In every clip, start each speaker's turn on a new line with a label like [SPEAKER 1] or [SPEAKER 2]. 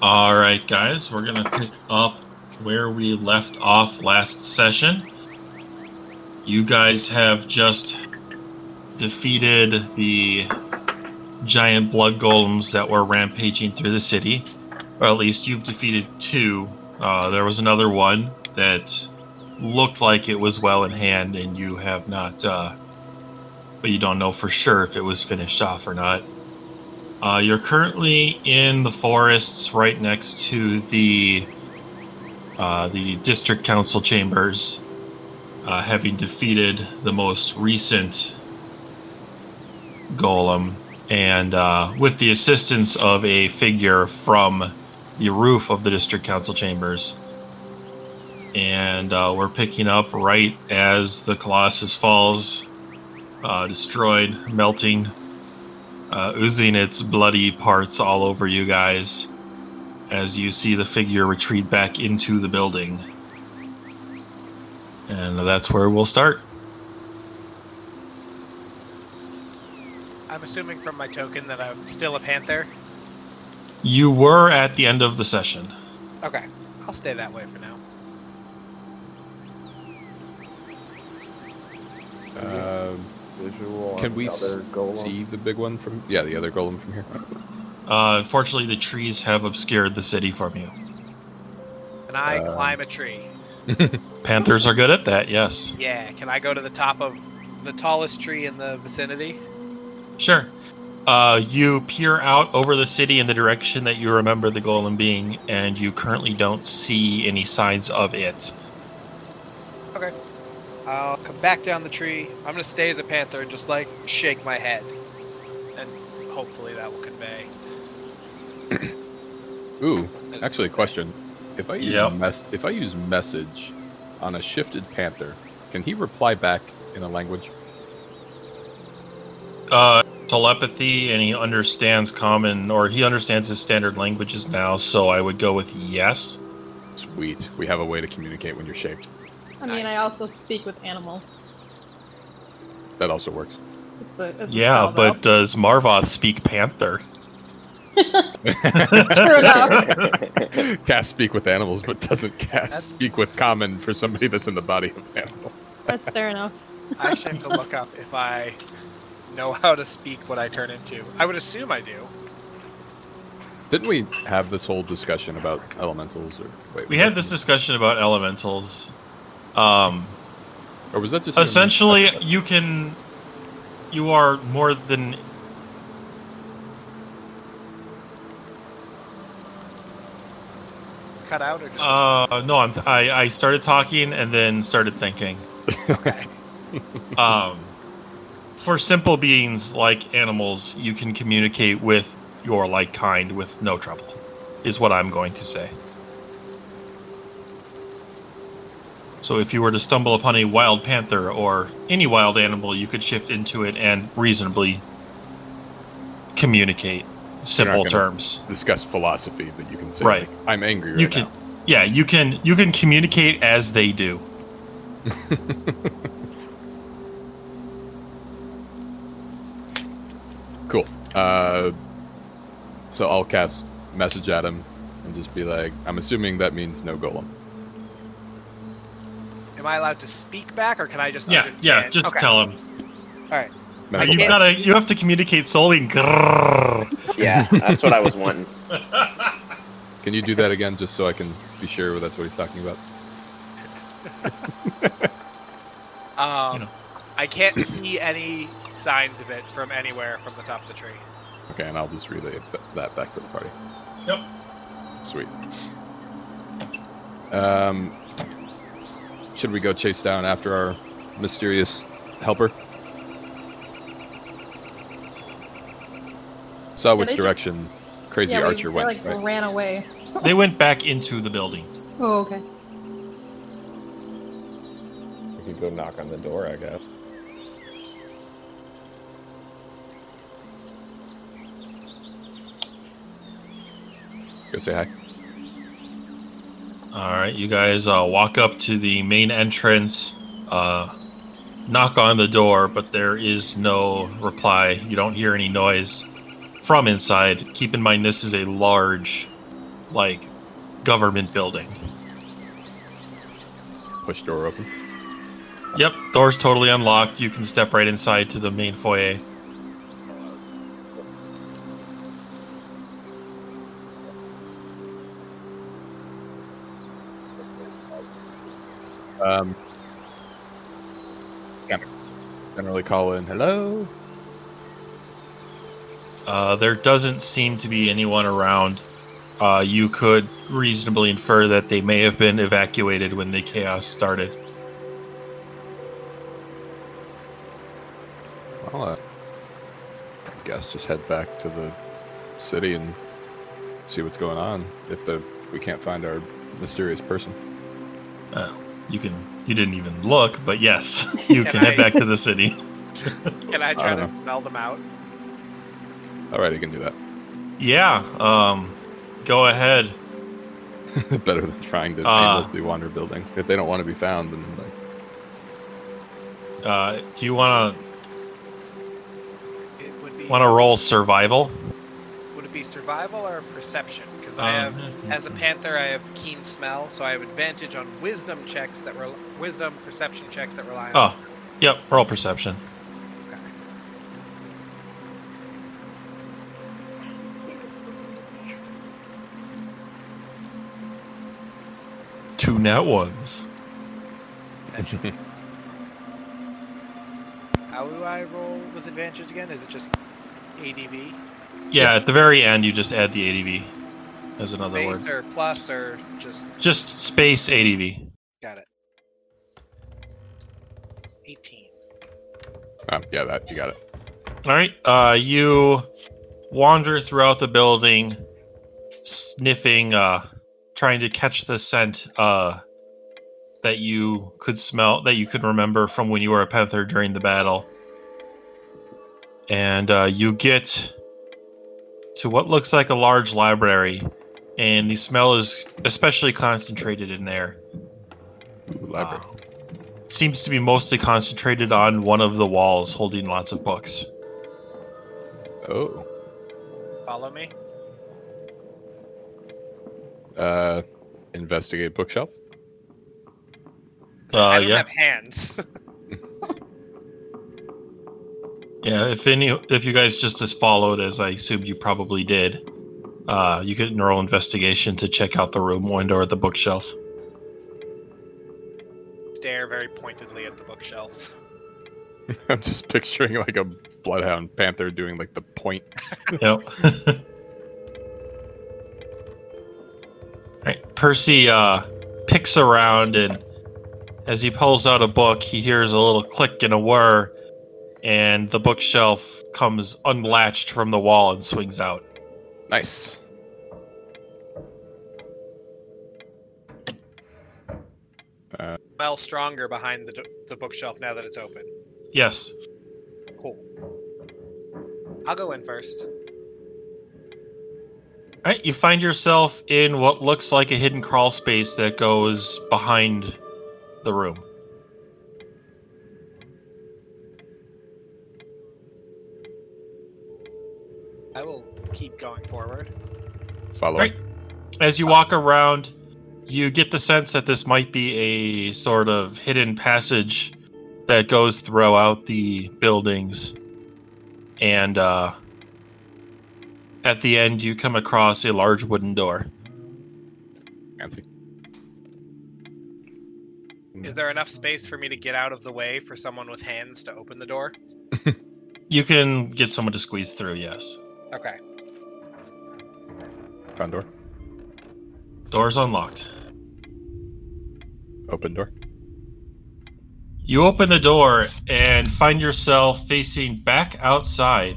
[SPEAKER 1] All right, guys, we're going to pick up where we left off last session. You guys have just defeated the giant blood golems that were rampaging through the city. Or at least you've defeated two. Uh, there was another one that looked like it was well in hand, and you have not, uh, but you don't know for sure if it was finished off or not. Uh, you're currently in the forests right next to the uh, the district council chambers, uh, having defeated the most recent golem, and uh, with the assistance of a figure from the roof of the district council chambers. And uh, we're picking up right as the Colossus falls, uh, destroyed, melting, uh, oozing its bloody parts all over you guys as you see the figure retreat back into the building. And that's where we'll start.
[SPEAKER 2] I'm assuming from my token that I'm still a panther.
[SPEAKER 1] You were at the end of the session.
[SPEAKER 2] Okay, I'll stay that way for now.
[SPEAKER 3] Um,
[SPEAKER 4] visual
[SPEAKER 3] Can
[SPEAKER 4] on
[SPEAKER 3] we
[SPEAKER 4] the other golem.
[SPEAKER 3] see the big one from? Yeah, the other golem from here.
[SPEAKER 1] Uh, unfortunately, the trees have obscured the city from you.
[SPEAKER 2] Can I
[SPEAKER 3] Uh,
[SPEAKER 2] climb a tree?
[SPEAKER 1] Panthers are good at that, yes.
[SPEAKER 2] Yeah, can I go to the top of the tallest tree in the vicinity?
[SPEAKER 1] Sure. Uh, you peer out over the city in the direction that you remember the golem being, and you currently don't see any signs of it.
[SPEAKER 2] I'll come back down the tree. I'm gonna stay as a panther and just like shake my head, and hopefully that will convey.
[SPEAKER 3] Ooh,
[SPEAKER 2] that it's
[SPEAKER 3] actually, a
[SPEAKER 2] okay.
[SPEAKER 3] question: If I use
[SPEAKER 1] Yep.
[SPEAKER 3] mes- if I use message on a shifted panther, can he reply back in a language?
[SPEAKER 1] uh, telepathy and he understands common or he understands his standard languages now so i would go with yes
[SPEAKER 3] Sweet, we have a way to communicate when you're shaped.
[SPEAKER 5] I mean,
[SPEAKER 2] Nice.
[SPEAKER 5] I also speak with animals.
[SPEAKER 3] That also works.
[SPEAKER 5] It's a, it's a
[SPEAKER 1] yeah
[SPEAKER 5] spell,
[SPEAKER 1] but
[SPEAKER 5] though.
[SPEAKER 1] does marvoth speak panther
[SPEAKER 5] Fair enough.
[SPEAKER 3] cast speak with animals, but doesn't cast
[SPEAKER 2] That's-
[SPEAKER 3] speak with common for somebody that's in the body of an animal.
[SPEAKER 5] That's fair enough.
[SPEAKER 2] I actually have to look up if I know how to speak what I turn into. I would assume I do.
[SPEAKER 3] Didn't we have this whole discussion about elementals? Or wait,
[SPEAKER 1] we
[SPEAKER 3] was
[SPEAKER 1] had
[SPEAKER 3] that-
[SPEAKER 1] this discussion about elementals um,
[SPEAKER 3] or was that just
[SPEAKER 1] essentially you can you are more than
[SPEAKER 2] Cut out or just
[SPEAKER 1] uh, no I'm, I, I started talking and then started thinking
[SPEAKER 2] okay?
[SPEAKER 1] um, for simple beings like animals, you can communicate with your like kind with no trouble, is what I'm going to say. So if you were to stumble upon a wild panther or any wild animal, you could shift into it and reasonably communicate simple
[SPEAKER 3] gonna-
[SPEAKER 1] terms.
[SPEAKER 3] discuss philosophy, but you can say
[SPEAKER 1] Right.
[SPEAKER 3] like, I'm angry right
[SPEAKER 1] you can Yeah, you can you can communicate as they do.
[SPEAKER 3] now. Cool. Uh, so I'll cast message at him and just be like, I'm assuming that means no golem.
[SPEAKER 2] Am I allowed to speak back, or can I just
[SPEAKER 1] Yeah,
[SPEAKER 2] understand?
[SPEAKER 1] yeah, just
[SPEAKER 2] okay.
[SPEAKER 1] tell them.
[SPEAKER 2] All right.
[SPEAKER 3] Mental
[SPEAKER 2] can't-
[SPEAKER 1] You
[SPEAKER 3] block.
[SPEAKER 1] gotta you have to communicate solely in grrrr.
[SPEAKER 4] yeah, that's what I was wanting.
[SPEAKER 3] Can you do that again just so I can be sure that's what he's talking about?
[SPEAKER 2] Um,
[SPEAKER 1] You know.
[SPEAKER 2] I can't see any signs of it from anywhere from the top of the tree.
[SPEAKER 3] Okay, and I'll just relay th- that back to the party.
[SPEAKER 1] Yep.
[SPEAKER 3] Sweet. Um, should we go chase down after our mysterious helper? Saw which
[SPEAKER 5] they-
[SPEAKER 3] direction Crazy
[SPEAKER 5] yeah, we-
[SPEAKER 3] Archer
[SPEAKER 5] they,
[SPEAKER 3] went.
[SPEAKER 5] like
[SPEAKER 3] right?
[SPEAKER 5] ran away.
[SPEAKER 1] They went back into the building.
[SPEAKER 5] Oh, okay.
[SPEAKER 4] We could go knock on the door, I guess.
[SPEAKER 3] Go say hi.
[SPEAKER 1] All right, you guys uh, walk up to the main entrance, uh, knock on the door, but there is no reply. You don't hear any noise from inside. Keep in mind, this is a large like government building.
[SPEAKER 3] Push door open.
[SPEAKER 1] Yep, door's totally unlocked. You can step right inside to the main foyer.
[SPEAKER 3] Um, yeah. generally call in hello.
[SPEAKER 1] Uh, there doesn't seem to be anyone around. Uh, you could reasonably infer that they may have been evacuated when the chaos started.
[SPEAKER 3] Well, uh, I guess just head back to the city and see what's going on. If the we can't find our mysterious person,
[SPEAKER 1] You can you didn't even look, but yes, you
[SPEAKER 2] Can
[SPEAKER 1] can head
[SPEAKER 2] I-
[SPEAKER 1] back to the city.
[SPEAKER 2] Can I try
[SPEAKER 3] I
[SPEAKER 2] to
[SPEAKER 3] dunno.
[SPEAKER 2] smell them out?
[SPEAKER 3] all right, you can do that.
[SPEAKER 1] Yeah, um, go ahead.
[SPEAKER 3] Better than trying to
[SPEAKER 1] Uh.
[SPEAKER 3] aimlessly wander buildings. If they don't want to be found, then like,
[SPEAKER 1] Uh, do you want
[SPEAKER 2] It would be
[SPEAKER 1] to want to roll survival?
[SPEAKER 2] would it be survival or perception? Because I have
[SPEAKER 1] Um,
[SPEAKER 2] as a panther, I have keen smell, so I have advantage on wisdom checks that rely wisdom perception checks that rely on.
[SPEAKER 1] Oh.
[SPEAKER 2] smell.
[SPEAKER 1] Yep, roll perception. Two net ones.
[SPEAKER 2] Eventually. How do I roll with advantage again? Is it just ADV
[SPEAKER 1] Yeah, at the very end, you just add the ADV as another
[SPEAKER 2] based
[SPEAKER 1] word.
[SPEAKER 2] or plus or just
[SPEAKER 1] Just space ADV.
[SPEAKER 2] got it? 18.
[SPEAKER 3] um, yeah, that you got it.
[SPEAKER 1] All right. Uh, you wander throughout the building, sniffing, uh, trying to catch the scent uh, that you could smell, that you could remember from when you were a panther during the battle. And uh, you get to what looks like a large library, and the smell is especially concentrated in there.
[SPEAKER 3] Ooh, library.
[SPEAKER 1] Uh, seems to be mostly concentrated on one of the walls holding lots of books.
[SPEAKER 3] Oh,
[SPEAKER 2] Follow me.
[SPEAKER 3] uh, investigate bookshelf.
[SPEAKER 2] So I
[SPEAKER 1] Uh,
[SPEAKER 2] don't
[SPEAKER 1] yeah.
[SPEAKER 2] have hands.
[SPEAKER 1] Yeah, if any, if you guys just as followed as I assumed you probably did, uh, you get neural investigation to check out the room window or the bookshelf.
[SPEAKER 2] Stare very pointedly at the bookshelf.
[SPEAKER 3] I'm just picturing like a bloodhound panther doing like the point.
[SPEAKER 1] Yep. All right, Percy uh, picks around, and as he pulls out a book, he hears a little click and a whir, and the bookshelf comes unlatched from the wall and swings out.
[SPEAKER 3] Nice.
[SPEAKER 2] Smell stronger behind the, d- the bookshelf now that it's open.
[SPEAKER 1] Yes.
[SPEAKER 2] Cool. I'll go in first.
[SPEAKER 1] All right, you find yourself in what looks like a hidden crawl space that goes behind the room.
[SPEAKER 2] I will keep going forward.
[SPEAKER 3] Follow.
[SPEAKER 1] Right. As you walk around, you get the sense that this might be a sort of hidden passage that goes throughout the buildings. And uh, at the end, you come across a large wooden door.
[SPEAKER 3] Fancy.
[SPEAKER 2] Is there enough space for me to get out of the way for someone with hands to open the door?
[SPEAKER 1] You can get someone to squeeze through, yes.
[SPEAKER 2] Okay.
[SPEAKER 3] Found door.
[SPEAKER 1] Door's unlocked.
[SPEAKER 3] Open door.
[SPEAKER 1] You open the door and find yourself facing back outside.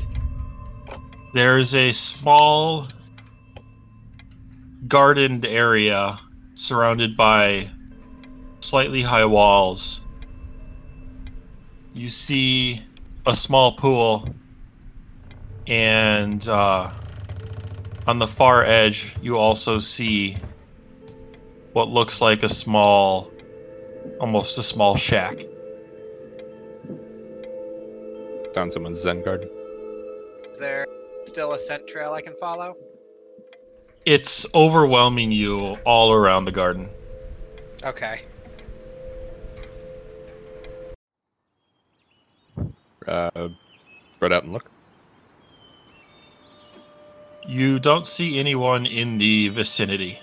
[SPEAKER 1] There is a small gardened area surrounded by slightly high walls. You see a small pool, and uh, on the far edge, you also see what looks like a small, almost a small shack.
[SPEAKER 3] Found someone's Zen garden.
[SPEAKER 2] Is there still a scent trail I can follow?
[SPEAKER 1] It's overwhelming you all around the garden.
[SPEAKER 2] Okay.
[SPEAKER 3] Uh, spread out and look.
[SPEAKER 1] You don't see anyone in the vicinity.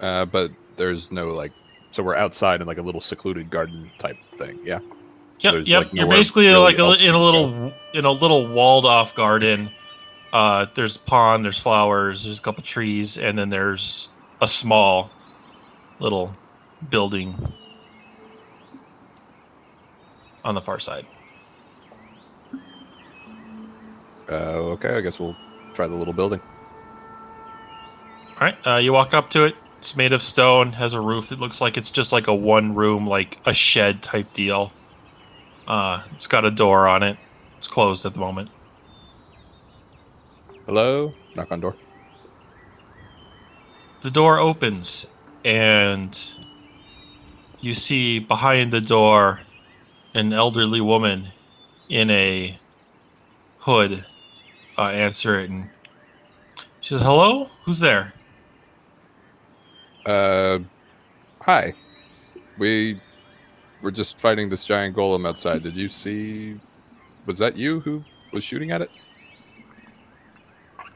[SPEAKER 3] Uh, but there's no like, so we're outside in like a little secluded garden type thing. Yeah.
[SPEAKER 1] Yep,
[SPEAKER 3] There's,
[SPEAKER 1] yep.
[SPEAKER 3] like,
[SPEAKER 1] You're
[SPEAKER 3] nowhere
[SPEAKER 1] basically
[SPEAKER 3] really
[SPEAKER 1] like a,
[SPEAKER 3] else to
[SPEAKER 1] in a
[SPEAKER 3] go.
[SPEAKER 1] little in a little walled off garden. Uh, there's a pond, there's flowers, there's a couple trees, and then there's a small little building on the far side.
[SPEAKER 3] Uh, okay. I guess we'll try the little building.
[SPEAKER 1] All right, uh, you walk up to it. It's made of stone, has a roof. It looks like it's just like a one room, like a shed type deal. Uh, it's got a door on it. It's closed at the moment.
[SPEAKER 3] Hello. Knock on door.
[SPEAKER 1] The door opens, and you see behind the door an elderly woman in a hood uh, answer it. And she says, Hello? Who's there?
[SPEAKER 3] Uh, hi. We were just fighting this giant golem outside. Did you see? Was that you who was shooting at it?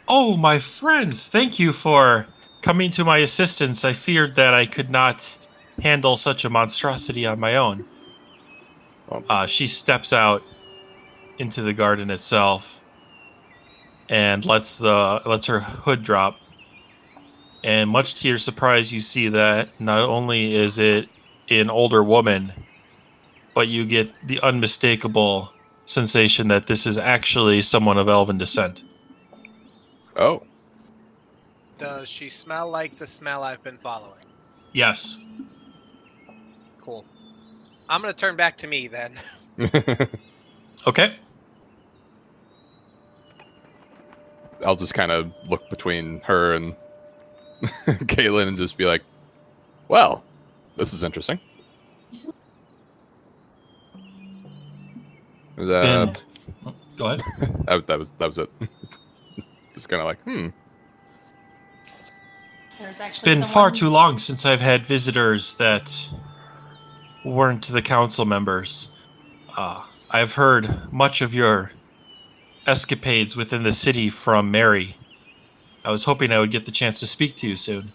[SPEAKER 1] Oh, my friends, thank you for coming to my assistance. I feared that I could not handle such a monstrosity on my own.
[SPEAKER 3] Um.
[SPEAKER 1] Uh, she steps out into the garden itself and lets the lets her hood drop. And much to your surprise, you see that not only is it an older woman, but you get the unmistakable sensation that this is actually someone of elven descent.
[SPEAKER 3] Oh,
[SPEAKER 2] Does she smell like the smell I've been following?
[SPEAKER 1] Yes.
[SPEAKER 2] Cool. I'm gonna turn back to me then.
[SPEAKER 1] Okay.
[SPEAKER 3] I'll just kind of look between her and Kaylin and just be like, "Well, this is interesting." Was that-
[SPEAKER 1] Then- Oh, Go ahead.
[SPEAKER 3] that, that was that was it. just kind of like, hmm.
[SPEAKER 1] It's been far too long since I've had visitors that weren't the council members. Uh, I've heard much of your escapades within the city from Mary. I was hoping I would get the chance to speak to you soon.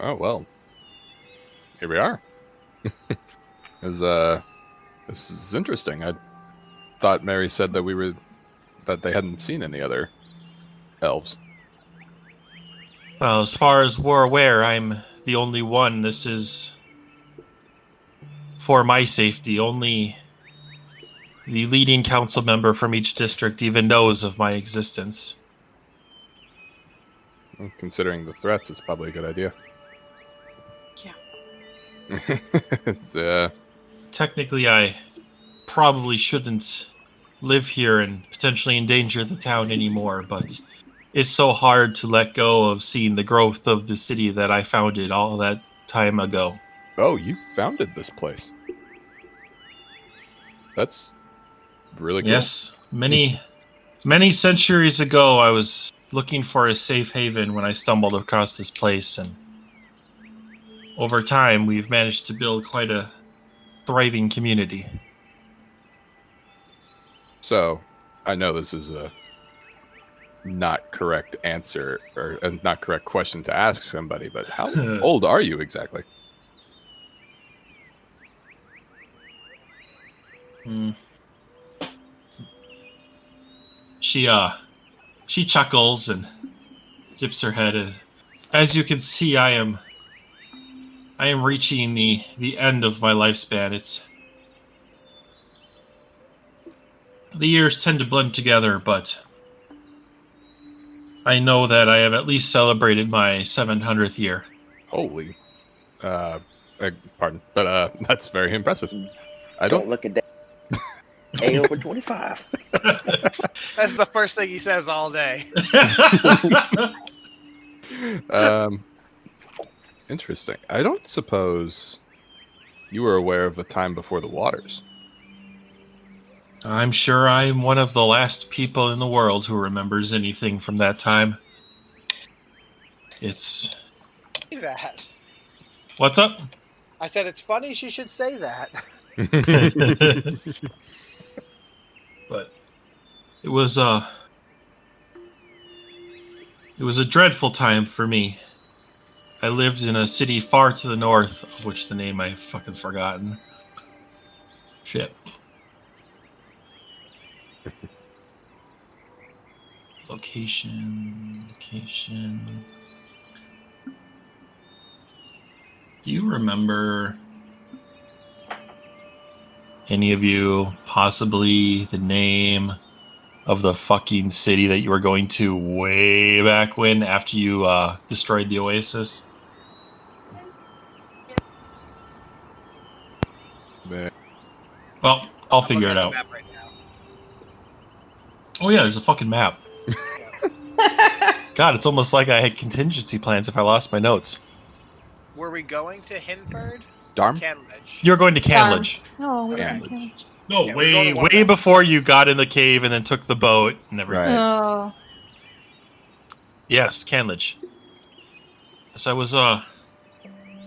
[SPEAKER 3] Oh well, here we are. Is uh, this is interesting. I thought Mary said that we were that they hadn't seen any other elves.
[SPEAKER 1] Well, as far as we're aware, I'm the only one. This is for my safety. Only the leading council member from each district even knows of my existence.
[SPEAKER 3] Considering the threats, it's probably a good idea.
[SPEAKER 6] Yeah.
[SPEAKER 3] it's uh,
[SPEAKER 1] technically I probably shouldn't live here and potentially endanger the town anymore, but it's so hard to let go of seeing the growth of the city that I founded all that time ago.
[SPEAKER 3] oh, you founded this place. That's really cool.
[SPEAKER 1] Yes, many many centuries ago I was looking for a safe haven when I stumbled across this place and over time we've managed to build quite a thriving community.
[SPEAKER 3] So, I know this is a not correct answer or a not correct question to ask somebody, but how old are you exactly?
[SPEAKER 1] Hmm. She uh she chuckles and dips her head and as you can see I am I am reaching the the end of my lifespan. It's the years tend to blend together, but I know that I have at least celebrated my 700th year.
[SPEAKER 3] Holy, uh, uh, pardon, but uh, that's very impressive. I
[SPEAKER 7] Don't
[SPEAKER 3] don't.
[SPEAKER 7] look at that. A over twenty-five.
[SPEAKER 2] That's the first thing he says all day.
[SPEAKER 3] Um, interesting. I don't suppose you were aware of a time before the waters.
[SPEAKER 1] I'm sure I'm one of the last people in the world who remembers anything from that time. It's.
[SPEAKER 2] Say that.
[SPEAKER 1] What's up?
[SPEAKER 2] I said it's funny she should say that.
[SPEAKER 1] but it was uh it was a dreadful time for me. I lived in a city far to the north, of which the name I've fucking forgotten. Shit. location, location. Do you remember any of you possibly the name of the fucking city that you were going to way back when after you uh, destroyed the oasis?
[SPEAKER 3] Man,
[SPEAKER 1] Well, I'll figure it
[SPEAKER 2] Looking at the
[SPEAKER 1] out.
[SPEAKER 2] map right now.
[SPEAKER 1] Oh yeah, there's a fucking map. God, it's almost like I had contingency plans if I lost my notes.
[SPEAKER 2] Were we going to Hinford?
[SPEAKER 3] Darm?
[SPEAKER 2] Canledge.
[SPEAKER 1] You're going to Canledge.
[SPEAKER 5] No, Oh, we
[SPEAKER 3] Yeah.
[SPEAKER 5] don't care.
[SPEAKER 1] No,
[SPEAKER 2] Yeah, we're going
[SPEAKER 1] way
[SPEAKER 2] to one
[SPEAKER 1] way
[SPEAKER 2] map.
[SPEAKER 1] before you got in the cave and then took the boat and everything.
[SPEAKER 3] Right.
[SPEAKER 5] Oh,
[SPEAKER 1] Yes, Canledge. So I was uh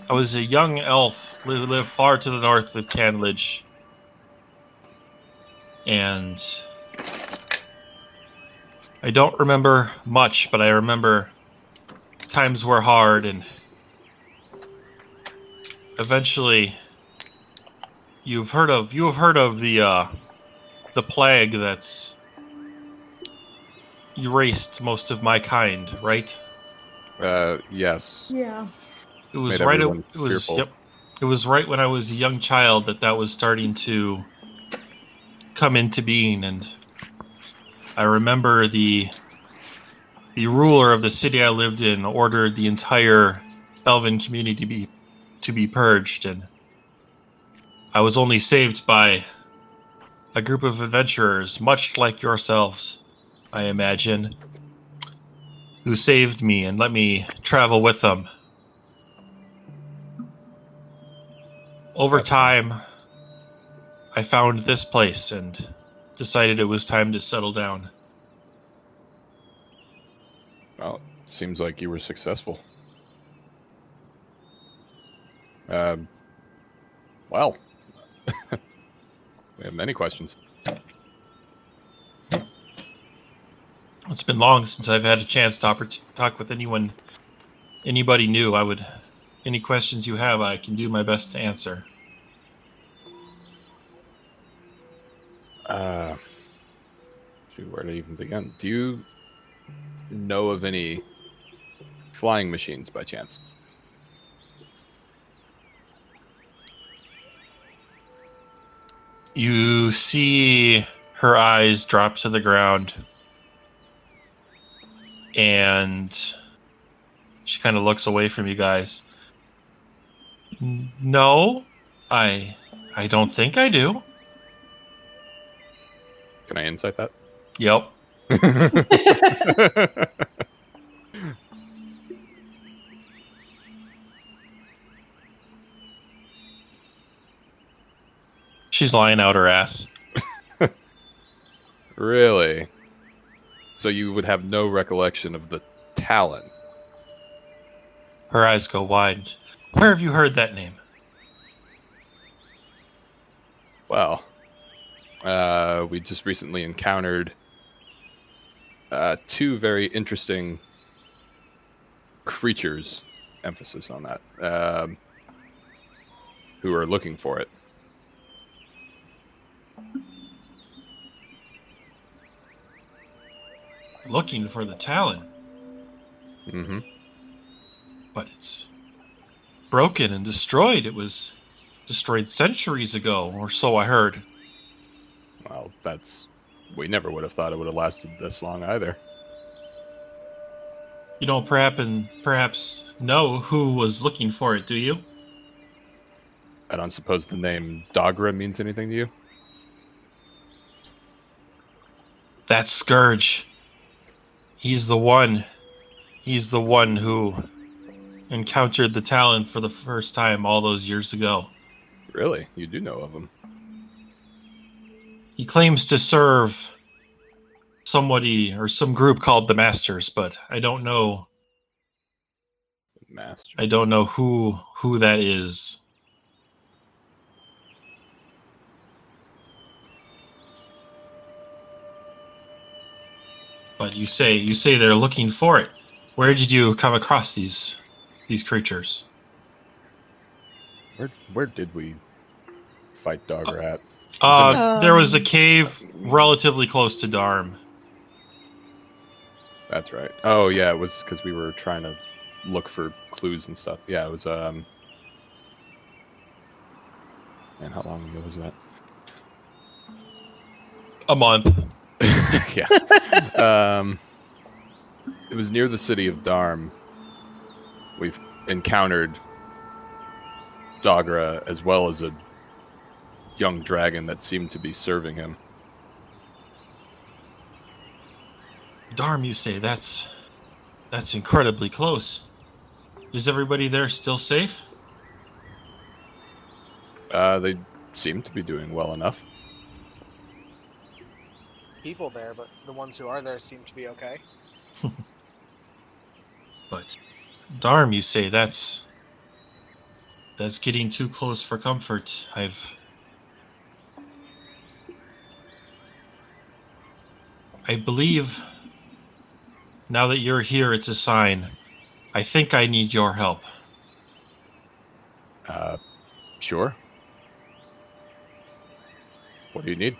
[SPEAKER 1] I was a young elf who lived far to the north of Canledge. And I don't remember much, but I remember times were hard and eventually you've heard of you have heard of the uh the plague that's erased most of my kind, right?
[SPEAKER 3] Uh, yes.
[SPEAKER 5] yeah.
[SPEAKER 1] It was
[SPEAKER 3] Made
[SPEAKER 1] right.
[SPEAKER 3] everyone
[SPEAKER 1] It was
[SPEAKER 3] fearful.
[SPEAKER 1] yep. It was right when I was a young child that that was starting to come into being, and I remember the the ruler of the city I lived in ordered the entire Elven community to be to be purged, and I was only saved by a group of adventurers, much like yourselves, I imagine, who saved me and let me travel with them. over time, I found this place and decided it was time to settle down.
[SPEAKER 3] Well, seems like you were successful. Um, well, we have many questions.
[SPEAKER 1] It's been long since I've had a chance to oppor- talk with anyone, anybody new. I would, any questions you have, I can do my best to answer.
[SPEAKER 3] Uh, shoot, where to even begin? Do you know of any flying machines by chance?
[SPEAKER 1] You see her eyes drop to the ground. And she kind of looks away from you guys. "N- No, I I don't think I do.
[SPEAKER 3] Can I insight that?
[SPEAKER 1] Yep. She's lying out her ass.
[SPEAKER 3] Really? So you would have no recollection of the Talon?
[SPEAKER 1] Her eyes go wide. Where have you heard that name?
[SPEAKER 3] Well, uh, we just recently encountered uh, two very interesting creatures. Emphasis on that. Um, who are looking for it?
[SPEAKER 1] Looking for the Talon,
[SPEAKER 3] Mm-hmm.
[SPEAKER 1] but it's broken and destroyed. It was destroyed centuries ago, or so I heard.
[SPEAKER 3] Well, that's we never would have thought it would have lasted this long either.
[SPEAKER 1] You don't perhaps perhaps know who was looking for it, do you?
[SPEAKER 3] I don't suppose the name Dogra means anything to you.
[SPEAKER 1] That Scourge. He's the one. He's the one who encountered the Talon for the first time all those years ago.
[SPEAKER 3] Really, you do know of them.
[SPEAKER 1] He claims to serve somebody or some group called the Masters, but I don't know
[SPEAKER 3] Master.
[SPEAKER 1] I don't know who who that is. But you say you say they're looking for it. Where did you come across these these creatures?
[SPEAKER 3] Where where did we fight dog rat?
[SPEAKER 1] Uh, there was a cave relatively close to Darm.
[SPEAKER 3] That's right. Oh yeah, it was because we were trying to look for clues and stuff. Yeah, it was. Um. Man, how long ago was that?
[SPEAKER 1] A month.
[SPEAKER 3] yeah. um, it was near the city of Darm. We've encountered Dagra as well as a young dragon that seemed to be serving him.
[SPEAKER 1] Darm, you say that's that's incredibly close. Is everybody there still safe?
[SPEAKER 3] Uh, they seem to be doing well enough.
[SPEAKER 2] people there, but the ones who are there seem to be okay.
[SPEAKER 1] But Darm, you say that's that's getting too close for comfort. I've I believe now that you're here it's a sign. I think I need your help.
[SPEAKER 3] Uh, sure. What do you need?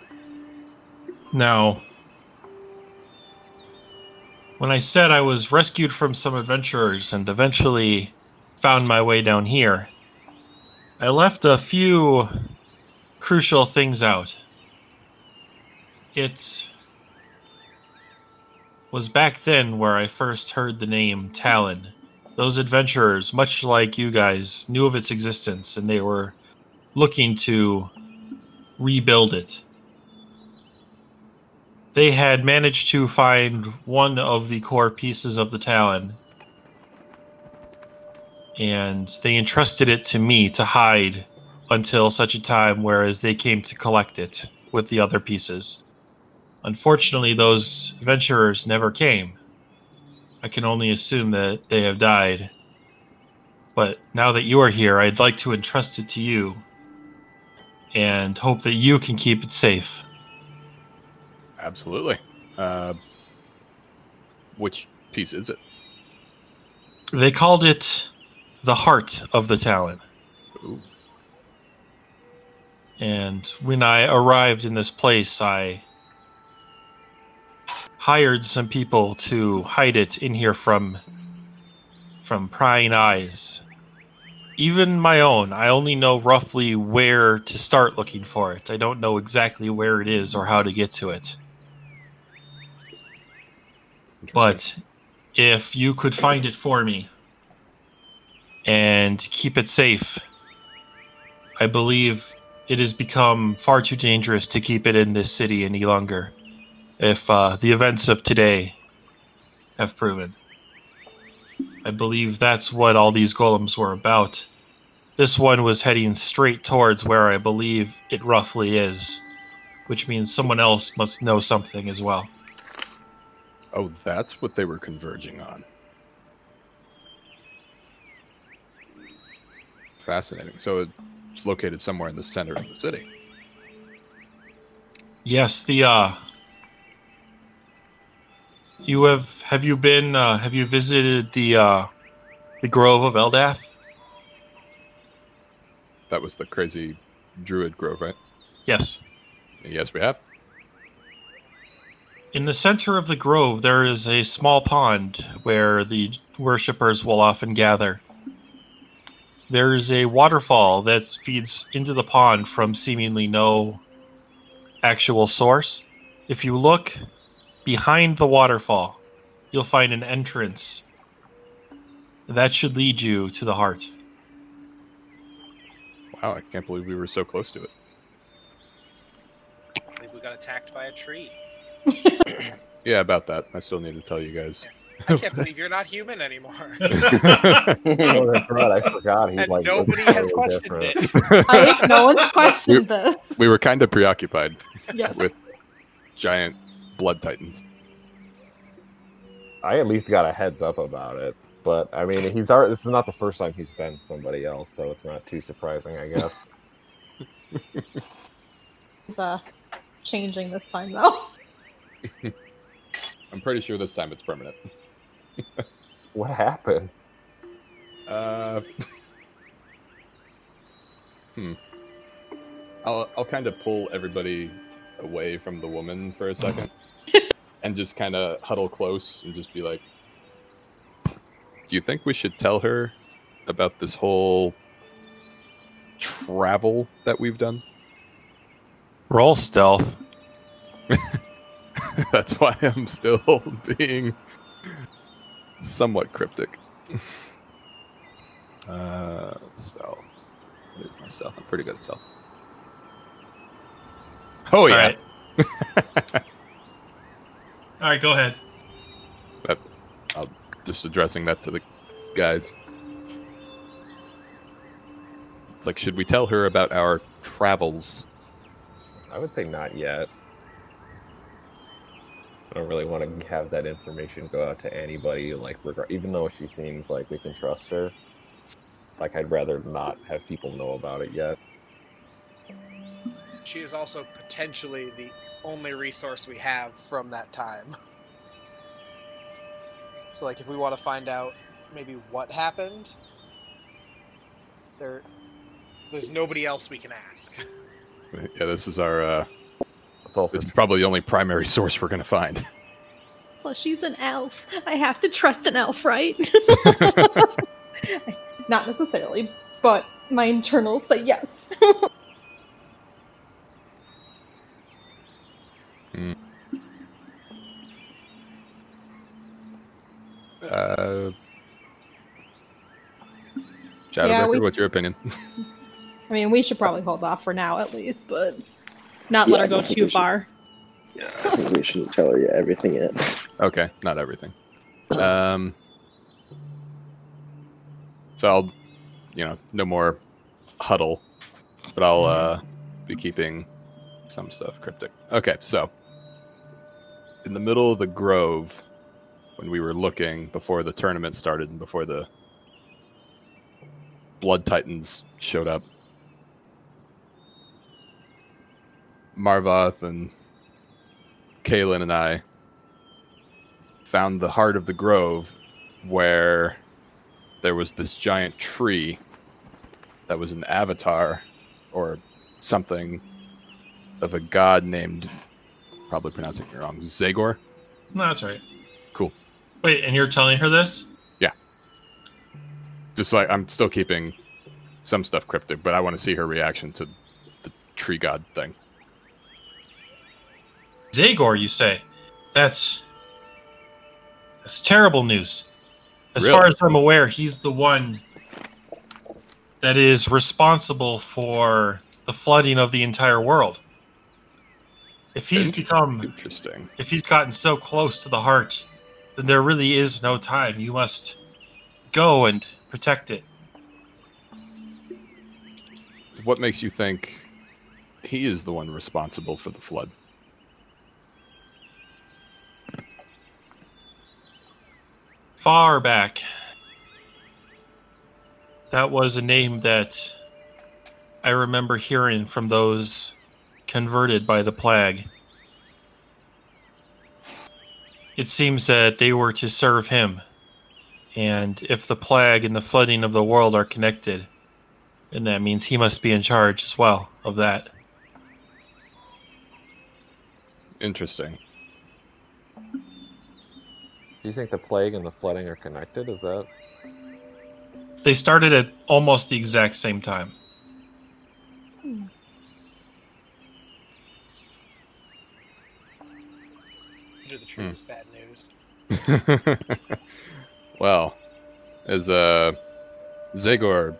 [SPEAKER 1] Now, when I said I was rescued from some adventurers and eventually found my way down here, I left a few crucial things out. It was back then where I first heard the name Talon. Those adventurers, much like you guys, knew of its existence and they were looking to rebuild it they had managed to find one of the core pieces of the Talon. And they entrusted it to me to hide until such a time whereas they came to collect it with the other pieces. Unfortunately, those adventurers never came. I can only assume that they have died. But now that you are here, I'd like to entrust it to you and hope that you can keep it safe.
[SPEAKER 3] Absolutely. Uh, which piece is it?
[SPEAKER 1] They called it the heart of the Talon.
[SPEAKER 3] Ooh.
[SPEAKER 1] And when I arrived in this place, I hired some people to hide it in here from from prying eyes. Even my own, I only know roughly where to start looking for it. I don't know exactly where it is or how to get to it. But if you could find it for me and keep it safe, I believe it has become far too dangerous to keep it in this city any longer. If uh, the events of today have proven, I believe that's what all these golems were about. This one was heading straight towards where I believe it roughly is, which means someone else must know something as well.
[SPEAKER 3] Oh, that's what they were converging on. Fascinating. So it's located somewhere in the center of the city.
[SPEAKER 1] Yes, the uh you have have you been uh have you visited the uh the grove of Eldath?
[SPEAKER 3] That was the crazy druid grove, right?
[SPEAKER 1] Yes.
[SPEAKER 3] Yes, we have.
[SPEAKER 1] In the center of the grove there is a small pond where the worshippers will often gather. There is a waterfall that feeds into the pond from seemingly no actual source. If you look behind the waterfall, you'll find an entrance. That should lead you to the heart.
[SPEAKER 3] Wow, I can't believe we were so close to it.
[SPEAKER 2] I think we got attacked by a tree.
[SPEAKER 3] Yeah, about that. I still need to tell you guys
[SPEAKER 2] I can't believe you're not human anymore.
[SPEAKER 4] Oh, that's right. I forgot. He's
[SPEAKER 2] And
[SPEAKER 4] like
[SPEAKER 2] nobody
[SPEAKER 4] looks
[SPEAKER 2] has
[SPEAKER 4] totally
[SPEAKER 2] questioned
[SPEAKER 4] different.
[SPEAKER 2] it.
[SPEAKER 5] I, no one's questioned this.
[SPEAKER 3] we were kind of preoccupied
[SPEAKER 5] Yes.
[SPEAKER 3] with giant blood titans.
[SPEAKER 4] I at least got a heads up about it. But I mean, he's already, this is not the first time he's been somebody else, so it's not too surprising, I guess.
[SPEAKER 5] It's, uh, changing this time though.
[SPEAKER 3] I'm pretty sure this time it's permanent.
[SPEAKER 4] what happened?
[SPEAKER 3] Uh, hmm. I'll I'll kind of pull everybody away from the woman for a second, and just kind of huddle close and just be like, "Do you think we should tell her about this whole travel that we've done?"
[SPEAKER 8] Roll stealth.
[SPEAKER 3] That's why I'm still being somewhat cryptic. Uh, stealth. What is my stealth? I'm pretty good at stealth. Oh yeah,
[SPEAKER 1] All right. All right, go ahead.
[SPEAKER 3] just addressing that to the guys. It's like, should we tell her about our travels?
[SPEAKER 4] I would say not yet. I don't really want to have that information go out to anybody, like, regard, even though she seems like we can trust her. Like, I'd rather not have people know about it yet.
[SPEAKER 2] She is also potentially the only resource we have from that time. So, like, if we want to find out maybe what happened, there, there's nobody else we can ask.
[SPEAKER 3] Yeah, this is our. Uh,
[SPEAKER 4] It's also
[SPEAKER 3] this is probably the only primary source we're gonna find.
[SPEAKER 5] Well, she's an elf. I have to trust an elf, right? Not necessarily, but my internals say yes.
[SPEAKER 3] Uh, Shadowbreaker,
[SPEAKER 5] Yeah, we-
[SPEAKER 3] what's your opinion?
[SPEAKER 5] I mean, we should probably hold off for now at least, but not
[SPEAKER 7] Yeah,
[SPEAKER 5] let her
[SPEAKER 7] I
[SPEAKER 5] go
[SPEAKER 7] don't think
[SPEAKER 5] too
[SPEAKER 7] we should.
[SPEAKER 5] far.
[SPEAKER 7] Yeah, I think we shouldn't tell her everything yet.
[SPEAKER 3] Okay, not everything. Um, so I'll, you know, no more huddle, but I'll uh, be keeping some stuff cryptic. Okay, so in the middle of the grove, when we were looking before the tournament started and before the Blood Titans showed up, Marvath and Kaylin and I found the heart of the grove where there was this giant tree that was an avatar or something of a god named probably pronouncing it wrong Zagor
[SPEAKER 1] No, that's all right.
[SPEAKER 3] Cool.
[SPEAKER 1] Wait, and you're telling her this?
[SPEAKER 3] just like I'm still keeping some stuff cryptic but I want to see her reaction to the tree god thing
[SPEAKER 1] Zagor, you say? That's that's terrible news. As
[SPEAKER 3] Really?
[SPEAKER 1] far as I'm aware, he's the one that is responsible for the flooding of the entire world. If he's
[SPEAKER 3] Inter-
[SPEAKER 1] become
[SPEAKER 3] interesting
[SPEAKER 1] if he's gotten so close to the heart, then there really is no time. You must go and protect it.
[SPEAKER 3] what makes you think he is the one responsible for the flood
[SPEAKER 1] far back. That was a name that I remember hearing from those converted by the plague. It seems that they were to serve him. And if the plague and the flooding of the world are connected, then that means he must be in charge as well of that.
[SPEAKER 3] interesting
[SPEAKER 4] Do you think the plague and the flooding are connected? Is that
[SPEAKER 1] They started at almost the exact same time.
[SPEAKER 2] Under the tree
[SPEAKER 3] Hmm.
[SPEAKER 2] is bad news.
[SPEAKER 3] well, as uh, Zagor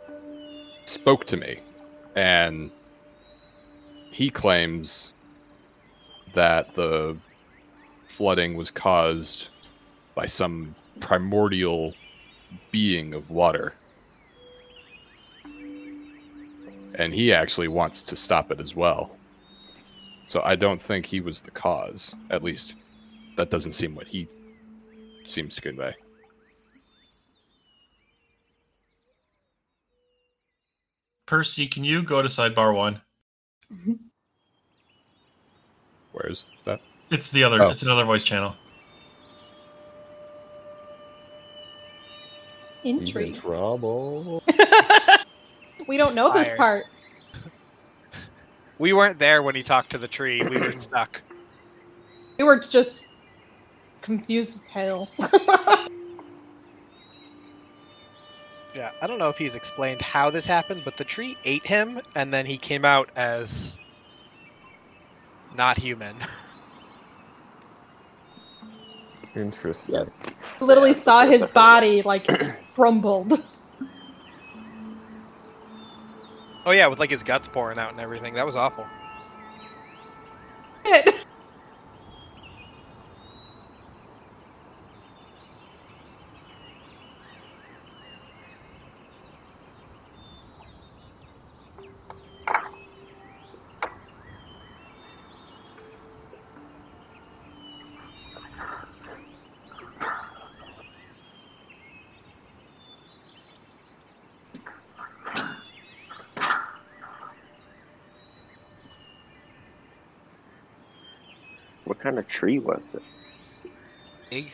[SPEAKER 3] spoke to me, and he claims that the flooding was caused by some primordial being of water. And he actually wants to stop it as well. So I don't think he was the cause. At least, that doesn't seem what he seems to convey.
[SPEAKER 1] Percy, can you go to sidebar one?
[SPEAKER 5] Mm-hmm.
[SPEAKER 3] Where's that?
[SPEAKER 1] It's the other.
[SPEAKER 3] Oh.
[SPEAKER 1] It's another voice channel.
[SPEAKER 4] He's in
[SPEAKER 5] Intrigue.
[SPEAKER 4] trouble.
[SPEAKER 5] we don't know this
[SPEAKER 2] Fired.
[SPEAKER 5] part.
[SPEAKER 2] We weren't there when he talked to the tree. We were stuck.
[SPEAKER 5] We were just confused as hell.
[SPEAKER 2] Yeah, I don't know if he's explained how this happened, but the tree ate him, and then he came out as not human.
[SPEAKER 4] Interesting.
[SPEAKER 7] Yeah.
[SPEAKER 5] Literally saw his
[SPEAKER 7] separate.
[SPEAKER 5] body like crumbled.
[SPEAKER 2] Oh yeah, with like his guts pouring out and everything. That was awful.
[SPEAKER 7] What kind of tree was it?
[SPEAKER 2] Big.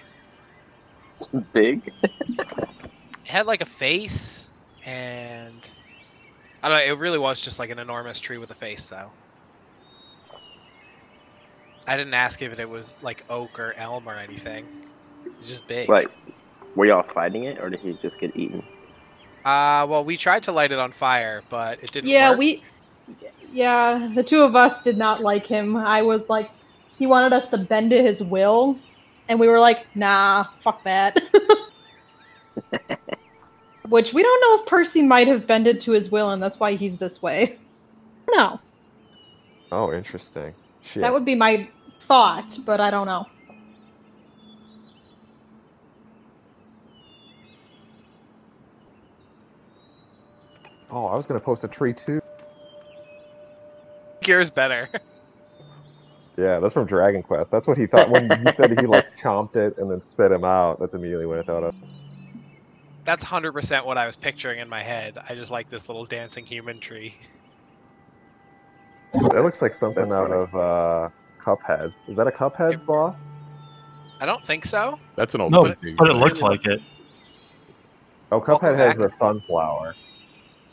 [SPEAKER 7] Big?
[SPEAKER 2] It had like a face, and I don't know. It really was just like an enormous tree with a face, though. I didn't ask if it was like oak or elm or anything. It's just big.
[SPEAKER 7] Like, were y'all fighting it, or did he just get eaten?
[SPEAKER 2] Uh, well, we tried to light it on fire, but it didn't.
[SPEAKER 5] yeah,
[SPEAKER 2] work.
[SPEAKER 5] we. Yeah, the two of us did not like him. I was like, he wanted us to bend to his will, and we were like, nah, fuck that. Which we don't know if Percy might have bended to his will, and that's why he's this way. No,
[SPEAKER 4] Oh, interesting. Shit.
[SPEAKER 5] that would be my thought, but I don't know.
[SPEAKER 4] Oh, I was gonna post a tree too.
[SPEAKER 2] yours better.
[SPEAKER 4] Yeah, that's from Dragon Quest. That's what he thought when he said he like chomped it and then spit him out. That's immediately what I thought of.
[SPEAKER 2] That's hundred percent what I was picturing in my head. I just like this little dancing human tree.
[SPEAKER 4] That looks like something
[SPEAKER 7] That's
[SPEAKER 4] out
[SPEAKER 7] funny.
[SPEAKER 4] of uh, Cuphead. Is that a Cuphead boss?
[SPEAKER 2] I don't think so.
[SPEAKER 3] That's an old.
[SPEAKER 9] No,
[SPEAKER 3] Disney
[SPEAKER 9] but it
[SPEAKER 3] movie.
[SPEAKER 9] looks like it.
[SPEAKER 4] Oh,
[SPEAKER 2] Welcome
[SPEAKER 4] Cuphead has
[SPEAKER 2] back.
[SPEAKER 4] the sunflower.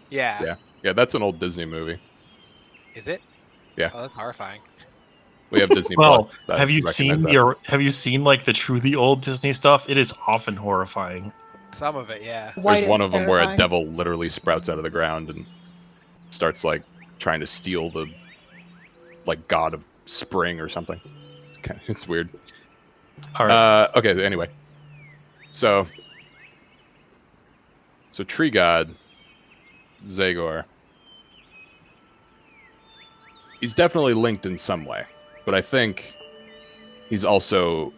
[SPEAKER 2] Yeah.
[SPEAKER 3] Yeah. Yeah, that's an old Disney movie.
[SPEAKER 2] Is it?
[SPEAKER 3] Yeah.
[SPEAKER 2] Oh, that's horrifying.
[SPEAKER 3] We have Disney.
[SPEAKER 9] Well,
[SPEAKER 3] Plus. I
[SPEAKER 1] have you
[SPEAKER 3] recognize
[SPEAKER 1] seen
[SPEAKER 3] that.
[SPEAKER 1] the? or- Have you seen like the truly old Disney stuff? It is often horrifying.
[SPEAKER 2] Some of it, yeah.
[SPEAKER 5] White
[SPEAKER 3] There's one
[SPEAKER 5] is
[SPEAKER 3] of them where a
[SPEAKER 5] terrifying.
[SPEAKER 3] devil literally sprouts out of the ground and starts like trying to steal the like god of spring or something. It's kind of it's weird.
[SPEAKER 1] All right.
[SPEAKER 3] Uh, okay. Anyway, so so tree god Zagor. He's definitely linked in some way, but I think he's also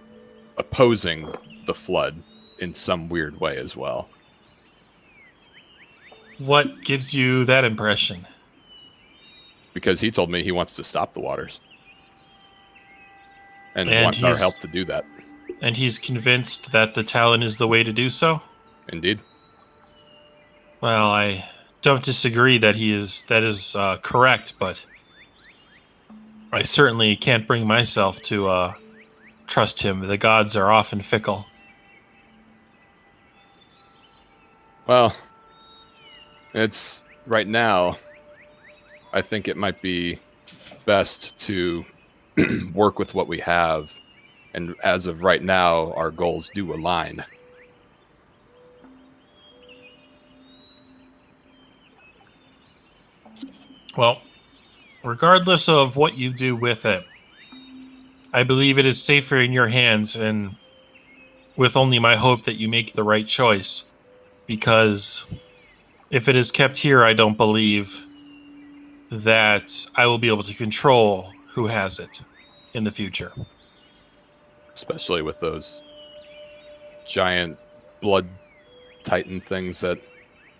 [SPEAKER 3] opposing the flood in some weird way as well.
[SPEAKER 1] what gives you that impression?
[SPEAKER 3] because he told me he wants to stop the waters and,
[SPEAKER 1] And
[SPEAKER 3] wants our
[SPEAKER 1] he's-
[SPEAKER 3] help to do that.
[SPEAKER 1] And he's convinced that the Talon is the way to do so.
[SPEAKER 3] Indeed,
[SPEAKER 1] Well, I don't disagree that he is that is uh, correct, but I certainly can't bring myself to uh, trust him. The gods are often fickle.
[SPEAKER 3] well, it's right now. I think it might be best to work with what we have, and as of right now, our goals do align.
[SPEAKER 1] Well, regardless of what you do with it, I believe it is safer in your hands, and with only my hope that you make the right choice. Because if it is kept here, I don't believe that I will be able to control who has it in the future.
[SPEAKER 3] especially with those giant blood titan things that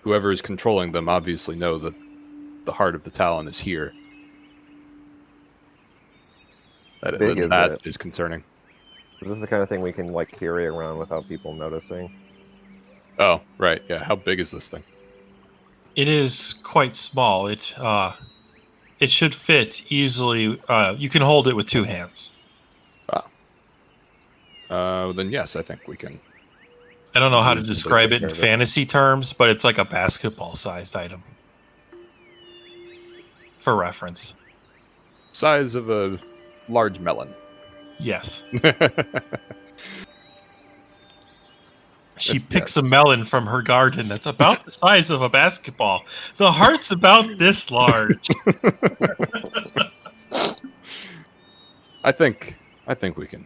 [SPEAKER 3] whoever is controlling them obviously know that the heart of the Talon is here. That,
[SPEAKER 4] Big,
[SPEAKER 3] that-
[SPEAKER 4] isn't
[SPEAKER 3] that
[SPEAKER 4] it?
[SPEAKER 3] is concerning.
[SPEAKER 4] Is this the kind of thing we can like carry around without people noticing?
[SPEAKER 3] Oh, right. Yeah. How big is this thing?
[SPEAKER 1] It is quite small. It uh, it should fit easily. Uh, you can hold it with two hands.
[SPEAKER 3] Uh, then yes, I think we can.
[SPEAKER 1] I don't know how to
[SPEAKER 4] Mm,
[SPEAKER 1] describe it in
[SPEAKER 4] perfect.
[SPEAKER 1] fantasy terms, but it's like a basketball-sized item. For reference,
[SPEAKER 3] Size of a large melon.
[SPEAKER 1] yes.
[SPEAKER 3] All
[SPEAKER 1] She
[SPEAKER 3] Yeah.
[SPEAKER 1] picks a melon from her garden that's about the size of a basketball. The heart's about this large.
[SPEAKER 3] I think I think we can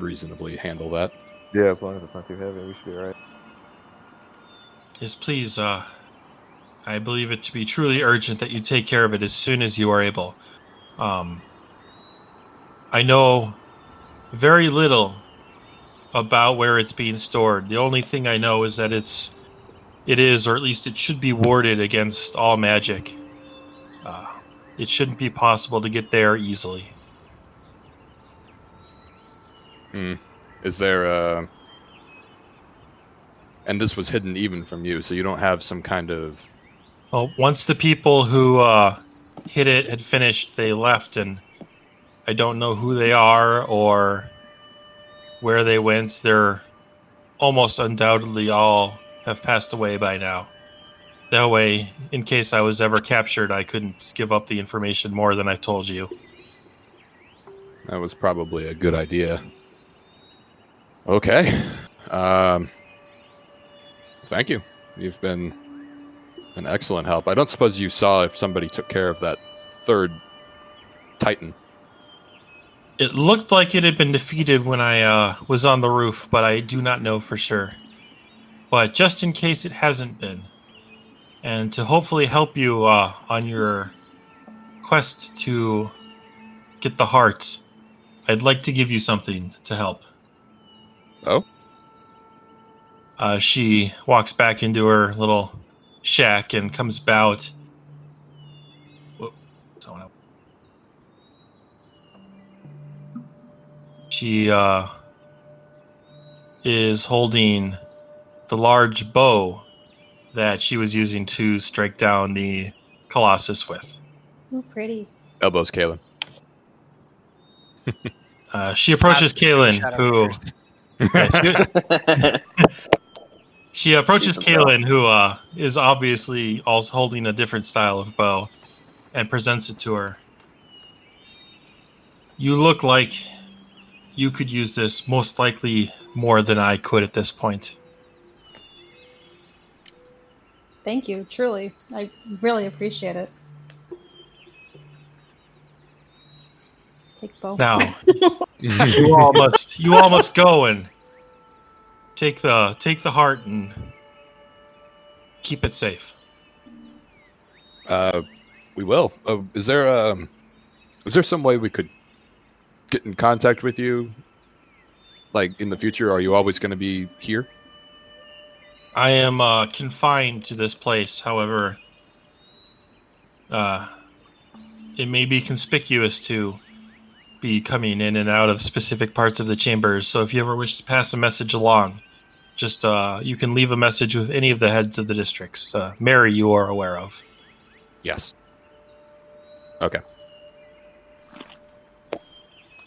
[SPEAKER 3] reasonably handle that.
[SPEAKER 4] Yeah, as long as it's not too heavy, we should be alright.
[SPEAKER 1] Yes, please. Uh, I believe it to be truly urgent that you take care of it as soon as you are able. Um, I know very little about where it's being stored. The only thing I know is that it's, it is, or at least it should be warded against all magic. Uh, it shouldn't be possible to get there easily.
[SPEAKER 3] Is there a and this was hidden even from you, so you don't have some kind of
[SPEAKER 1] Well, once the people who uh, hit it had finished, they left, and I don't know who they are or where they went. They're almost undoubtedly all have passed away by now. That way, in case I was ever captured, I couldn't give up the information more than I told you.
[SPEAKER 3] That was probably a good idea. Okay. Um, thank you. You've been an excellent help. I don't suppose you saw if somebody took care of that third Titan.
[SPEAKER 1] It looked like it had been defeated when I uh, was on the roof, but I do not know for sure. But just in case it hasn't been, and to hopefully help you uh, on your quest to get the heart, I'd like to give you something to help.
[SPEAKER 3] Oh?
[SPEAKER 1] Uh, she walks back into her little shack and comes about. Whoa, someone else. She uh, is holding the large bow that she was using to strike down the Colossus with.
[SPEAKER 5] Oh, pretty.
[SPEAKER 3] Elbows, Kalen.
[SPEAKER 1] Uh, she approaches Kaylin,
[SPEAKER 2] Shadow
[SPEAKER 1] who
[SPEAKER 2] Hunters.
[SPEAKER 1] Yeah, she, she approaches
[SPEAKER 7] She's a pro.
[SPEAKER 1] Kaylin, who uh, is obviously also holding a different style of bow, and presents it to her. You look like you could use this most likely more than I could at this point.
[SPEAKER 5] Thank you, truly. I really appreciate it. Take both.
[SPEAKER 1] Now, you all must you all must go and take the take the heart and keep it safe.
[SPEAKER 3] Uh, we will. Oh, is there um, is there some way we could get in contact with you? Like in the future, are you always going to be here?
[SPEAKER 1] I am uh, confined to this place, however, uh, it may be conspicuous to be coming in and out of specific parts of the chambers. So if you ever wish to pass a message along, just uh, you can leave a message with any of the heads of the districts. Uh, Mary, you are aware of.
[SPEAKER 3] Yes. Okay.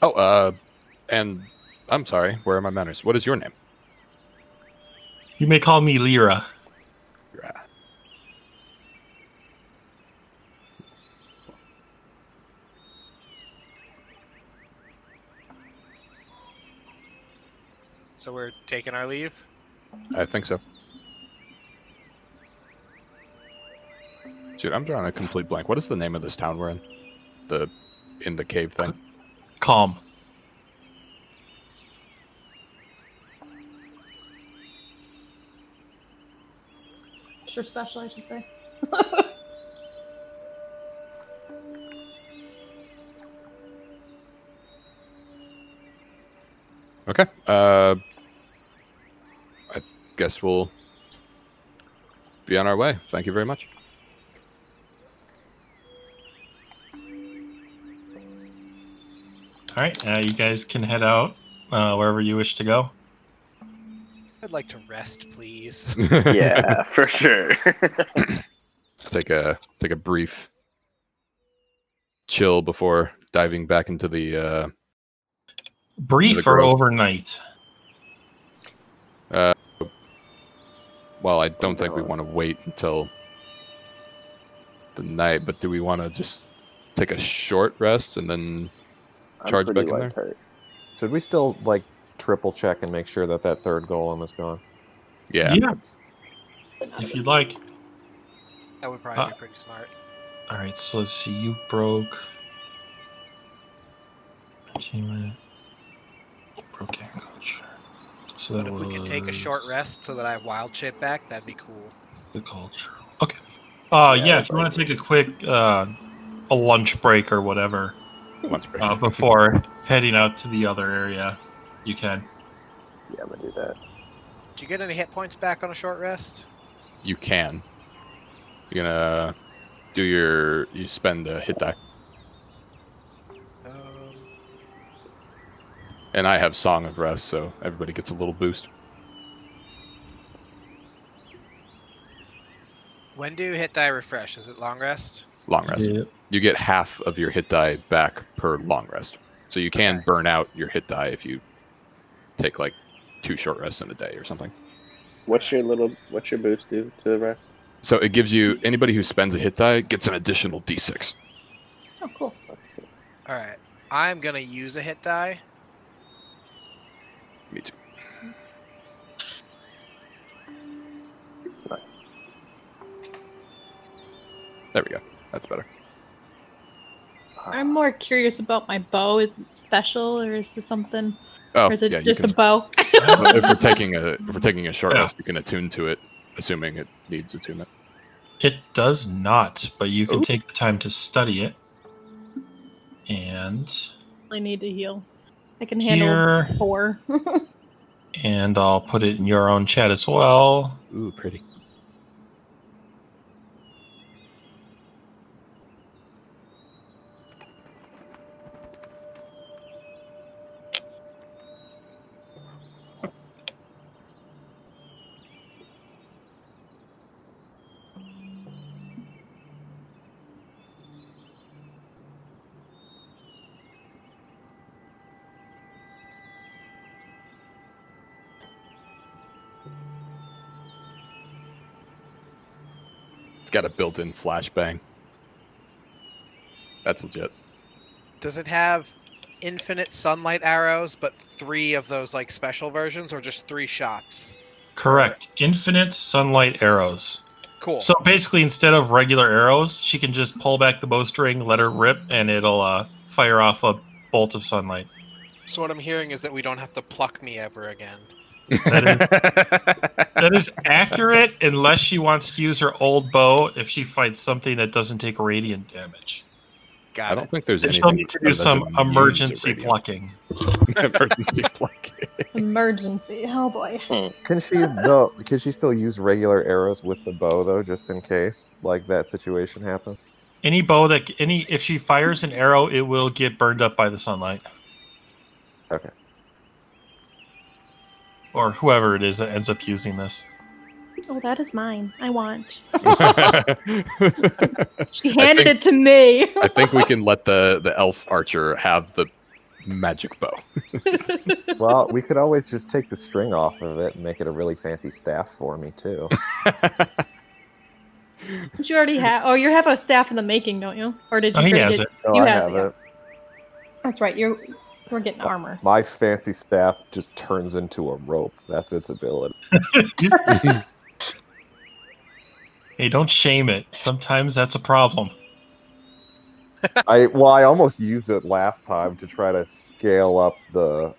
[SPEAKER 3] Oh, uh, and I'm sorry. Where are my manners? What is your name?
[SPEAKER 1] You may call me Lyra.
[SPEAKER 2] So we're taking our leave.
[SPEAKER 3] I think so. Dude, I'm drawing a complete blank. What is the name of this town we're in? The in the cave thing.
[SPEAKER 1] Calm.
[SPEAKER 5] Extra special, I should say.
[SPEAKER 3] Okay. Uh, guess we'll be on our way. Thank you very much.
[SPEAKER 1] All right, uh, you guys can head out uh, wherever you wish to go.
[SPEAKER 2] I'd like to rest, please.
[SPEAKER 7] yeah, for sure.
[SPEAKER 3] take a take a brief chill before diving back into the uh,
[SPEAKER 1] Brief
[SPEAKER 3] The
[SPEAKER 1] or
[SPEAKER 3] grove.
[SPEAKER 1] overnight?
[SPEAKER 3] well i don't think we want to wait until the night but do we want to just take a short rest and then
[SPEAKER 7] I'm
[SPEAKER 3] Charge
[SPEAKER 7] pretty
[SPEAKER 3] back in
[SPEAKER 7] light hurt.
[SPEAKER 4] Should we still like triple check and make sure that that third golem is gone?
[SPEAKER 3] yeah,
[SPEAKER 1] if you'd like.
[SPEAKER 2] That would probably
[SPEAKER 1] Uh,
[SPEAKER 2] be pretty smart.
[SPEAKER 1] All right, so let's see. You broke. Achievement. Broke agriculture. So that
[SPEAKER 2] But if
[SPEAKER 1] was
[SPEAKER 2] we could take a short rest so that I have wild chip back, that'd be cool.
[SPEAKER 1] the culture. Okay. Uh, yeah,
[SPEAKER 4] Yeah,
[SPEAKER 1] if you want to take a quick uh, a lunch break or whatever
[SPEAKER 3] once break.
[SPEAKER 1] uh, before heading out to the other area, you can.
[SPEAKER 7] Yeah, I'm gonna do that.
[SPEAKER 2] Do you get any hit points back on a short rest?
[SPEAKER 3] you can you're gonna do your you spend a hit die
[SPEAKER 2] Um,
[SPEAKER 3] and i have song of rest so everybody gets a little boost
[SPEAKER 2] when do hit die refresh? Is it long rest?
[SPEAKER 3] long rest you get half of your hit die back per long rest. So you can burn out your hit die if you take like two short rests in a day or something.
[SPEAKER 7] What's your little? What's your boost do to the rest?
[SPEAKER 3] So it gives you anybody who spends a hit die gets an additional d6.
[SPEAKER 5] Oh, cool.
[SPEAKER 2] All right. I'm gonna use a hit die.
[SPEAKER 3] Me too.
[SPEAKER 7] Nice.
[SPEAKER 3] There we go. That's better.
[SPEAKER 5] I'm more curious about my bow. Is it special or is this something?
[SPEAKER 3] Oh,
[SPEAKER 5] or is it
[SPEAKER 3] yeah. You
[SPEAKER 5] just
[SPEAKER 3] can,
[SPEAKER 5] a bow?
[SPEAKER 3] if we're taking a if we're taking a short
[SPEAKER 1] Yeah.
[SPEAKER 3] rest, you can attune to it, assuming it needs attunement.
[SPEAKER 1] It does not, but you can
[SPEAKER 3] Ooh.
[SPEAKER 1] take the time to study it. And
[SPEAKER 5] I need to heal. I can handle
[SPEAKER 1] here,
[SPEAKER 5] four.
[SPEAKER 1] and I'll put it in your own chat as well.
[SPEAKER 3] Ooh, pretty. It's got a built-in flashbang. That's legit.
[SPEAKER 2] Does it have infinite sunlight arrows, but three of those like special versions, or just three shots?
[SPEAKER 1] Correct. Infinite sunlight arrows.
[SPEAKER 2] Cool.
[SPEAKER 1] So basically, instead of regular arrows, she can just pull back the bowstring, let her rip, and it'll uh, fire off a bolt of sunlight.
[SPEAKER 2] so what I'm hearing is that we don't have to pluck me ever again.
[SPEAKER 1] That is accurate unless she wants to use her old bow if she fights something that doesn't take radiant damage.
[SPEAKER 3] I
[SPEAKER 2] Got
[SPEAKER 3] don't
[SPEAKER 2] it.
[SPEAKER 3] think there's
[SPEAKER 1] And
[SPEAKER 3] anything.
[SPEAKER 1] she'll need to do
[SPEAKER 3] that's
[SPEAKER 1] some
[SPEAKER 3] immune to
[SPEAKER 1] emergency
[SPEAKER 3] radiant.
[SPEAKER 1] plucking.
[SPEAKER 3] emergency pluck.
[SPEAKER 5] Emergency. Oh boy.
[SPEAKER 4] Can she though? Can she still use regular arrows with the bow though, just in case like that situation happens?
[SPEAKER 1] Any bow that any if she fires an arrow, it will get burned up by the sunlight.
[SPEAKER 4] Okay.
[SPEAKER 1] Or whoever it is that ends up using this.
[SPEAKER 5] Oh, that is mine. I want.
[SPEAKER 3] I
[SPEAKER 5] She
[SPEAKER 3] I
[SPEAKER 5] handed
[SPEAKER 3] think-
[SPEAKER 5] it to me.
[SPEAKER 3] think we can let the the elf archer have the magic bow.
[SPEAKER 4] Well, we could always just take the string off of it and make it a really fancy staff for me too.
[SPEAKER 5] Don't you already have. Oh, you have a staff in the making, don't you? Or did you?
[SPEAKER 1] Oh, he
[SPEAKER 5] create
[SPEAKER 1] has
[SPEAKER 5] it?
[SPEAKER 1] it.
[SPEAKER 4] No,
[SPEAKER 5] You
[SPEAKER 4] I
[SPEAKER 5] have
[SPEAKER 4] have
[SPEAKER 5] it.
[SPEAKER 4] it.
[SPEAKER 5] That's right. You're. We're getting armor.
[SPEAKER 4] My fancy staff just turns into a rope. That's its ability.
[SPEAKER 1] Hey, don't shame it. Sometimes that's a problem.
[SPEAKER 4] I well, I almost used it last time to try to scale up the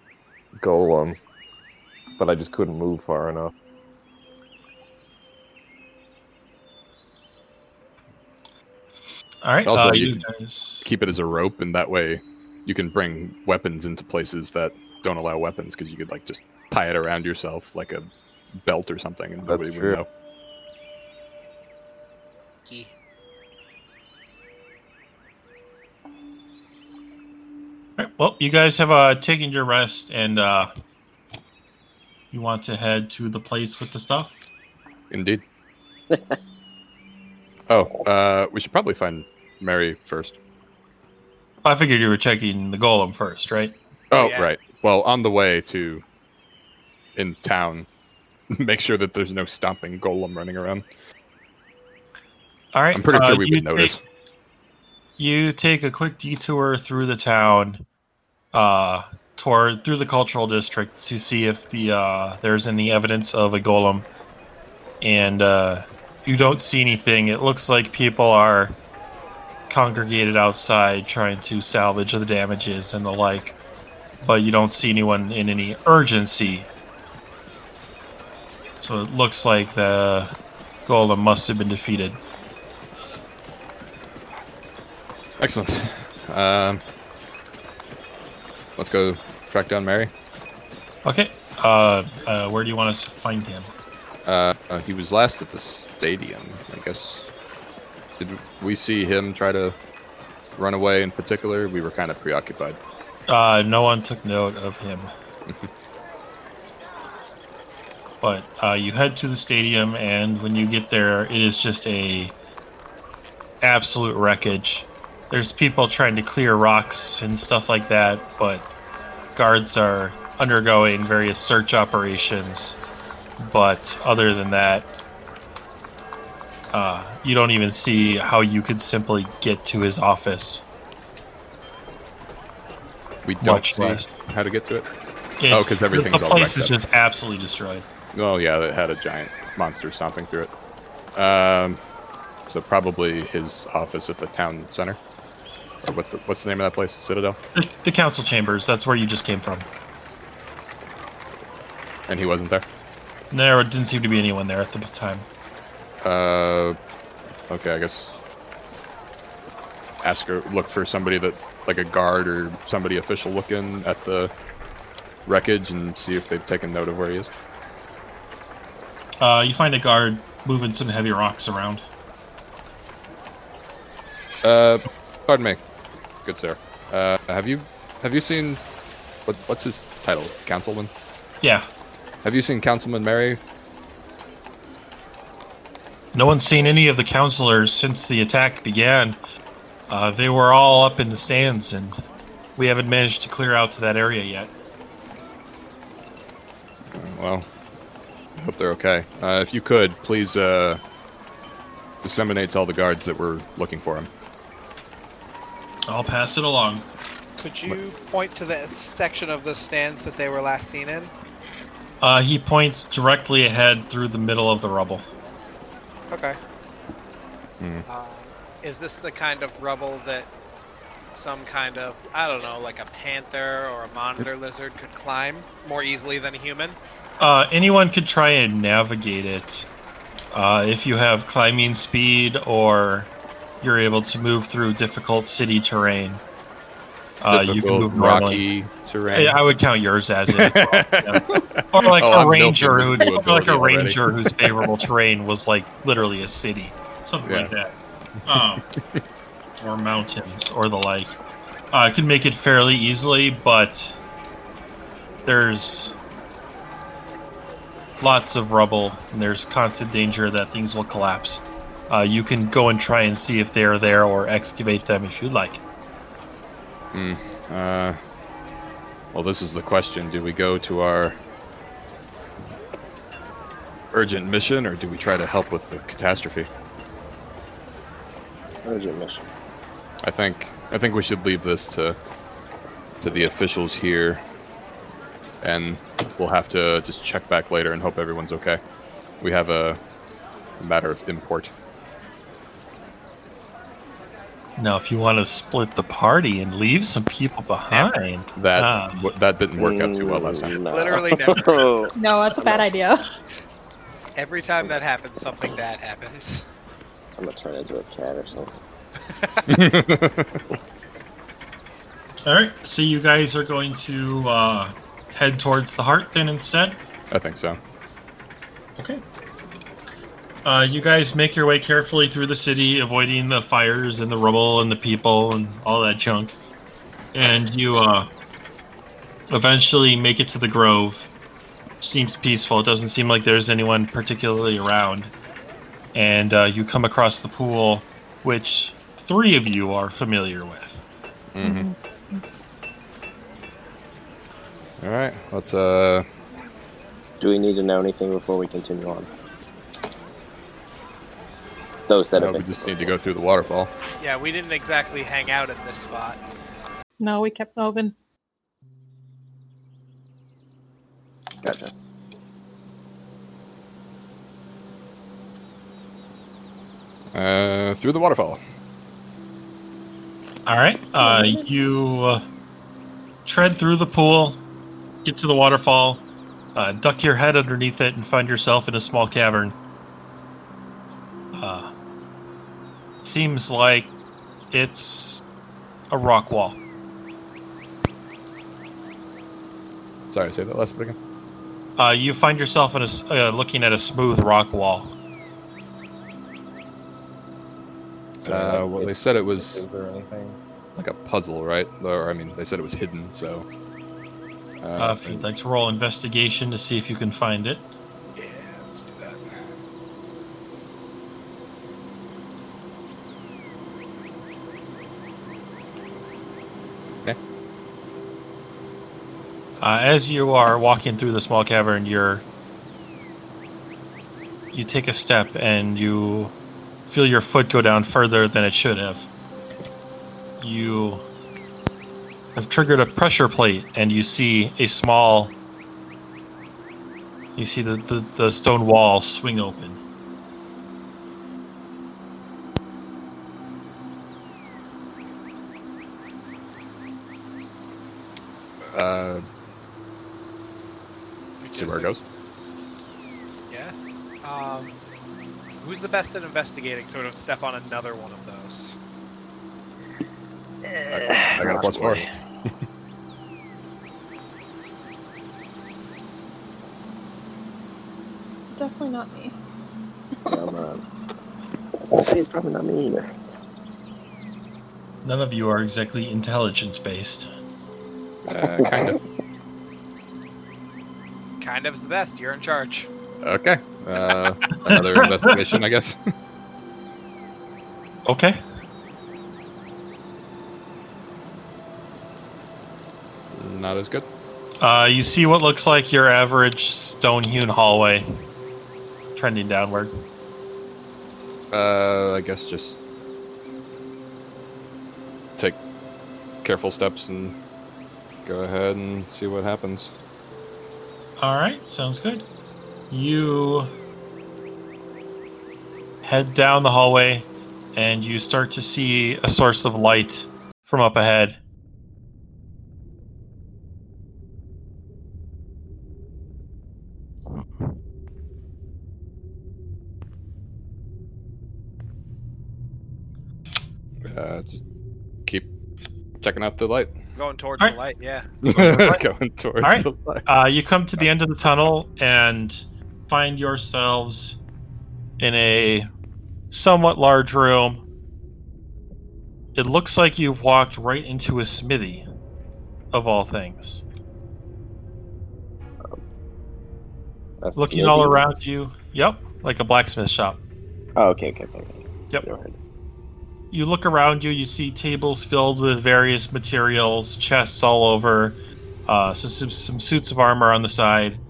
[SPEAKER 4] golem, but I just couldn't move far enough.
[SPEAKER 1] All right.
[SPEAKER 3] Also,
[SPEAKER 1] uh,
[SPEAKER 3] you
[SPEAKER 1] you
[SPEAKER 3] can
[SPEAKER 1] guys.
[SPEAKER 3] Keep it as a rope, and that way you can bring weapons into places that don't allow weapons because you could like just tie it around yourself like a belt or something, and
[SPEAKER 4] That's
[SPEAKER 3] nobody
[SPEAKER 4] true.
[SPEAKER 3] would know.
[SPEAKER 2] Key.
[SPEAKER 1] All right, well, you guys have uh, taken your rest, and uh, you want to head to the place with the stuff.
[SPEAKER 3] Indeed. oh, uh, we should probably find Mary first.
[SPEAKER 1] I figured you were checking the golem first, right?
[SPEAKER 2] Oh,
[SPEAKER 3] Oh,
[SPEAKER 2] yeah.
[SPEAKER 3] right. Well, on the way to in town, make sure that there's no stomping golem running around.
[SPEAKER 1] All right.
[SPEAKER 3] I'm pretty
[SPEAKER 1] uh,
[SPEAKER 3] sure we
[SPEAKER 1] you
[SPEAKER 3] would notice.
[SPEAKER 1] take- you take a quick detour through the town, uh, toward through the cultural district to see if the uh, there's any evidence of a golem, and uh, you don't see anything. It looks like people are congregated outside trying to salvage the damages and the like, but you don't see anyone in any urgency. So it looks like the golem must have been defeated.
[SPEAKER 3] Excellent. Um, let's go track down Mary.
[SPEAKER 1] Okay. Uh, uh, where do you want us to find him?
[SPEAKER 3] Uh, uh, he was last at the stadium, I guess. Did we see him try to run away in particular? We were kind of preoccupied.
[SPEAKER 1] Uh, no one took note of him. but uh, you head to the stadium, and when you get there, it is just a absolute wreckage. There's people trying to clear rocks and stuff like that, but guards are undergoing various search operations. But other than that, uh, you don't even see how you could simply get to his office.
[SPEAKER 3] We don't
[SPEAKER 1] Much
[SPEAKER 3] see
[SPEAKER 1] less.
[SPEAKER 3] how to get to it.
[SPEAKER 1] It's,
[SPEAKER 3] Oh, 'cause
[SPEAKER 1] the-
[SPEAKER 3] everything's
[SPEAKER 1] the
[SPEAKER 3] all
[SPEAKER 1] place is
[SPEAKER 3] wrecked up.
[SPEAKER 1] just absolutely destroyed.
[SPEAKER 3] Oh yeah, it had a giant monster stomping through it. Um, so probably his office at the town center. Or what the, what's the name of that place? Citadel.
[SPEAKER 1] The, the council chambers. That's where you just came from.
[SPEAKER 3] And he wasn't there.
[SPEAKER 1] There didn't seem to be anyone there at the time.
[SPEAKER 3] Uh, okay, I guess. Ask her. Look for somebody that, like a guard or somebody official looking at the wreckage and see if they've taken note of where he is.
[SPEAKER 1] Uh, you find a guard moving some heavy rocks around.
[SPEAKER 3] Uh, pardon me, good sir. Uh, have you have you seen what what's his title? Councilman.
[SPEAKER 1] Yeah,
[SPEAKER 3] Have you seen Councilman Mary?
[SPEAKER 1] no one's seen any of the counselors since the attack began. Uh, they were all up in the stands, and we haven't managed to clear out to that area yet.
[SPEAKER 3] Uh, Well, I hope they're okay. Uh, if you could, please uh, disseminate to all the guards that we're looking for him.
[SPEAKER 1] I'll pass it along.
[SPEAKER 2] Could you point to the section of the stands that they were last seen in?
[SPEAKER 1] Uh, he points directly ahead through the middle of the rubble.
[SPEAKER 2] Okay.
[SPEAKER 3] Hmm.
[SPEAKER 2] Um, is this the kind of rubble that some kind of, I don't know, like a panther or a monitor lizard could climb more easily than a human?
[SPEAKER 1] Uh, anyone could try and navigate it. Uh, if you have climbing speed or you're able to move through difficult city terrain, uh, you can
[SPEAKER 3] Difficult,
[SPEAKER 1] move normally.
[SPEAKER 3] rocky terrain.
[SPEAKER 1] I, I would count yours as it, as well, yeah. or like
[SPEAKER 3] Oh,
[SPEAKER 1] a
[SPEAKER 3] I'm built
[SPEAKER 1] ranger
[SPEAKER 3] into
[SPEAKER 1] who, or
[SPEAKER 3] this
[SPEAKER 1] like
[SPEAKER 3] ability
[SPEAKER 1] a
[SPEAKER 3] already.
[SPEAKER 1] ranger whose favorable terrain was like literally a city, something like that, um, or mountains or the like. Uh, I could make it fairly easily, but there's lots of rubble and there's constant danger that things will collapse. Uh, you can go and try and see if they are there or excavate them if you'd like.
[SPEAKER 3] Uh, well, this is the question: Do we go to our urgent mission, or do we try to help with the catastrophe?
[SPEAKER 7] Urgent mission.
[SPEAKER 3] I think I think we should leave this to to the officials here, and we'll have to just check back later and hope everyone's okay. We have a, a matter of import.
[SPEAKER 1] Now, if you want to split the party and leave some people behind,
[SPEAKER 3] That
[SPEAKER 1] Ah.
[SPEAKER 3] w- that didn't work out too well last time.
[SPEAKER 7] Mm, no.
[SPEAKER 2] Literally never.
[SPEAKER 5] No, that's a bad idea.
[SPEAKER 2] Every time that happens, something bad happens.
[SPEAKER 7] I'm gonna turn into a cat or something.
[SPEAKER 1] all right. So you guys are going to uh, head towards the heart then instead.
[SPEAKER 3] I think so.
[SPEAKER 1] Okay. Uh, you guys make your way carefully through the city, avoiding the fires and the rubble and the people and all that junk. And you uh, eventually make it to the grove. Seems peaceful. It doesn't seem like there's anyone particularly around. And uh, you come across the pool, which three of you are familiar with.
[SPEAKER 3] Mm-hmm. All right, let's uh,
[SPEAKER 7] Do we need to know anything before we continue on? Those that
[SPEAKER 3] no,
[SPEAKER 7] have
[SPEAKER 3] we
[SPEAKER 7] been
[SPEAKER 3] just need to go through the waterfall.
[SPEAKER 2] Yeah, we didn't exactly hang out in this spot.
[SPEAKER 5] No, we kept moving.
[SPEAKER 7] Gotcha.
[SPEAKER 3] Uh, through the waterfall.
[SPEAKER 1] All right. Uh, you uh, tread through the pool, get to the waterfall, uh, duck your head underneath it, and find yourself in a small cavern. Uh, seems like it's a rock wall.
[SPEAKER 3] Sorry, say that last bit again.
[SPEAKER 1] Uh, you find yourself in a s uh, looking at a smooth rock wall.
[SPEAKER 3] Uh,
[SPEAKER 4] So, like,
[SPEAKER 3] well,
[SPEAKER 4] it-
[SPEAKER 3] they said it
[SPEAKER 4] is
[SPEAKER 3] was
[SPEAKER 4] there anything?
[SPEAKER 3] like a puzzle, right? Or I mean, they said it was hidden. So. Uh,
[SPEAKER 1] Uh, if you'd like to roll investigation to see if you can find it.
[SPEAKER 3] Yeah, let's do that.
[SPEAKER 1] Uh, as you are walking through the small cavern, you're you take a step and you feel your foot go down further than it should have. You have triggered a pressure plate, and you see a small you see the, the, the stone wall swing open.
[SPEAKER 3] Uh,
[SPEAKER 2] We
[SPEAKER 3] see
[SPEAKER 2] just-
[SPEAKER 3] where it goes.
[SPEAKER 2] Yeah. Um, who's the best at investigating so we don't step on another one of those?
[SPEAKER 3] I got a plus four.
[SPEAKER 5] Definitely not me.
[SPEAKER 7] Come on. See, it's probably not me either.
[SPEAKER 1] None of you are exactly intelligence based.
[SPEAKER 3] Uh, kind of.
[SPEAKER 2] Kind of is the best. You're in charge.
[SPEAKER 3] Okay. Uh, another investigation, I guess.
[SPEAKER 1] Okay.
[SPEAKER 3] Not as good.
[SPEAKER 1] Uh, you see what looks like your average stone hewn hallway trending downward.
[SPEAKER 3] Uh, I guess just take careful steps and go ahead and see what happens.
[SPEAKER 1] All right, sounds good. You head down the hallway and you start to see a source of light from up ahead.
[SPEAKER 3] Uh, just keep checking out the light.
[SPEAKER 2] Going towards
[SPEAKER 1] Alright.
[SPEAKER 2] the light, yeah.
[SPEAKER 3] Going towards
[SPEAKER 1] right.
[SPEAKER 3] the light.
[SPEAKER 1] Uh, you come to the end of the tunnel and find yourselves in a somewhat large room. It looks like you've walked right into a smithy, of all things.
[SPEAKER 7] That's
[SPEAKER 1] Looking
[SPEAKER 7] maybe-
[SPEAKER 1] all around you, yep, like a blacksmith shop.
[SPEAKER 7] Oh, okay, okay, okay. okay.
[SPEAKER 1] Yep.
[SPEAKER 7] Go ahead.
[SPEAKER 1] you look around you you see tables filled with various materials chests all over uh, so some, some suits of armor on the side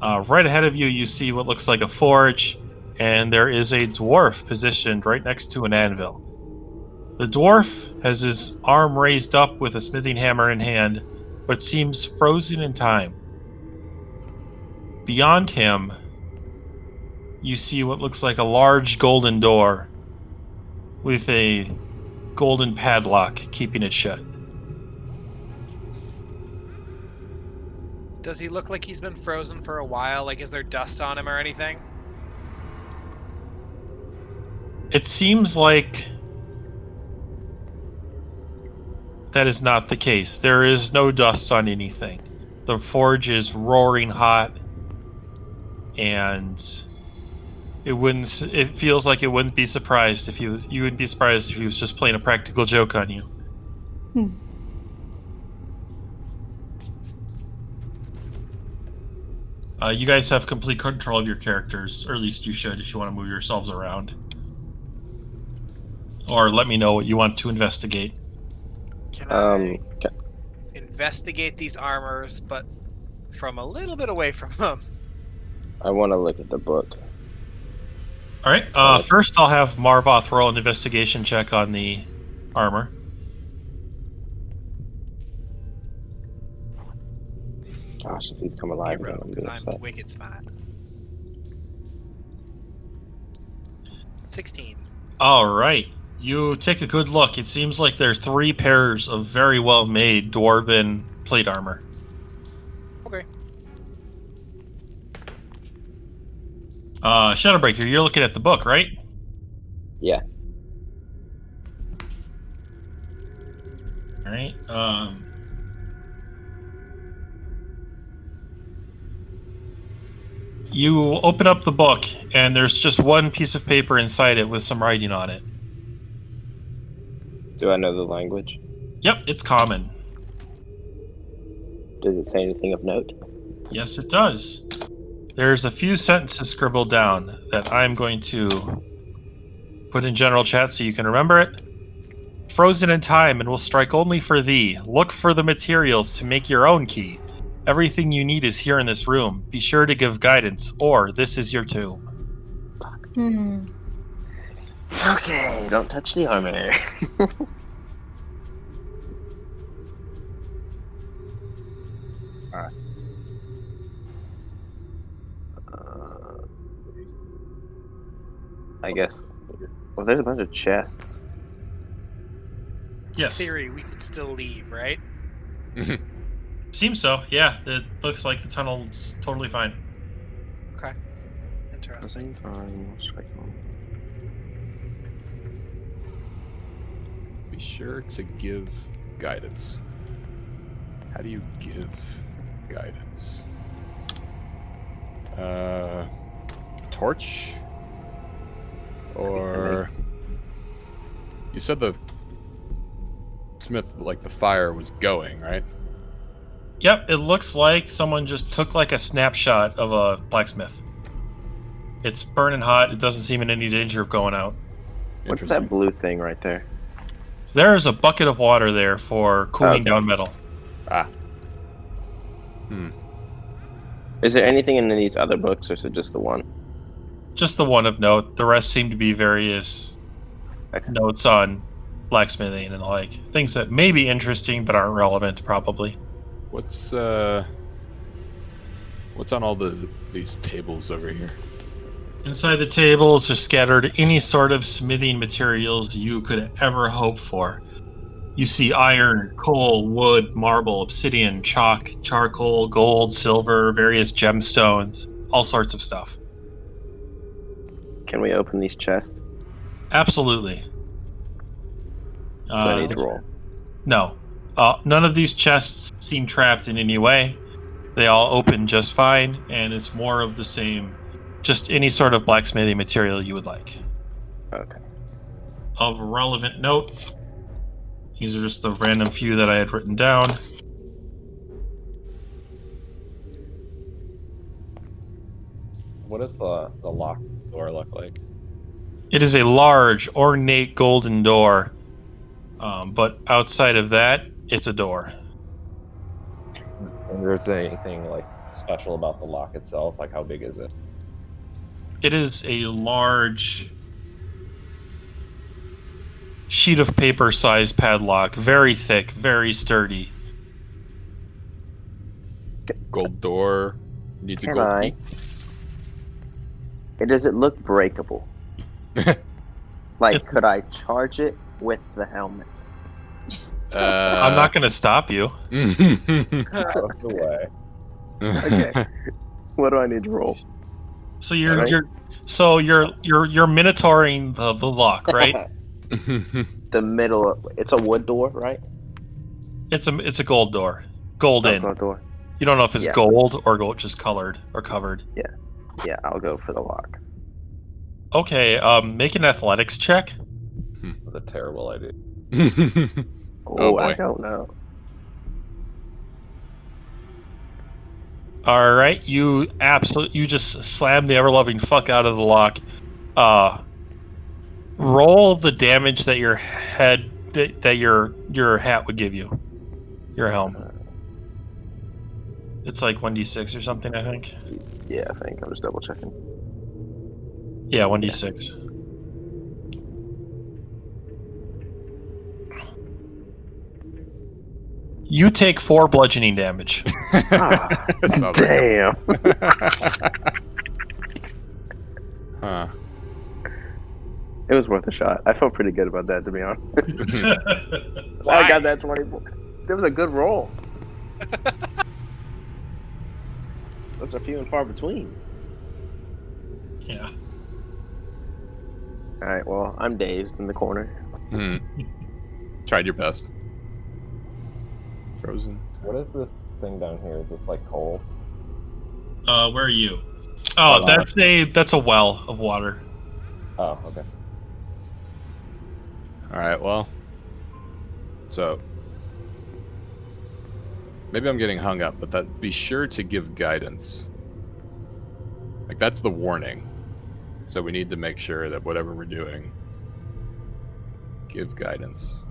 [SPEAKER 1] uh, right ahead of you you see what looks like a forge and there is a dwarf positioned right next to an anvil the dwarf has his arm raised up with a smithing hammer in hand but seems frozen in time beyond him you see what looks like a large golden door with a golden padlock keeping it shut.
[SPEAKER 2] Does he look like he's been frozen for a while? Like, is there dust on him or anything?
[SPEAKER 1] It seems like that is not the case. There is no dust on anything. The forge is roaring hot. and it wouldn't. s- It feels like it wouldn't be surprised if he was. You wouldn't be surprised if he was just playing a practical joke on you. Uh, you guys have complete control of your characters, or at least you should if you want to move yourselves around. Or let me know what you want to investigate.
[SPEAKER 2] Can
[SPEAKER 7] Um, ca-
[SPEAKER 2] I investigate these armors, but from a little bit away from them?
[SPEAKER 7] I want to look at the book.
[SPEAKER 1] All right. Uh, first, I'll have Marvoth roll an investigation check on the armor.
[SPEAKER 7] Gosh, if he's come alive, again, I'm
[SPEAKER 2] because
[SPEAKER 7] gonna
[SPEAKER 2] I'm
[SPEAKER 7] upset.
[SPEAKER 2] wicked smart. 16.
[SPEAKER 1] All right. You take a good look. It seems like there are three pairs of very well made dwarven plate armor.
[SPEAKER 2] Okay.
[SPEAKER 1] Uh, Shadowbreaker, you're looking at the book, right?
[SPEAKER 7] Yeah.
[SPEAKER 1] All right. Um, you open up the book, and there's just one piece of paper inside it with some writing on it.
[SPEAKER 7] Do I know the language?
[SPEAKER 1] Yep, it's common.
[SPEAKER 7] Does it say anything of note?
[SPEAKER 1] Yes, it does. There's a few sentences scribbled down that I'm going to put in general chat so you can remember it. Frozen in time and will strike only for thee. Look for the materials to make your own key. Everything you need is here in this room. Be sure to give guidance, or this is your tomb.
[SPEAKER 10] Hmm.
[SPEAKER 7] Okay, don't touch the armor.
[SPEAKER 3] Alright.
[SPEAKER 7] Uh, I guess. Well, there's a bunch of chests.
[SPEAKER 1] Yes.
[SPEAKER 2] Theory, we could still leave, right?
[SPEAKER 1] Seems so. Yeah, it looks like the tunnel's totally fine.
[SPEAKER 2] Interesting.
[SPEAKER 3] Be sure to give guidance. How do you give guidance? Uh, torch? Or. You said the smith, like the fire was going, right?
[SPEAKER 1] Yep, it looks like someone just took like a snapshot of a blacksmith. It's burning hot. It doesn't seem in any danger of going out.
[SPEAKER 7] What's that blue thing right there?
[SPEAKER 1] There is a bucket of water there for cooling
[SPEAKER 7] Okay.
[SPEAKER 1] down metal.
[SPEAKER 7] Is there anything in these other books, or is it just the one?
[SPEAKER 1] Just the one of note. The rest seem to be various
[SPEAKER 7] Okay.
[SPEAKER 1] notes on blacksmithing and the like. Things that may be interesting but aren't relevant, probably.
[SPEAKER 3] What's uh What's on all the these tables over here?
[SPEAKER 1] Inside the tables are scattered any sort of smithing materials you could ever hope for. You see iron, coal, wood, marble, obsidian, chalk, charcoal, gold, silver, various gemstones, all sorts of stuff.
[SPEAKER 7] Can we open these chests?
[SPEAKER 1] Absolutely.
[SPEAKER 7] Do I
[SPEAKER 1] Uh,
[SPEAKER 7] need to roll?
[SPEAKER 1] no. Uh, none of these chests seem trapped in any way. They all open just fine, and it's more of the same. Just any sort of blacksmithing material you would like.
[SPEAKER 7] Okay.
[SPEAKER 1] Of relevant note, these are just the random few that I had written down.
[SPEAKER 4] What does the the lock door look like?
[SPEAKER 1] It is a large, ornate golden door, um, but outside of that, it's a door.
[SPEAKER 4] And there's anything like special about the lock itself? Like how big is it?
[SPEAKER 1] It is a large sheet of paper sized padlock, very thick, very sturdy.
[SPEAKER 3] Gold door needs a
[SPEAKER 7] Can
[SPEAKER 3] gold
[SPEAKER 7] I?
[SPEAKER 3] key.
[SPEAKER 7] It, does it look breakable? like, could I charge it with the helmet?
[SPEAKER 3] Uh,
[SPEAKER 1] I'm not going to stop you.
[SPEAKER 3] gonna
[SPEAKER 4] Out of the way.
[SPEAKER 7] Okay. What do I need to roll?
[SPEAKER 1] So you're
[SPEAKER 7] Alright.
[SPEAKER 1] you're so you're you're you're minotauring the, the lock, right?
[SPEAKER 7] The middle. Of, it's a wood door, right?
[SPEAKER 1] it's a it's a gold door. Golden.
[SPEAKER 7] Outdoor door.
[SPEAKER 1] You don't know if it's
[SPEAKER 7] Yeah.
[SPEAKER 1] gold or gold just colored or covered.
[SPEAKER 7] Yeah, I'll go for the lock.
[SPEAKER 11] Okay, um, make an athletics check.
[SPEAKER 4] It's a terrible idea.
[SPEAKER 7] Oh, I
[SPEAKER 3] boy.
[SPEAKER 7] don't know.
[SPEAKER 11] All right, you absolutely you just slam the ever-loving fuck out of the lock. Uh, roll the damage that your head that, that your your hat would give you, your helm. It's like one d six or something, I think.
[SPEAKER 7] Yeah, I think I'm just double checking.
[SPEAKER 11] Yeah, one d six. You take four bludgeoning damage.
[SPEAKER 7] Ah,
[SPEAKER 3] Sounds like a
[SPEAKER 7] damn.
[SPEAKER 3] huh.
[SPEAKER 7] It was worth a shot. I felt pretty good about that, to be honest. I got that 24. That was a good roll. Those are few and far between.
[SPEAKER 1] Yeah.
[SPEAKER 7] All right, well, I'm dazed in the corner.
[SPEAKER 3] Hmm. Tried your best. Frozen.
[SPEAKER 4] What is this thing down here? Is this like coal?
[SPEAKER 1] Uh, where are you? Oh,
[SPEAKER 4] Hold on.
[SPEAKER 1] that's a that's a well of water.
[SPEAKER 4] Oh, okay.
[SPEAKER 3] All right. Well. So. Maybe I'm getting hung up, but that be sure to give guidance. Like that's the warning. So we need to make sure that whatever we're doing, give guidance.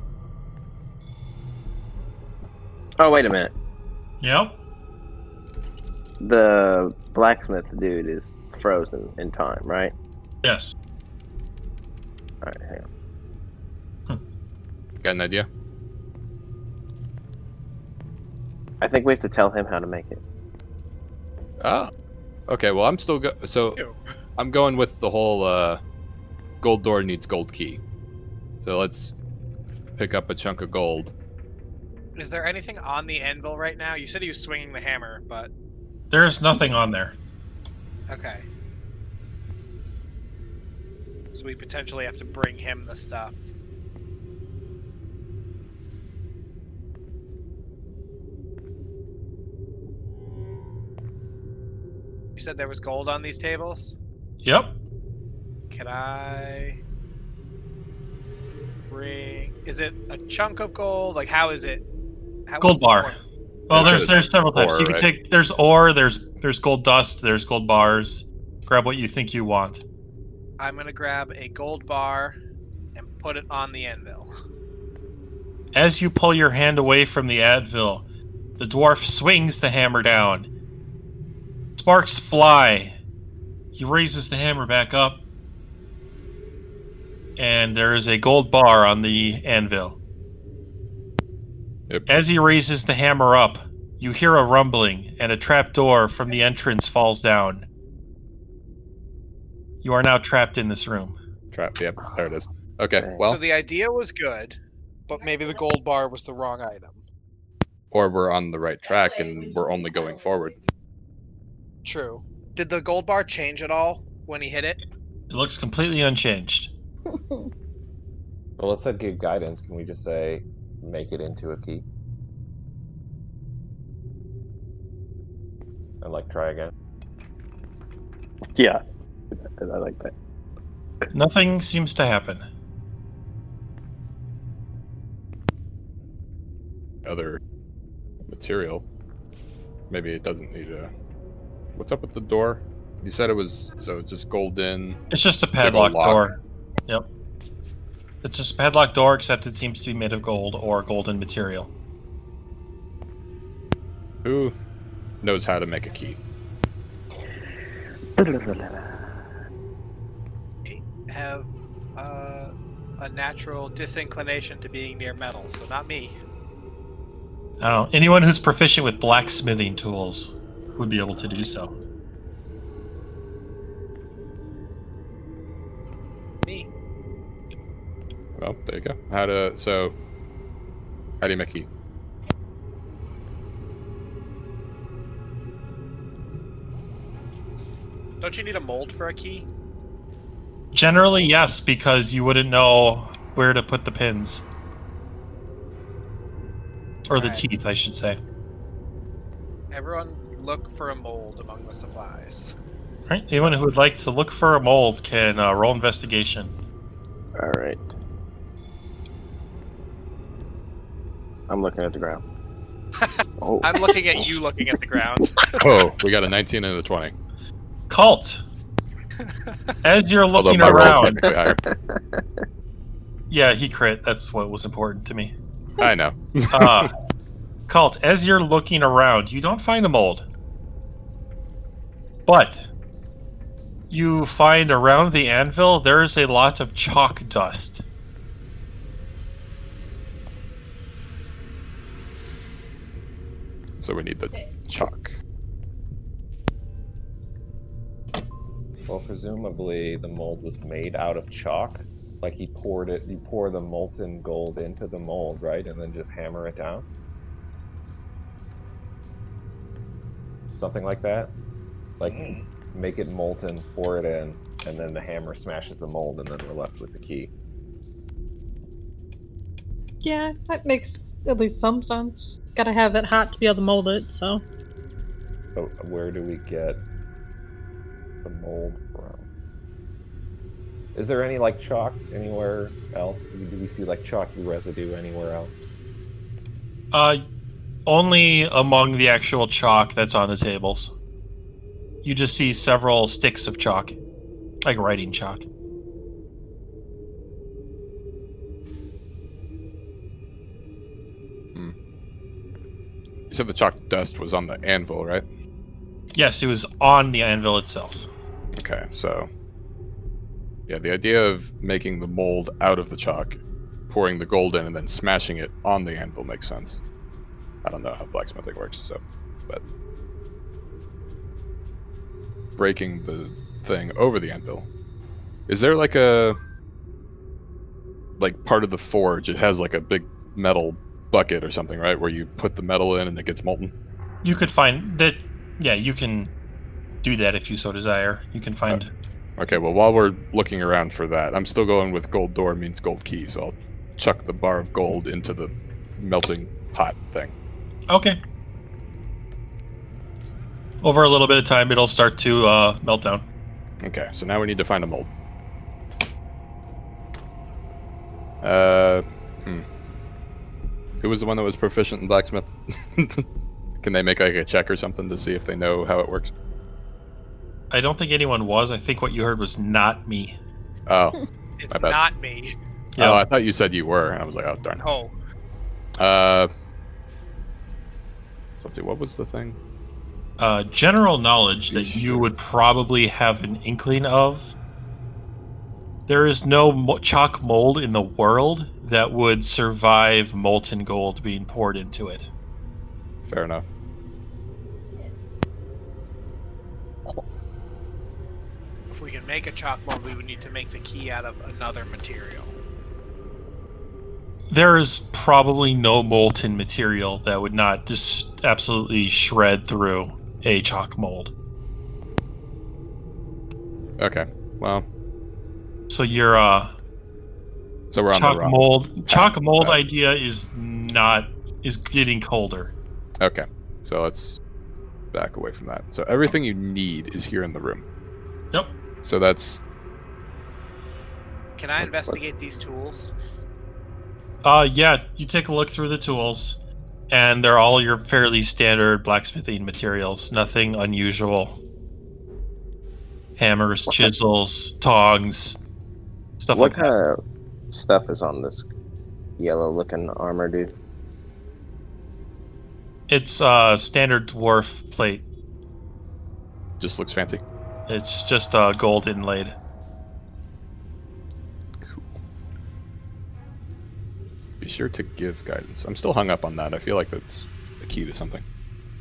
[SPEAKER 7] Oh, wait a minute.
[SPEAKER 1] Yep.
[SPEAKER 7] The blacksmith dude is frozen in time, right?
[SPEAKER 1] Yes.
[SPEAKER 7] All right, hang on.
[SPEAKER 3] Got an idea?
[SPEAKER 7] I think we have to tell him how to make it.
[SPEAKER 3] Ah. Okay. Well, I'm still go- so
[SPEAKER 2] Ew.
[SPEAKER 3] I'm going with the whole uh, gold door needs gold key. So let's pick up a chunk of gold.
[SPEAKER 2] Is there anything on the anvil right now? You said he was swinging the hammer, but
[SPEAKER 1] There is nothing on there.
[SPEAKER 2] okay. So we potentially have to bring him the stuff. You said there was gold on these tables?
[SPEAKER 1] Yep.
[SPEAKER 2] Can I bring? Is it a chunk of gold? Like how is it? How
[SPEAKER 1] Gold
[SPEAKER 2] what's the
[SPEAKER 1] bar.
[SPEAKER 2] form?
[SPEAKER 1] Well,
[SPEAKER 3] There's
[SPEAKER 1] there's there's several types.
[SPEAKER 3] ore,
[SPEAKER 1] you can
[SPEAKER 3] right?
[SPEAKER 1] take there's ore, there's there's gold dust, there's gold bars. Grab what you think you want.
[SPEAKER 2] I'm gonna grab a gold bar and put it on the anvil.
[SPEAKER 1] As you pull your hand away from the Advil, the dwarf swings the hammer down. Sparks fly. He raises the hammer back up. And there is a gold bar on the anvil.
[SPEAKER 3] Yep.
[SPEAKER 1] As he raises the hammer up, you hear a rumbling and a trapdoor from the entrance falls down. You are now trapped in this room.
[SPEAKER 3] Trap. Yep. There it is. Okay.
[SPEAKER 7] Thanks.
[SPEAKER 3] Well,
[SPEAKER 2] So the idea was good, but maybe the gold bar was the wrong item.
[SPEAKER 3] or we're on the right track and we're only going forward.
[SPEAKER 2] True. Did the gold bar change at all when he hit it?
[SPEAKER 1] It looks completely unchanged.
[SPEAKER 4] Well, let's say give guidance. Can we just say make it into a key? And like try again.
[SPEAKER 7] Yeah. I like that.
[SPEAKER 1] Nothing seems to happen.
[SPEAKER 3] Other material. Maybe it doesn't need a. What's up with the door? You said it was so it's just gold in.
[SPEAKER 1] It's just a
[SPEAKER 3] have a
[SPEAKER 1] padlock
[SPEAKER 3] lock.
[SPEAKER 1] door. Yep. It's just a padlock door, except it seems to be made of gold or golden material.
[SPEAKER 3] Who knows how to make a key?
[SPEAKER 2] Have uh, a natural disinclination to being near metal, so not me.
[SPEAKER 1] I don't know. Anyone who's proficient with blacksmithing tools would be able to do so.
[SPEAKER 2] Me.
[SPEAKER 3] Well, there you go. How to so? How do you make a key?
[SPEAKER 2] Don't you need a mold for a key?
[SPEAKER 1] Generally, yes, because you wouldn't know where to put the pins. Or the
[SPEAKER 2] Right.
[SPEAKER 1] teeth, I should say.
[SPEAKER 2] Everyone look for a mold among the supplies.
[SPEAKER 1] right? Anyone who would like to look for a mold can uh, roll investigation.
[SPEAKER 7] All right. I'm looking at the ground. oh,
[SPEAKER 2] I'm looking at you looking at the ground.
[SPEAKER 3] Oh, we got a 19 and a 20.
[SPEAKER 1] Cult. As you're
[SPEAKER 3] Although
[SPEAKER 1] looking
[SPEAKER 3] my roll's
[SPEAKER 1] around,
[SPEAKER 3] technically higher.
[SPEAKER 1] yeah, he crit. That's what was important to me.
[SPEAKER 3] I know.
[SPEAKER 1] Uh, Cult, as you're looking around, you don't find a mold. But you find around the anvil there is a lot of chalk dust.
[SPEAKER 3] So we need the chalk.
[SPEAKER 4] Well, presumably the mold was made out of chalk. Like he poured it, you pour the molten gold into the mold, right, and then just hammer it down. Something like that. Like make it molten, pour it in, and then the hammer smashes the mold, and then we're left with the key.
[SPEAKER 5] Yeah, that makes at least some sense. Gotta have it hot to be able to mold it, so.
[SPEAKER 4] But where do we get the mold from? Is there any like chalk anywhere else? Do we, do we see like chalky residue anywhere else?
[SPEAKER 1] Uh, only among the actual chalk that's on the tables. You just see several sticks of chalk, like writing chalk.
[SPEAKER 3] You said the chalk dust was on the anvil, right?
[SPEAKER 1] Yes, it was on the anvil itself.
[SPEAKER 3] Okay, so. Yeah, the idea of making the mold out of the chalk, pouring the gold in, and then smashing it on the anvil makes sense. I don't know how blacksmithing works, so. But. Breaking the thing over the anvil. Is there like a. Like part of the forge, it has like a big metal bucket or something, right? Where you put the metal in and it gets molten?
[SPEAKER 1] You could find that. Yeah, you can do that if you so desire. You can find.
[SPEAKER 3] Okay, well, while we're looking around for that, I'm still going with gold door means gold key, so I'll chuck the bar of gold into the melting pot thing.
[SPEAKER 1] Okay. Over a little bit of time, it'll start to uh, melt down.
[SPEAKER 3] Okay, so now we need to find a mold. Uh, hmm. Who was the one that was proficient in blacksmith? Can they make like a check or something to see if they know how it works?
[SPEAKER 1] I don't think anyone was. I think what you heard was not me.
[SPEAKER 3] Oh,
[SPEAKER 2] It's
[SPEAKER 3] bad.
[SPEAKER 2] not me.
[SPEAKER 3] oh, I thought you said you were. I was like, oh darn.
[SPEAKER 2] Oh,
[SPEAKER 3] Uh, so let's see, what was the thing?
[SPEAKER 1] Uh, general knowledge that you would probably have an inkling of. There is no mo- chalk mold in the world that would survive molten gold being poured into it.
[SPEAKER 3] Fair enough.
[SPEAKER 2] if we can make a chalk mold, we would need to make the key out of another material.
[SPEAKER 1] There is probably no molten material that would not just absolutely shred through a chalk mold.
[SPEAKER 3] Okay, well,
[SPEAKER 1] So your uh,
[SPEAKER 3] so we're on the
[SPEAKER 1] chalk
[SPEAKER 3] rock.
[SPEAKER 1] mold chalk mold
[SPEAKER 3] Right.
[SPEAKER 1] idea is not is getting colder.
[SPEAKER 3] Okay, so let's back away from that. So everything you need is here in the room.
[SPEAKER 1] Yep.
[SPEAKER 3] So that's
[SPEAKER 2] Can I
[SPEAKER 3] What-
[SPEAKER 2] investigate these tools?
[SPEAKER 1] Uh, yeah, you take a look through the tools, and they're all your fairly standard blacksmithing materials. Nothing unusual. Hammers,
[SPEAKER 7] What-
[SPEAKER 1] chisels, tongs, stuff
[SPEAKER 7] what
[SPEAKER 1] like that.
[SPEAKER 7] kind of stuff is on this yellow-looking armor, dude?
[SPEAKER 1] It's uh standard dwarf plate.
[SPEAKER 3] just looks fancy.
[SPEAKER 1] It's just uh, gold inlaid.
[SPEAKER 3] Be sure to give guidance. I'm still hung up on that. I feel like that's the key to something.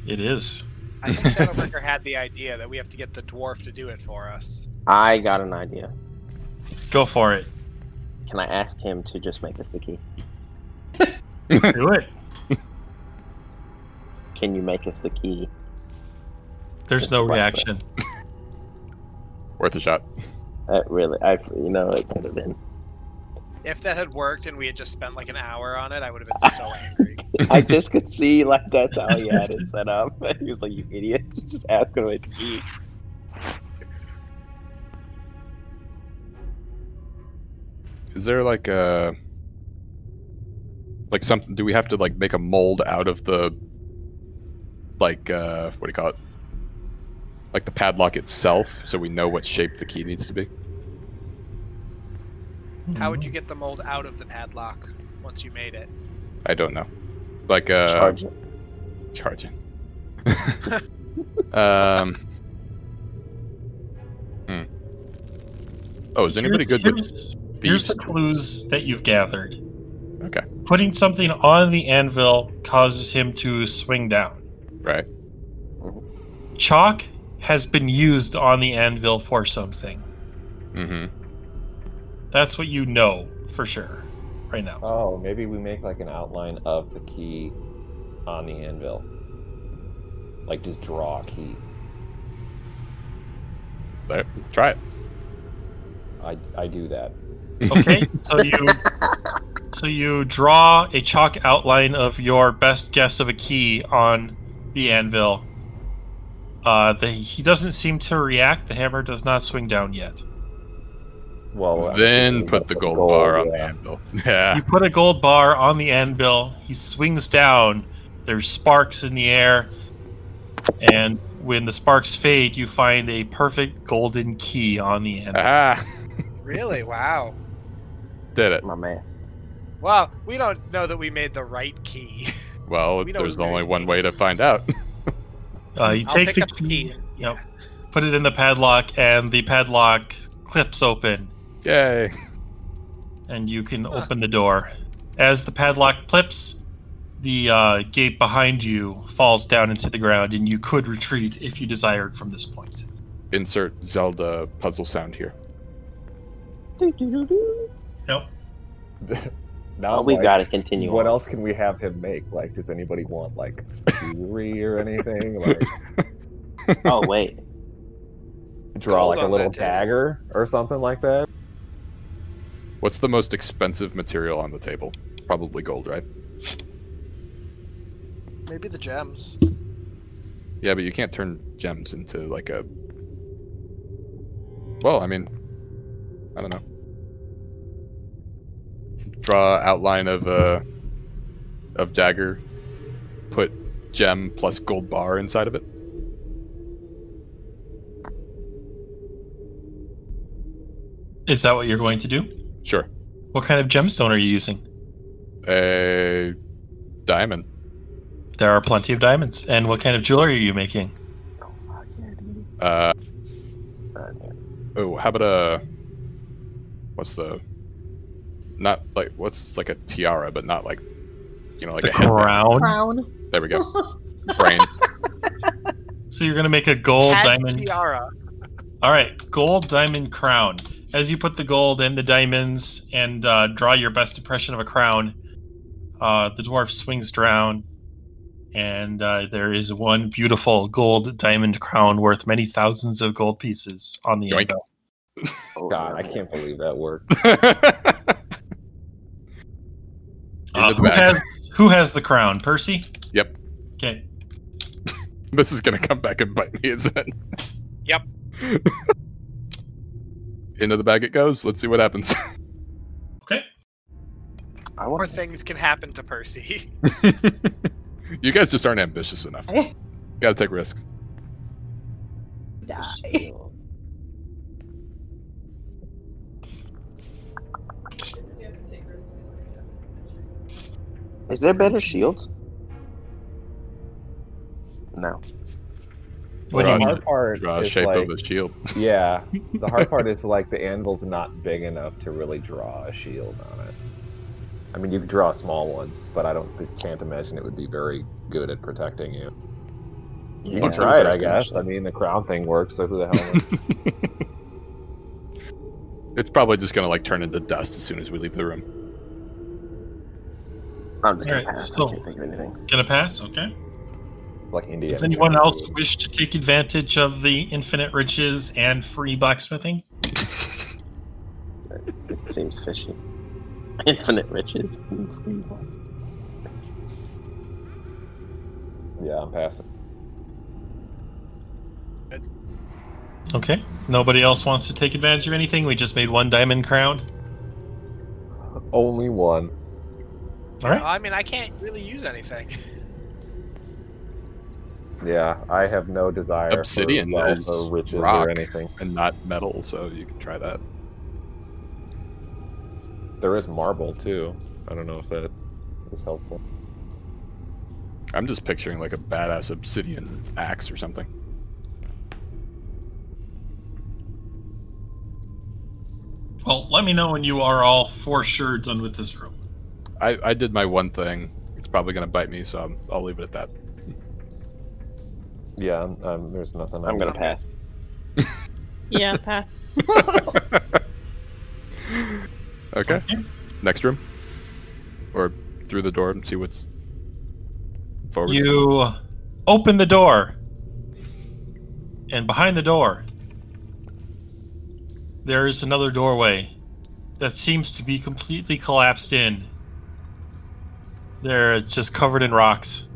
[SPEAKER 1] It is.
[SPEAKER 2] I think Shadowbreaker had the idea that we have to get the dwarf to do it for us.
[SPEAKER 7] I got an idea.
[SPEAKER 1] Go for it.
[SPEAKER 7] Can I ask him to just make us the key?
[SPEAKER 1] Do it.
[SPEAKER 7] Can you make us the key?
[SPEAKER 1] There's no reaction.
[SPEAKER 3] Worth a shot.
[SPEAKER 7] That Uh, really, I you know, it could have been.
[SPEAKER 2] If that had worked and we had just spent like an hour on it, I would have been so angry.
[SPEAKER 7] I just could see like that's how he had it set up. he was like, "You idiot! Just ask him to make the key."
[SPEAKER 3] Is there like a like something? Do we have to like make a mold out of the like uh what do you call it? Like the padlock itself, so we know what shape the key needs to be.
[SPEAKER 2] How would you get the mold out of the padlock once you made it?
[SPEAKER 3] I don't know. Like uh,
[SPEAKER 7] Charge it.
[SPEAKER 3] charging. um. hmm. Oh, is anybody
[SPEAKER 1] Here's-
[SPEAKER 3] good with
[SPEAKER 1] here's-
[SPEAKER 3] thieves?
[SPEAKER 1] Here's the clues that you've gathered.
[SPEAKER 3] Okay.
[SPEAKER 1] Putting something on the anvil causes him to swing down.
[SPEAKER 3] Right.
[SPEAKER 1] Chalk has been used on the anvil for something.
[SPEAKER 3] Mm-hmm.
[SPEAKER 1] That's what you know for sure right now.
[SPEAKER 4] Oh, maybe we make like an outline of the key on the anvil. Like just draw a key.
[SPEAKER 3] Try it.
[SPEAKER 4] I, I do that.
[SPEAKER 1] Okay, so you so you draw a chalk outline of your best guess of a key on the anvil. Uh, the, he doesn't seem to react. The hammer does not swing down yet.
[SPEAKER 4] Well, I'm
[SPEAKER 3] then
[SPEAKER 4] thinking
[SPEAKER 3] put
[SPEAKER 4] of
[SPEAKER 3] the gold bar on the
[SPEAKER 4] yeah.
[SPEAKER 3] anvil. Yeah.
[SPEAKER 1] You put a gold bar on the anvil. He swings down. There's sparks in the air, and when the sparks fade, you find a perfect golden key on the anvil.
[SPEAKER 3] Aha!
[SPEAKER 2] Really? Wow.
[SPEAKER 3] Ah, Did it.
[SPEAKER 7] My man.
[SPEAKER 2] Well, we don't know that we made the right key.
[SPEAKER 3] Well,
[SPEAKER 2] We don't
[SPEAKER 3] there's only
[SPEAKER 2] really
[SPEAKER 3] one
[SPEAKER 2] need
[SPEAKER 3] way to find out.
[SPEAKER 1] Uh, you
[SPEAKER 2] I'll
[SPEAKER 1] take
[SPEAKER 2] pick
[SPEAKER 1] the
[SPEAKER 2] up the
[SPEAKER 1] key.
[SPEAKER 2] key.
[SPEAKER 1] Yep. Put it in the padlock, and the padlock clips open.
[SPEAKER 3] Yay!
[SPEAKER 1] and you can
[SPEAKER 2] Huh.
[SPEAKER 1] open the door. As the padlock clips, the uh, gate behind you falls down into the ground, and you could retreat if you desired from this point.
[SPEAKER 3] Insert Zelda puzzle sound here.
[SPEAKER 1] Nope.
[SPEAKER 4] Now
[SPEAKER 7] Oh, we've
[SPEAKER 4] like,
[SPEAKER 7] got to continue.
[SPEAKER 4] What
[SPEAKER 7] on.
[SPEAKER 4] else can we have him make? Like, does anybody want like jewelry or anything? Like,
[SPEAKER 7] Oh wait.
[SPEAKER 4] draw
[SPEAKER 2] Gold
[SPEAKER 4] like a
[SPEAKER 2] on
[SPEAKER 4] little
[SPEAKER 2] that table.
[SPEAKER 4] dagger or something like that.
[SPEAKER 3] What's the most expensive material on the table? Probably gold, right?
[SPEAKER 2] Maybe the gems.
[SPEAKER 3] Yeah, but you can't turn gems into like a. Well, I mean, I don't know. Draw outline of uh, of dagger. Put gem plus gold bar inside of it.
[SPEAKER 1] Is that what you're going to do?
[SPEAKER 3] Sure.
[SPEAKER 1] What kind of gemstone are you using?
[SPEAKER 3] A diamond.
[SPEAKER 1] There are plenty of diamonds. And what kind of jewelry are you making?
[SPEAKER 7] Oh, fuck yeah, dude.
[SPEAKER 3] Uh,
[SPEAKER 7] Uh,
[SPEAKER 3] oh, how about a? What's the? Not like what's like a tiara, but not like, you know, like
[SPEAKER 1] the
[SPEAKER 3] a headband.
[SPEAKER 1] crown.
[SPEAKER 5] Crown.
[SPEAKER 3] There we go. Brain.
[SPEAKER 1] So you're going to make a gold
[SPEAKER 2] Cat
[SPEAKER 1] diamond.
[SPEAKER 2] tiara.
[SPEAKER 1] All right, gold diamond crown. As you put the gold and the diamonds and uh, draw your best impression of a crown, uh, the dwarf swings down, and uh, there is one beautiful gold diamond crown worth many thousands of gold pieces on the
[SPEAKER 3] Yoink.
[SPEAKER 1] end.
[SPEAKER 7] oh,
[SPEAKER 4] God,
[SPEAKER 7] no.
[SPEAKER 4] I can't believe that worked.
[SPEAKER 1] Uh,
[SPEAKER 3] Into the
[SPEAKER 1] who,
[SPEAKER 3] bag.
[SPEAKER 1] has, who has the crown? Percy?
[SPEAKER 3] Yep.
[SPEAKER 1] Okay.
[SPEAKER 3] This is gonna come back and bite me, isn't it?
[SPEAKER 2] Yep.
[SPEAKER 3] Into the bag it goes. Let's see what happens.
[SPEAKER 7] I
[SPEAKER 2] More
[SPEAKER 7] want
[SPEAKER 2] things can happen to Percy.
[SPEAKER 3] you guys just aren't ambitious enough. Gotta take risks.
[SPEAKER 5] Die.
[SPEAKER 7] Is there better shields? No.
[SPEAKER 1] What do you
[SPEAKER 3] Draw-
[SPEAKER 4] the
[SPEAKER 1] mean?
[SPEAKER 4] hard part
[SPEAKER 3] Draw a
[SPEAKER 4] is
[SPEAKER 3] shape
[SPEAKER 4] like,
[SPEAKER 3] of a shield.
[SPEAKER 4] yeah, the hard part is like the anvil's not big enough to really draw a shield on it. I mean, you could draw a small one, but I don't can't imagine it would be very good at protecting you. You can
[SPEAKER 3] Yeah.
[SPEAKER 4] try it, I guess. I mean, the crown thing works, so who the hell? knows?
[SPEAKER 3] It's probably just gonna like turn into dust as soon as we leave the room.
[SPEAKER 7] I'm just gonna
[SPEAKER 1] Alright,
[SPEAKER 7] pass.
[SPEAKER 1] so-
[SPEAKER 7] I can't think of anything.
[SPEAKER 1] Gonna pass? Okay.
[SPEAKER 4] like India.
[SPEAKER 1] Does anyone else wish to take advantage of the infinite riches and free blacksmithing?
[SPEAKER 7] It seems fishy. Infinite riches.
[SPEAKER 4] Yeah, I'm passing.
[SPEAKER 1] Okay. Nobody else wants to take advantage of anything. We just made one diamond crown.
[SPEAKER 4] Only one.
[SPEAKER 1] All right.
[SPEAKER 2] I mean, I can't really use anything.
[SPEAKER 4] Yeah, I have no desire
[SPEAKER 3] Obsidian
[SPEAKER 4] for wealth
[SPEAKER 3] is
[SPEAKER 4] or riches
[SPEAKER 3] rock.
[SPEAKER 4] or anything.
[SPEAKER 3] and not metal, so you can try that.
[SPEAKER 4] There is marble too. I don't know if that is helpful.
[SPEAKER 3] I'm just picturing like a badass obsidian axe or something.
[SPEAKER 12] Well, let me know when you are all for sure done with this room.
[SPEAKER 3] I, I did my one thing. It's probably gonna bite me, so I'm, I'll leave it at that.
[SPEAKER 4] Yeah, I'm, I'm, there's nothing.
[SPEAKER 7] I'm gonna
[SPEAKER 4] to
[SPEAKER 7] pass.
[SPEAKER 5] Yeah, pass.
[SPEAKER 3] Okay. Next room, or through the door and see what's forward.
[SPEAKER 1] You open the door, and behind the door, there is another doorway that seems to be completely collapsed in. There, it's just covered in rocks.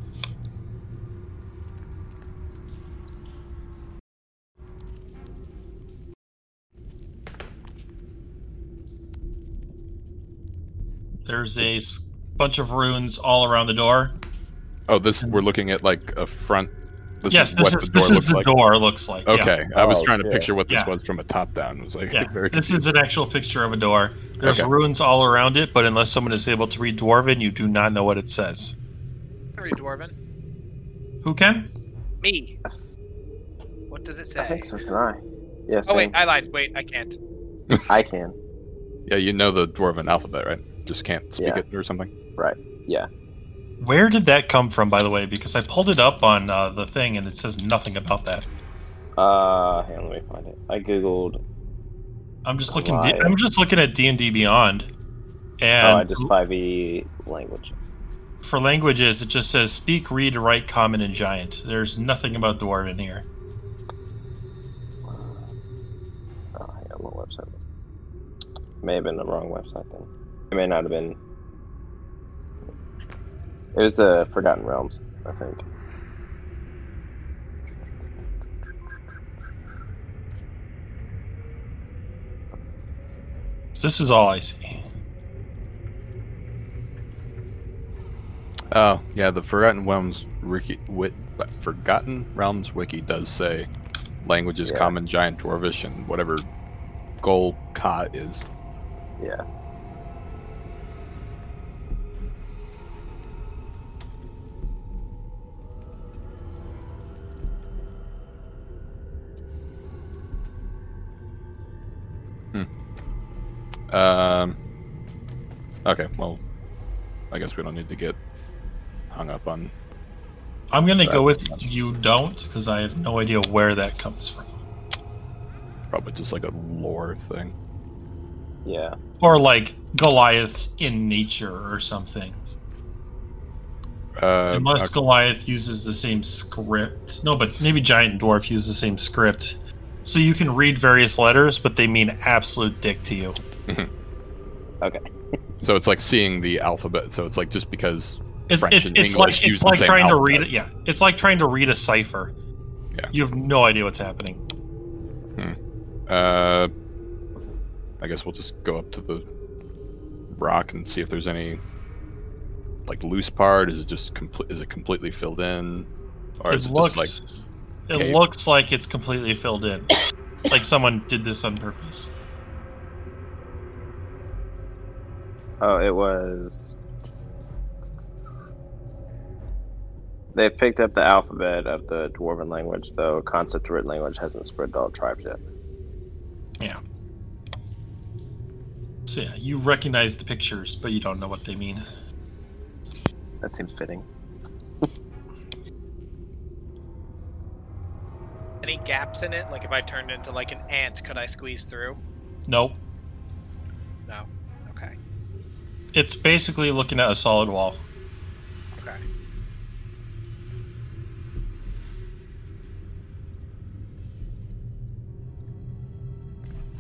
[SPEAKER 1] There's a s- bunch of runes all around the door.
[SPEAKER 3] Oh, this we're looking at like a front. This
[SPEAKER 1] yes,
[SPEAKER 3] is
[SPEAKER 1] this
[SPEAKER 3] what
[SPEAKER 1] is
[SPEAKER 3] the door
[SPEAKER 1] this
[SPEAKER 3] looks
[SPEAKER 1] is the
[SPEAKER 3] like.
[SPEAKER 1] door looks like. yeah.
[SPEAKER 3] Okay, I was
[SPEAKER 4] Oh,
[SPEAKER 3] trying to
[SPEAKER 4] yeah.
[SPEAKER 3] picture what this
[SPEAKER 1] Yeah.
[SPEAKER 3] was from a top down. It was like
[SPEAKER 1] Yeah,
[SPEAKER 3] very
[SPEAKER 1] this is an actual picture of a door. There's
[SPEAKER 3] Okay.
[SPEAKER 1] runes all around it, but unless someone is able to read Dwarven, you do not know what it says.
[SPEAKER 2] Sorry, Dwarven.
[SPEAKER 1] Who can?
[SPEAKER 2] Me. What does it
[SPEAKER 7] I
[SPEAKER 2] say?
[SPEAKER 7] think so, can I? Yeah,
[SPEAKER 2] Oh wait,
[SPEAKER 7] same.
[SPEAKER 2] I lied. Wait, I can't.
[SPEAKER 7] I can.
[SPEAKER 3] Yeah, you know the dwarven alphabet, right? Just can't speak
[SPEAKER 7] Yeah.
[SPEAKER 3] it or something.
[SPEAKER 1] Where did that come from, by the way? Because I pulled it up on uh, the thing and it says nothing about that.
[SPEAKER 7] Uh, hang on, let me find it. I googled.
[SPEAKER 1] I'm just looking.
[SPEAKER 7] Right.
[SPEAKER 1] I'm just looking at D and D Beyond, and
[SPEAKER 7] oh, I just 5e language.
[SPEAKER 1] for languages, it just says speak, read, write, common, and giant. There's nothing about Dwarven here.
[SPEAKER 7] Oh, hang on, what website was it? May have been the wrong website then. It may not have been. It was uh, Forgotten Realms, I think.
[SPEAKER 1] This is all I see.
[SPEAKER 3] Oh, yeah, the Forgotten Realms wiki, wit, Forgotten Realms wiki does say languages
[SPEAKER 7] Yeah.
[SPEAKER 3] common, giant, dwarvish, and whatever Gol Ka is.
[SPEAKER 7] Yeah.
[SPEAKER 3] Um. Okay, well, I guess we don't need to get hung up on.
[SPEAKER 1] I'm gonna
[SPEAKER 3] Right.
[SPEAKER 1] go with you don't because I have no idea where that comes from.
[SPEAKER 3] Probably just like a lore thing.
[SPEAKER 7] Yeah.
[SPEAKER 1] or like Goliath's in nature or something.
[SPEAKER 3] Uh,
[SPEAKER 1] Unless
[SPEAKER 3] okay.
[SPEAKER 1] Goliath uses the same script. No, but maybe Giant and Dwarf use the same script. So you can read various letters, but they mean absolute dick to you.
[SPEAKER 3] so it's like seeing the alphabet. So it's like just because
[SPEAKER 1] It's
[SPEAKER 3] French
[SPEAKER 1] it's,
[SPEAKER 3] and
[SPEAKER 1] it's
[SPEAKER 3] English
[SPEAKER 1] like
[SPEAKER 3] use
[SPEAKER 1] it's
[SPEAKER 3] the
[SPEAKER 1] like
[SPEAKER 3] same
[SPEAKER 1] trying to read
[SPEAKER 3] alphabet.
[SPEAKER 1] it. Yeah, it's like trying to read a cipher.
[SPEAKER 3] Yeah.
[SPEAKER 1] You have no idea what's happening.
[SPEAKER 3] Uh, I guess we'll just go up to the rock and see if there's any like loose part. Is it just complete? Is it completely filled in, or
[SPEAKER 1] it
[SPEAKER 3] is it
[SPEAKER 1] looks
[SPEAKER 3] just
[SPEAKER 1] it
[SPEAKER 3] cave?
[SPEAKER 1] looks like it's completely filled in, like someone did this on purpose.
[SPEAKER 7] Oh, it was. They've picked up the alphabet of the Dwarven language, though concept of written language hasn't spread to all tribes yet.
[SPEAKER 1] So yeah, you recognize the pictures, but you don't know what they mean.
[SPEAKER 7] That seems fitting.
[SPEAKER 2] Any gaps in it? Like if I turned into like an ant, could I squeeze through?
[SPEAKER 1] Nope.
[SPEAKER 2] No. Okay.
[SPEAKER 1] It's basically looking at a solid wall.
[SPEAKER 2] Okay.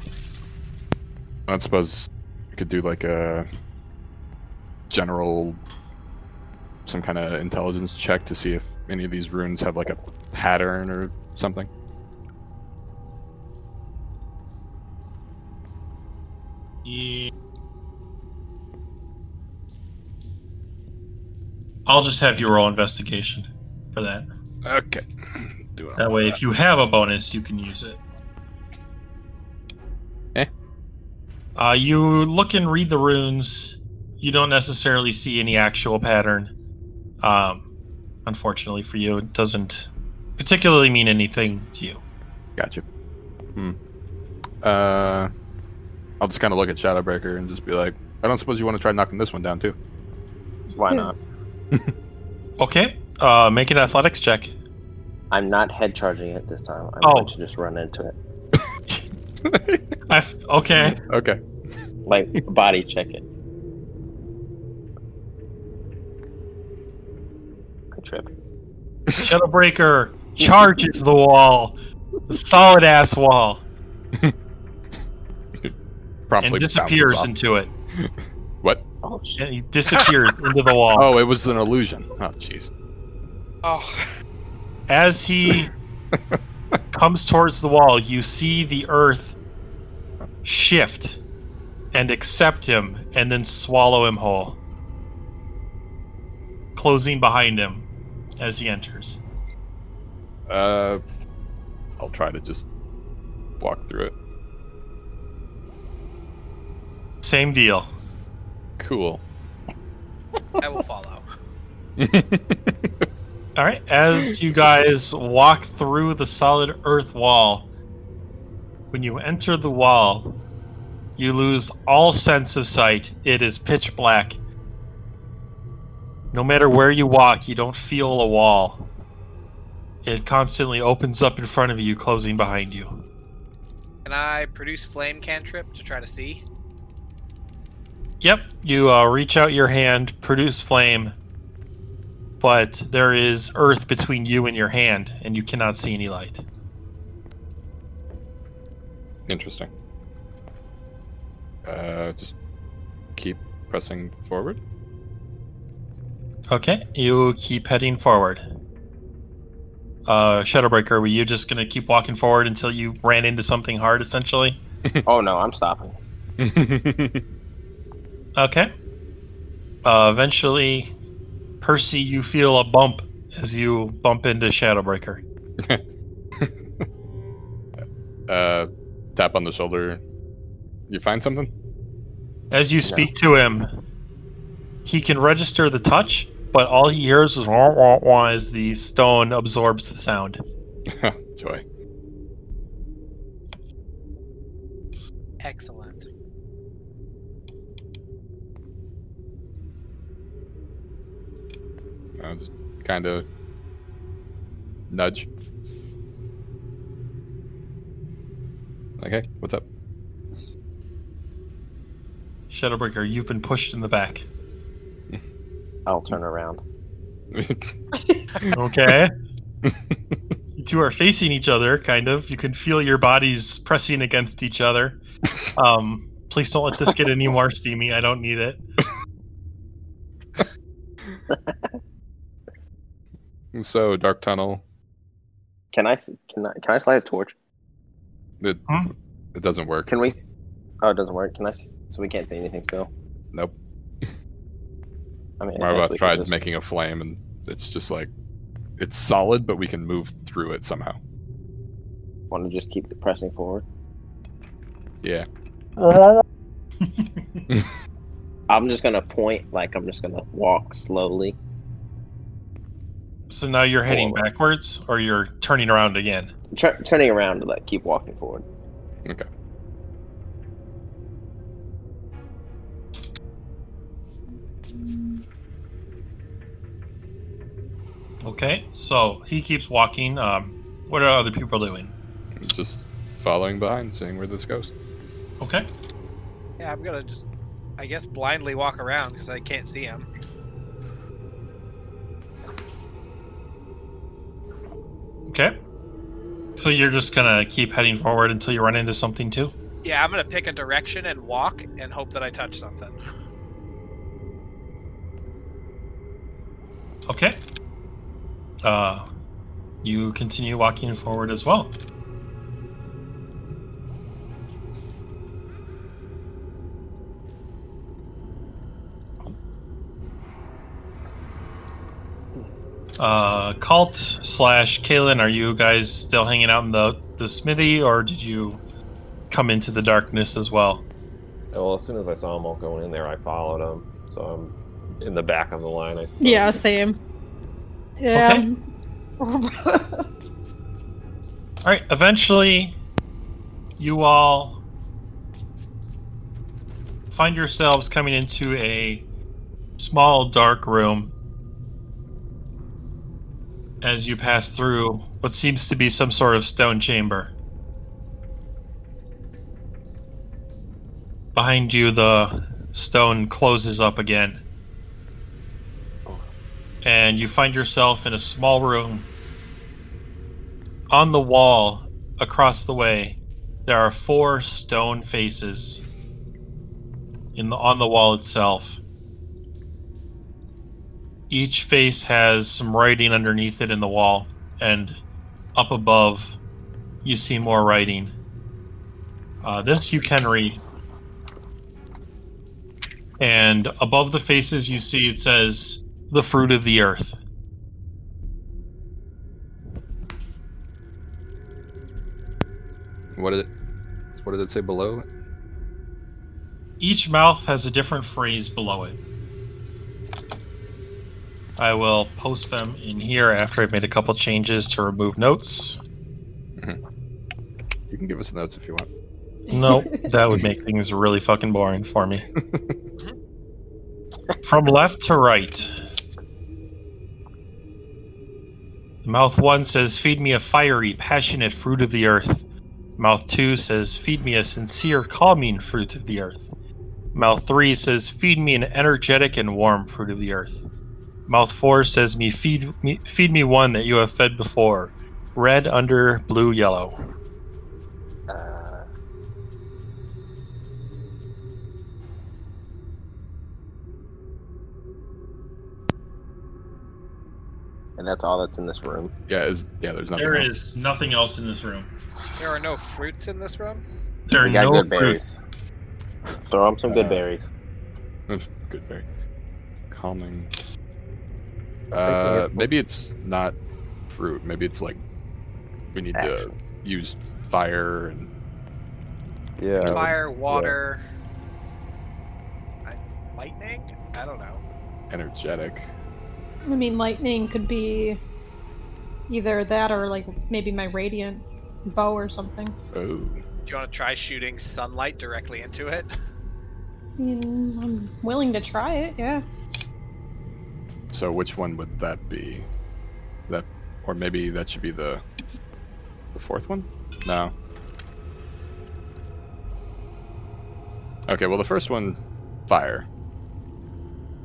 [SPEAKER 3] like? I suppose we could do like a general, some kind of intelligence check to see if any of these runes have like a pattern or something.
[SPEAKER 12] Yeah.
[SPEAKER 1] I'll just have you roll investigation for that.
[SPEAKER 3] Okay. Do it.
[SPEAKER 1] That way, if you have a bonus, you can use it.
[SPEAKER 3] Eh.
[SPEAKER 1] Uh, you look and read the runes. You don't necessarily see any actual pattern. Um, unfortunately for you, it doesn't particularly mean anything to you.
[SPEAKER 3] Gotcha. Hmm. Uh, I'll just kind of look at Shadowbreaker and just be like, I don't suppose you want to try knocking this one down too.
[SPEAKER 7] Why not?
[SPEAKER 1] Okay. Uh, make an athletics check.
[SPEAKER 7] I'm not head charging it this time. I'm
[SPEAKER 1] Oh.
[SPEAKER 7] going to just run into it.
[SPEAKER 1] I f- okay.
[SPEAKER 3] Okay.
[SPEAKER 7] Like, body check it. I trip.
[SPEAKER 1] Shadowbreaker charges the wall, the solid ass wall,
[SPEAKER 3] Promptly
[SPEAKER 1] and
[SPEAKER 3] bounces
[SPEAKER 1] disappears
[SPEAKER 3] off.
[SPEAKER 1] into it.
[SPEAKER 3] what?
[SPEAKER 7] Oh, shit.
[SPEAKER 1] And he disappears into the wall.
[SPEAKER 3] Oh, it was an illusion. Oh, jeez.
[SPEAKER 2] Oh,
[SPEAKER 1] As he comes towards the wall, you see the earth shift and accept him and then swallow him whole, closing behind him as he enters.
[SPEAKER 3] Uh, I'll try to just walk through it.
[SPEAKER 1] Same deal.
[SPEAKER 3] Cool.
[SPEAKER 2] I will follow.
[SPEAKER 1] All right, as you guys walk through the solid earth wall, when you enter the wall, you lose all sense of sight. It is pitch black. No matter where you walk, you don't feel a wall. It constantly opens up in front of you, closing behind you.
[SPEAKER 2] Can I produce flame cantrip to try to see?
[SPEAKER 1] Yep, you uh, reach out your hand, produce flame, but there is earth between you and your hand, and you cannot see any light.
[SPEAKER 3] Interesting. Uh, just keep pressing forward.
[SPEAKER 1] Okay, you keep heading forward. Uh, Shadowbreaker, were you just gonna keep walking forward until you ran into something hard, essentially?
[SPEAKER 7] Oh, no, I'm stopping.
[SPEAKER 3] Uh,
[SPEAKER 1] Okay. Uh, eventually, Percy, you feel a bump as you bump into Shadowbreaker.
[SPEAKER 3] uh, tap on the shoulder. You find something?
[SPEAKER 1] As you speak to him, he can register the touch, but all he hears is wah wah wah as the stone absorbs the sound.
[SPEAKER 3] Joy.
[SPEAKER 2] Excellent.
[SPEAKER 3] I'll just kind of nudge. Okay, what's up?
[SPEAKER 1] Shadowbreaker, you've been pushed in the back.
[SPEAKER 7] I'll turn around.
[SPEAKER 1] Okay. you two are facing each other, kind of. You can feel your bodies pressing against each other. Um, please don't let this get any more steamy. I don't need it.
[SPEAKER 3] so, dark tunnel.
[SPEAKER 7] Can I, s- can I, can I slide a torch?
[SPEAKER 3] It,
[SPEAKER 1] Hmm?
[SPEAKER 3] it doesn't work.
[SPEAKER 7] Can we? Oh, it doesn't work. Can I, s- so we can't see anything still?
[SPEAKER 3] Nope.
[SPEAKER 7] I mean, I guess
[SPEAKER 3] Marva
[SPEAKER 7] we can
[SPEAKER 3] tried
[SPEAKER 7] just-
[SPEAKER 3] making a flame, and it's just like it's solid, but we can move through it somehow.
[SPEAKER 7] Want to just keep pressing forward?
[SPEAKER 3] Yeah.
[SPEAKER 7] I'm just gonna point, like I'm just gonna walk slowly.
[SPEAKER 1] So now you're heading
[SPEAKER 7] Forward.
[SPEAKER 1] backwards, or you're turning around again.
[SPEAKER 7] Tur- turning around to like keep walking forward.
[SPEAKER 1] Okay. So he keeps walking. Um, what are other people doing?
[SPEAKER 3] Just following behind, seeing where this goes.
[SPEAKER 1] Okay.
[SPEAKER 2] Yeah, I'm gonna just, I guess, blindly walk around because I can't see him.
[SPEAKER 1] Okay. So you're just gonna keep heading forward until you run into something too.
[SPEAKER 2] Yeah, I'm gonna pick a direction and walk and hope that I touch something.
[SPEAKER 1] Okay. Uh, you continue walking forward as well. Uh, Cult slash Kalen, are you guys still hanging out in the the smithy, or did you come into the darkness as well?
[SPEAKER 4] Well, as soon as I saw him all going in there, I followed him. So I'm in the back of the line, I suppose.
[SPEAKER 5] Yeah, same. Yeah.
[SPEAKER 1] All right. Eventually, you all find yourselves coming into a small, dark room. As you pass through what seems to be some sort of stone chamber. Behind you, the stone closes up again. And you find yourself in a small room on the wall across the way, there are four stone faces in the on the wall itself. Each face has some writing underneath it in the wall, and up above, you see more writing. Uh, this you can read. And above the faces, you see it says, The fruit of the earth.
[SPEAKER 3] What did it? What did it say below? it?
[SPEAKER 1] Each mouth has a different phrase below it. I will post them in here after I've made a couple changes to remove notes.
[SPEAKER 3] You can give us notes if you want.
[SPEAKER 1] No, that would make things really fucking boring for me. From left to right. Mouth 1 says, Feed me a fiery, passionate fruit of the earth. Mouth 2 says, Feed me a sincere, calming fruit of the earth. Mouth 3 says, Feed me an energetic and warm fruit of the earth. Mouth 4 says, me feed, me feed me one that you have fed before. Red under blue yellow.
[SPEAKER 7] Uh, and that's all that's in this room.
[SPEAKER 3] Yeah, is yeah. There's nothing.
[SPEAKER 1] There
[SPEAKER 3] else.
[SPEAKER 1] is nothing else in this room.
[SPEAKER 2] There are no fruits in this room.
[SPEAKER 1] There are
[SPEAKER 7] We got
[SPEAKER 1] no
[SPEAKER 7] good
[SPEAKER 1] fruits.
[SPEAKER 7] berries. Throw him some good
[SPEAKER 3] Uh,
[SPEAKER 7] berries.
[SPEAKER 3] That's good berry. Calming.
[SPEAKER 4] Thinking
[SPEAKER 3] Uh,
[SPEAKER 4] it's-
[SPEAKER 3] maybe it's not fruit. Maybe it's like we need to
[SPEAKER 7] Actions.
[SPEAKER 3] use fire and
[SPEAKER 4] Yeah.
[SPEAKER 2] Fire, water, I, lightning. I don't know.
[SPEAKER 3] energetic.
[SPEAKER 5] I mean, lightning could be either that or like maybe my radiant bow or something.
[SPEAKER 3] Oh,
[SPEAKER 2] Do you want to try shooting sunlight directly into it?
[SPEAKER 5] I mean, I'm willing to try it. Yeah.
[SPEAKER 3] so which one would that be? That or maybe that should be the the fourth one? No. Okay, well the first one, fire.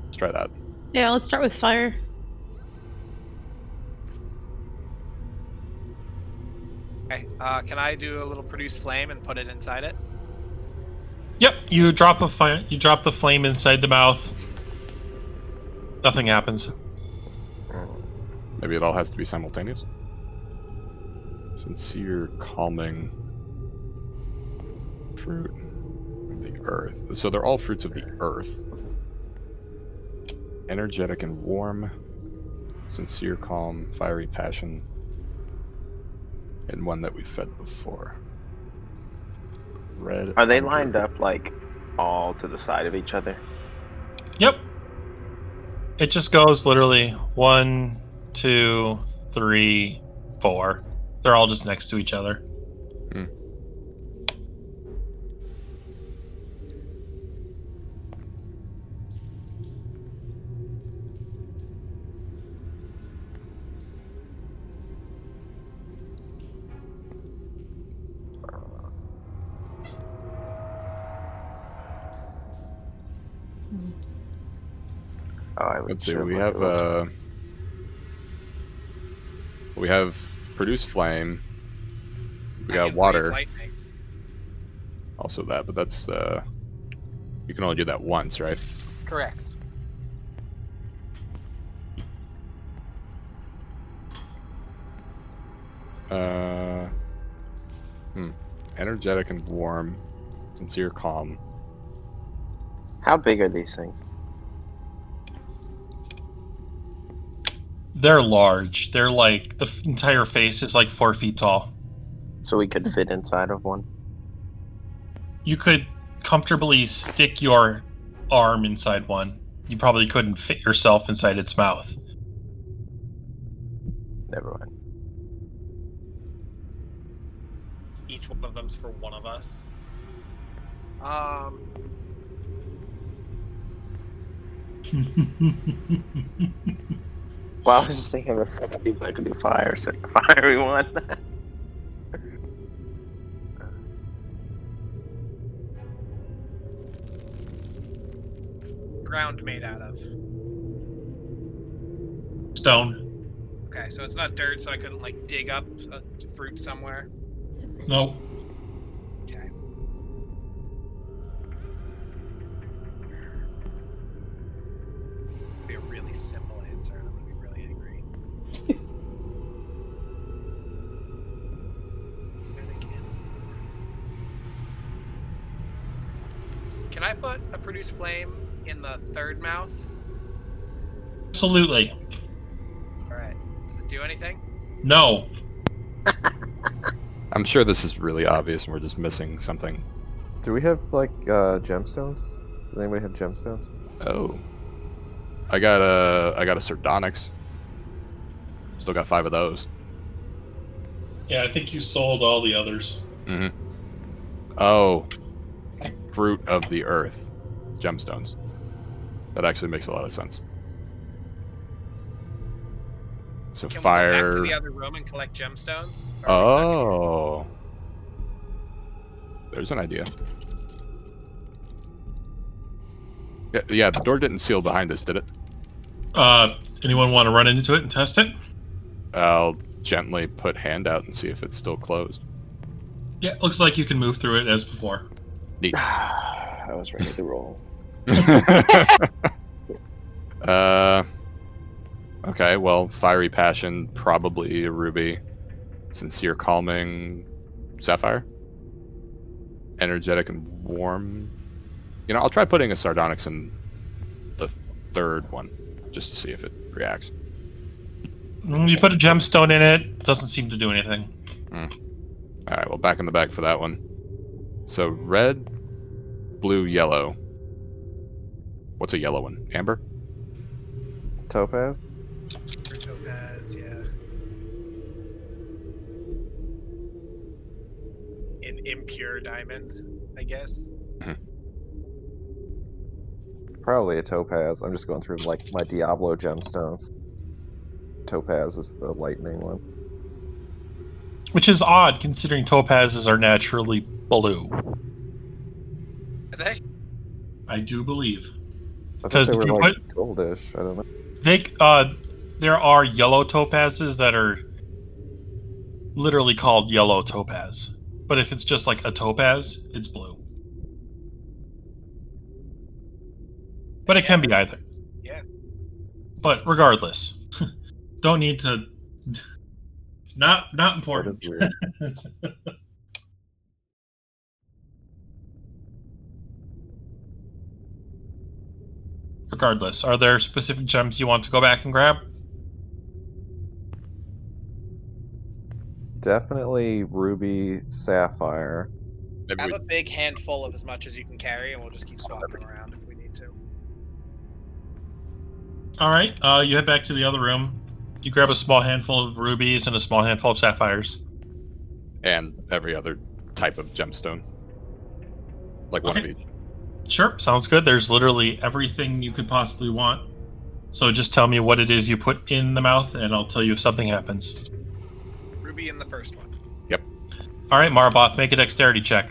[SPEAKER 3] Let's try that.
[SPEAKER 5] Yeah. Let's start with fire.
[SPEAKER 2] Okay. Uh, can I do a little produce flame and put it inside it?
[SPEAKER 1] Yep, you drop a fire. You drop the flame inside the mouth. Nothing happens.
[SPEAKER 3] Maybe it all has to be simultaneous. Sincere, calming fruit of the earth. So they're all fruits of the earth. Energetic and warm, sincere, calm, fiery passion, and one that we fed before. Red.
[SPEAKER 7] Are they
[SPEAKER 3] amber-
[SPEAKER 7] lined up like all to the side of each other?
[SPEAKER 1] Yep. It just goes literally one, two, three, four. They're all just next to each other.
[SPEAKER 7] Oh, I would
[SPEAKER 3] Let's see.
[SPEAKER 7] sure
[SPEAKER 3] We
[SPEAKER 7] like
[SPEAKER 3] have
[SPEAKER 7] to roll.
[SPEAKER 3] uh, we have produce flame. We
[SPEAKER 2] I
[SPEAKER 3] got
[SPEAKER 2] can breathe
[SPEAKER 3] water.
[SPEAKER 2] Lightning.
[SPEAKER 3] also that, but that's uh you can only do that once, right?
[SPEAKER 2] Correct.
[SPEAKER 3] Uh hmm. Energetic and warm, sincere calm.
[SPEAKER 7] How big are these things?
[SPEAKER 1] They're large. They're like the f- entire face is like four feet tall.
[SPEAKER 7] So we could fit inside of one.
[SPEAKER 1] You could comfortably stick your arm inside one. You probably couldn't fit yourself inside its mouth.
[SPEAKER 7] Never mind.
[SPEAKER 2] Each one of them's for one of us. Um,
[SPEAKER 7] Well, I was just thinking of some people that could do fire, so fiery one.
[SPEAKER 2] ground made out of.
[SPEAKER 1] Stone.
[SPEAKER 2] Okay, so it's not dirt, so I couldn't like dig up a fruit somewhere.
[SPEAKER 1] Nope.
[SPEAKER 2] be a really simple answer, and I'm gonna be really angry. Pathetic animal. Can I put a produce flame in the third mouth?
[SPEAKER 1] Absolutely.
[SPEAKER 2] Alright. Does it do anything?
[SPEAKER 1] No.
[SPEAKER 3] I'm sure this is really obvious and we're just missing something.
[SPEAKER 4] Do we have like uh, gemstones? Does anybody have gemstones?
[SPEAKER 3] Oh. I got a I got a sardonyx. Still got five of those.
[SPEAKER 1] Yeah, I think you sold all the others.
[SPEAKER 3] Oh. Fruit of the earth. Gemstones. That actually makes a lot of sense. So
[SPEAKER 2] Can we go
[SPEAKER 3] fire
[SPEAKER 2] back to the other room and collect gemstones? Or are we stuck in-
[SPEAKER 3] Oh. There's an idea. Yeah, yeah, the door didn't seal behind us, did it?
[SPEAKER 1] Uh, anyone want to run into it and test it?
[SPEAKER 3] I'll gently put hand out and see if it's still closed.
[SPEAKER 1] Yeah, it looks like you can move through it as before.
[SPEAKER 7] I was ready to roll.
[SPEAKER 3] uh, okay, well, fiery passion, probably a ruby, sincere calming, sapphire, energetic and warm. You know, I'll try putting a sardonyx in the third one just to see if it reacts.
[SPEAKER 1] Mm, You put a gemstone in it, doesn't seem to do anything.
[SPEAKER 3] All right, well, back in the back for that one. So red, blue, yellow. What's a yellow one? Amber?
[SPEAKER 4] Topaz?
[SPEAKER 2] or topaz, yeah. An impure diamond, I guess.
[SPEAKER 4] Probably a topaz. I'm just going through like my Diablo gemstones. Topaz is the lightning one.
[SPEAKER 1] Which is odd considering topazes are naturally blue.
[SPEAKER 2] Are they?
[SPEAKER 1] I do believe.
[SPEAKER 4] I thought
[SPEAKER 1] Does-
[SPEAKER 4] they were
[SPEAKER 1] you
[SPEAKER 4] like goldish. I don't know.
[SPEAKER 1] They uh there are yellow topazes that are literally called yellow topaz. But if it's just like a topaz, it's blue. But it can be either.
[SPEAKER 2] Yeah.
[SPEAKER 1] But regardless, don't need to not not
[SPEAKER 4] That
[SPEAKER 1] important.
[SPEAKER 4] is weird.
[SPEAKER 1] Regardless, are there specific gems you want to go back and grab?
[SPEAKER 4] Definitely ruby, sapphire.
[SPEAKER 3] Maybe
[SPEAKER 2] Have
[SPEAKER 3] we,
[SPEAKER 2] a big handful of as much as you can carry, and we'll just keep swapping around if we need to.
[SPEAKER 1] All right. Uh, you head back to the other room. You grab a small handful of rubies and a small handful of sapphires.
[SPEAKER 3] and every other type of gemstone. Like one of
[SPEAKER 1] Okay.
[SPEAKER 3] each.
[SPEAKER 1] Sure, sounds good. There's literally everything you could possibly want. So just tell me what it is you put in the mouth, and I'll tell you if something happens.
[SPEAKER 2] Ruby in the first one.
[SPEAKER 1] All right, Maraboth, make a dexterity check.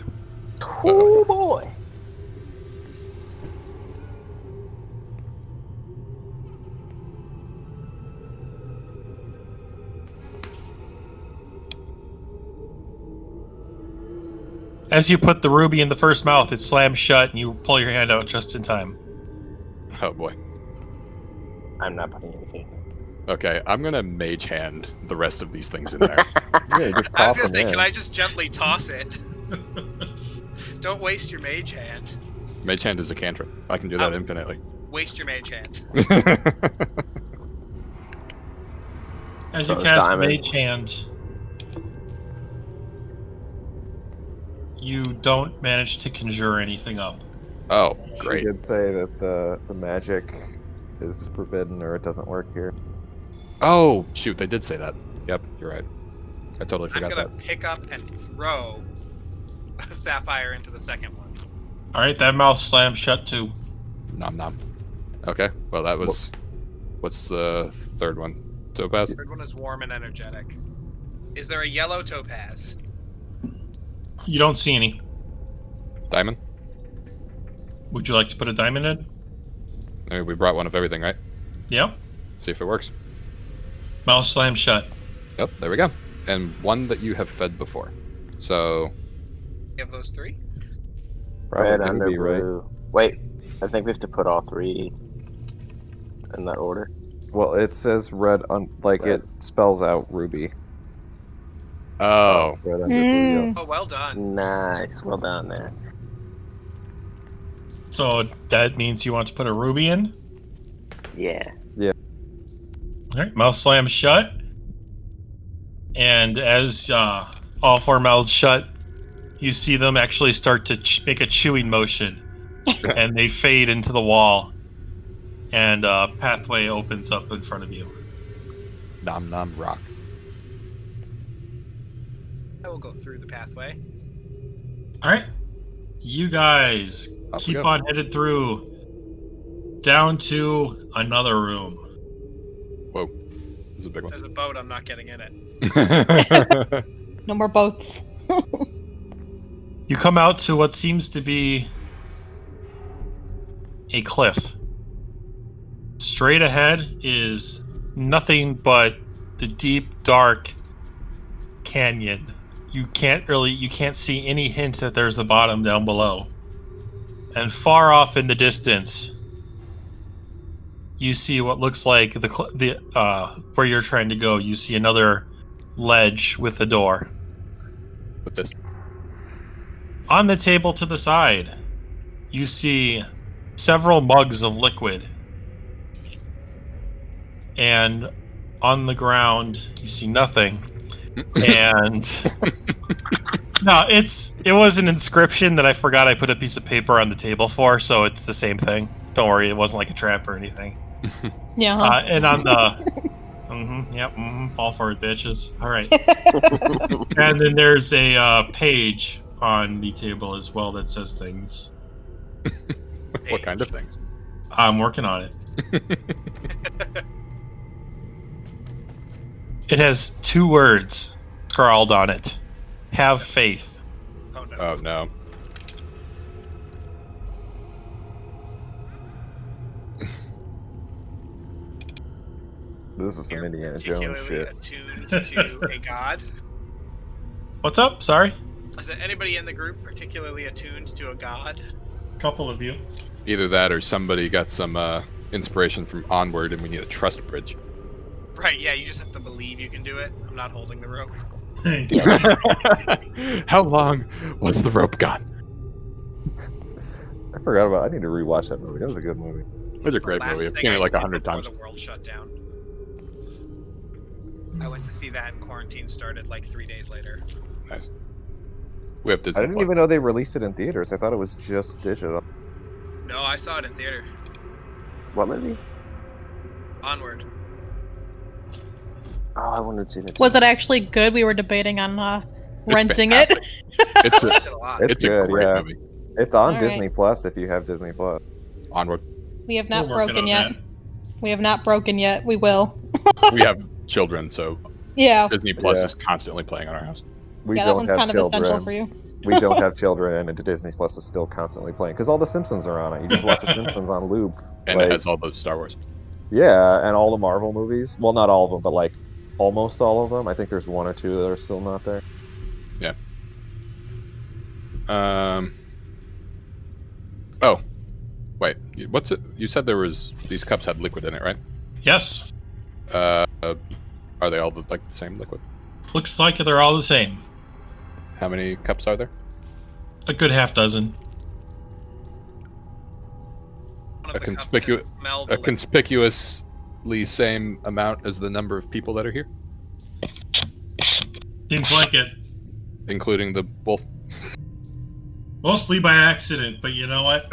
[SPEAKER 7] Oh boy!
[SPEAKER 1] As you put the ruby in the first mouth, it slams shut, and you pull your hand out just in time.
[SPEAKER 3] Oh boy.
[SPEAKER 7] I'm not putting anything.
[SPEAKER 3] Okay, I'm gonna mage hand the rest of these things in there.
[SPEAKER 4] Yeah, just
[SPEAKER 2] I was
[SPEAKER 4] pop
[SPEAKER 2] gonna
[SPEAKER 4] them
[SPEAKER 2] say,
[SPEAKER 4] in.
[SPEAKER 2] can I just gently toss it? Don't waste your mage hand.
[SPEAKER 3] mage hand is a cantrip. I can do that infinitely.
[SPEAKER 2] Waste your mage hand.
[SPEAKER 1] As
[SPEAKER 7] So
[SPEAKER 1] you
[SPEAKER 7] it's
[SPEAKER 1] cast
[SPEAKER 7] diamond.
[SPEAKER 1] Mage Hand, you don't manage to conjure anything up.
[SPEAKER 3] Oh,
[SPEAKER 4] She
[SPEAKER 3] great.
[SPEAKER 4] did say that the the magic is forbidden or it doesn't work here.
[SPEAKER 3] Oh, shoot, they did say that. Yep, you're right. I totally
[SPEAKER 2] I'm
[SPEAKER 3] forgot
[SPEAKER 2] gonna pick up and throw a sapphire into the second one.
[SPEAKER 1] All right, that mouth slams shut too.
[SPEAKER 3] that. Nom nom. Okay, well, that was. What's the third one? Topaz?
[SPEAKER 2] Third one is warm and energetic. Is there a yellow topaz?
[SPEAKER 1] You don't see any.
[SPEAKER 3] Diamond?
[SPEAKER 1] Would you like to put a diamond in?
[SPEAKER 3] I mean, we brought one of everything, right?
[SPEAKER 1] Yep.
[SPEAKER 3] See if it works.
[SPEAKER 1] Mouth slams shut.
[SPEAKER 3] Yep, there we go. And one that you have fed before. So,
[SPEAKER 2] You have those three?
[SPEAKER 4] Probably
[SPEAKER 7] Red
[SPEAKER 4] gonna
[SPEAKER 7] under
[SPEAKER 4] be, right?
[SPEAKER 7] blue. Wait, I think we have to put all three in that order.
[SPEAKER 4] Well, it says red un- like
[SPEAKER 7] Red.
[SPEAKER 4] it spells out ruby.
[SPEAKER 3] oh,
[SPEAKER 4] Red under blue.
[SPEAKER 5] Mm.
[SPEAKER 4] yeah.
[SPEAKER 2] Oh, well done.
[SPEAKER 7] Nice, well done there.
[SPEAKER 1] So that means you want to put a ruby in.
[SPEAKER 7] Yeah.
[SPEAKER 1] All right, mouth slams shut. And as uh, all four mouths shut, you see them actually start to ch- make a chewing motion, and they fade into the wall. And uh, pathway opens up in front of you.
[SPEAKER 3] nom nom rock.
[SPEAKER 2] I will go through the pathway.
[SPEAKER 1] All right, you guys
[SPEAKER 3] Off we
[SPEAKER 1] keep
[SPEAKER 3] go.
[SPEAKER 1] on headed through, down to another room.
[SPEAKER 3] This is a big
[SPEAKER 2] There's a boat. I'm not getting in it.
[SPEAKER 3] one.
[SPEAKER 5] No more boats.
[SPEAKER 1] You come out to what seems to be a cliff. Straight ahead is nothing but the deep, dark canyon. You can't really, you can't see any hint that there's the bottom down below. And far off in the distance, you see what looks like the cl- the uh, where you're trying to go. You see another ledge with a door
[SPEAKER 3] With this.
[SPEAKER 1] on the table to the side, you see several mugs of liquid. And on the ground, you see nothing. and no, it's it was an inscription that I forgot I put a piece of paper on the table for, so it's the same thing. Don't worry, it wasn't like a trap or anything.
[SPEAKER 5] Yeah. huh?
[SPEAKER 1] Uh, and on the, mm-hmm, yep, mhm, fall for it, bitches. All right. and then there's a uh, page on the table as well that says things.
[SPEAKER 3] what kind of things?
[SPEAKER 1] I'm working on it. it has two words scrawled on it. Have faith.
[SPEAKER 2] Oh no.
[SPEAKER 3] Oh, no.
[SPEAKER 5] Hmm.
[SPEAKER 4] This is some
[SPEAKER 2] You're
[SPEAKER 4] Indiana Jones
[SPEAKER 2] particularly
[SPEAKER 4] shit.
[SPEAKER 2] attuned to a god.
[SPEAKER 1] What's up? Sorry.
[SPEAKER 2] Is there anybody in the group particularly attuned to a god?
[SPEAKER 1] Couple of you.
[SPEAKER 3] Either that or somebody got some uh, inspiration from Onward and we need a trust bridge.
[SPEAKER 2] Right. Yeah. You just have to believe you can do it. I'm not holding the rope.
[SPEAKER 3] How long was the rope gone?
[SPEAKER 4] I forgot about. I need to rewatch that movie. That was a good movie.
[SPEAKER 3] It was a great
[SPEAKER 2] Last
[SPEAKER 3] movie. I've
[SPEAKER 2] thing
[SPEAKER 3] seen
[SPEAKER 2] I
[SPEAKER 3] it like
[SPEAKER 2] did
[SPEAKER 3] a hundred
[SPEAKER 2] before
[SPEAKER 3] times.
[SPEAKER 2] The world shut down. I went to see that, and quarantine started like three days later.
[SPEAKER 3] Nice. We have to.
[SPEAKER 4] I didn't even know they released it in theaters. I thought it was just digital.
[SPEAKER 2] No, I saw it in theater.
[SPEAKER 7] What movie?
[SPEAKER 2] Onward.
[SPEAKER 7] Oh, I wanted to see that. too.
[SPEAKER 5] Was it actually good? We were debating on uh,
[SPEAKER 3] It's
[SPEAKER 5] renting it.
[SPEAKER 3] It's a,
[SPEAKER 2] Did a lot.
[SPEAKER 4] It's,
[SPEAKER 3] it's
[SPEAKER 4] good.
[SPEAKER 3] a great
[SPEAKER 4] yeah,
[SPEAKER 3] movie.
[SPEAKER 4] it's on
[SPEAKER 5] All right.
[SPEAKER 4] Disney Plus if you have Disney Plus.
[SPEAKER 3] Onward.
[SPEAKER 5] We have not
[SPEAKER 1] We're working
[SPEAKER 5] broken
[SPEAKER 1] on
[SPEAKER 5] yet. We have not broken yet. We will.
[SPEAKER 3] we have children, so
[SPEAKER 5] Yeah.
[SPEAKER 3] Disney Plus
[SPEAKER 4] Yeah.
[SPEAKER 3] is constantly playing on our house.
[SPEAKER 4] We
[SPEAKER 5] yeah, that
[SPEAKER 4] don't
[SPEAKER 5] one's
[SPEAKER 4] have
[SPEAKER 5] kind of essential
[SPEAKER 4] children.
[SPEAKER 5] for you.
[SPEAKER 4] we don't have children, and Disney Plus is still constantly playing because all the Simpsons are on it. You just watch the Simpsons on loop.
[SPEAKER 3] And
[SPEAKER 4] Like-
[SPEAKER 3] it has all those Star Wars.
[SPEAKER 4] Yeah, and all the Marvel movies. Well, not all of them, but like almost all of them. I think there's one or two that are still not there.
[SPEAKER 3] Um. Oh, wait. you- What's it? You said there was these cups had liquid in it, right?
[SPEAKER 1] Yes.
[SPEAKER 3] Uh, uh, are they all the, like the same liquid?
[SPEAKER 1] Looks like they're all the same.
[SPEAKER 3] How many cups are there?
[SPEAKER 1] A good half dozen.
[SPEAKER 2] One of
[SPEAKER 3] a
[SPEAKER 2] the cups
[SPEAKER 3] conspicu-
[SPEAKER 2] that smelled
[SPEAKER 3] A
[SPEAKER 2] like-
[SPEAKER 3] conspicuously same amount as the number of people that are here.
[SPEAKER 1] Seems like it.
[SPEAKER 3] including the wolf.
[SPEAKER 1] Mostly by accident, but you know what?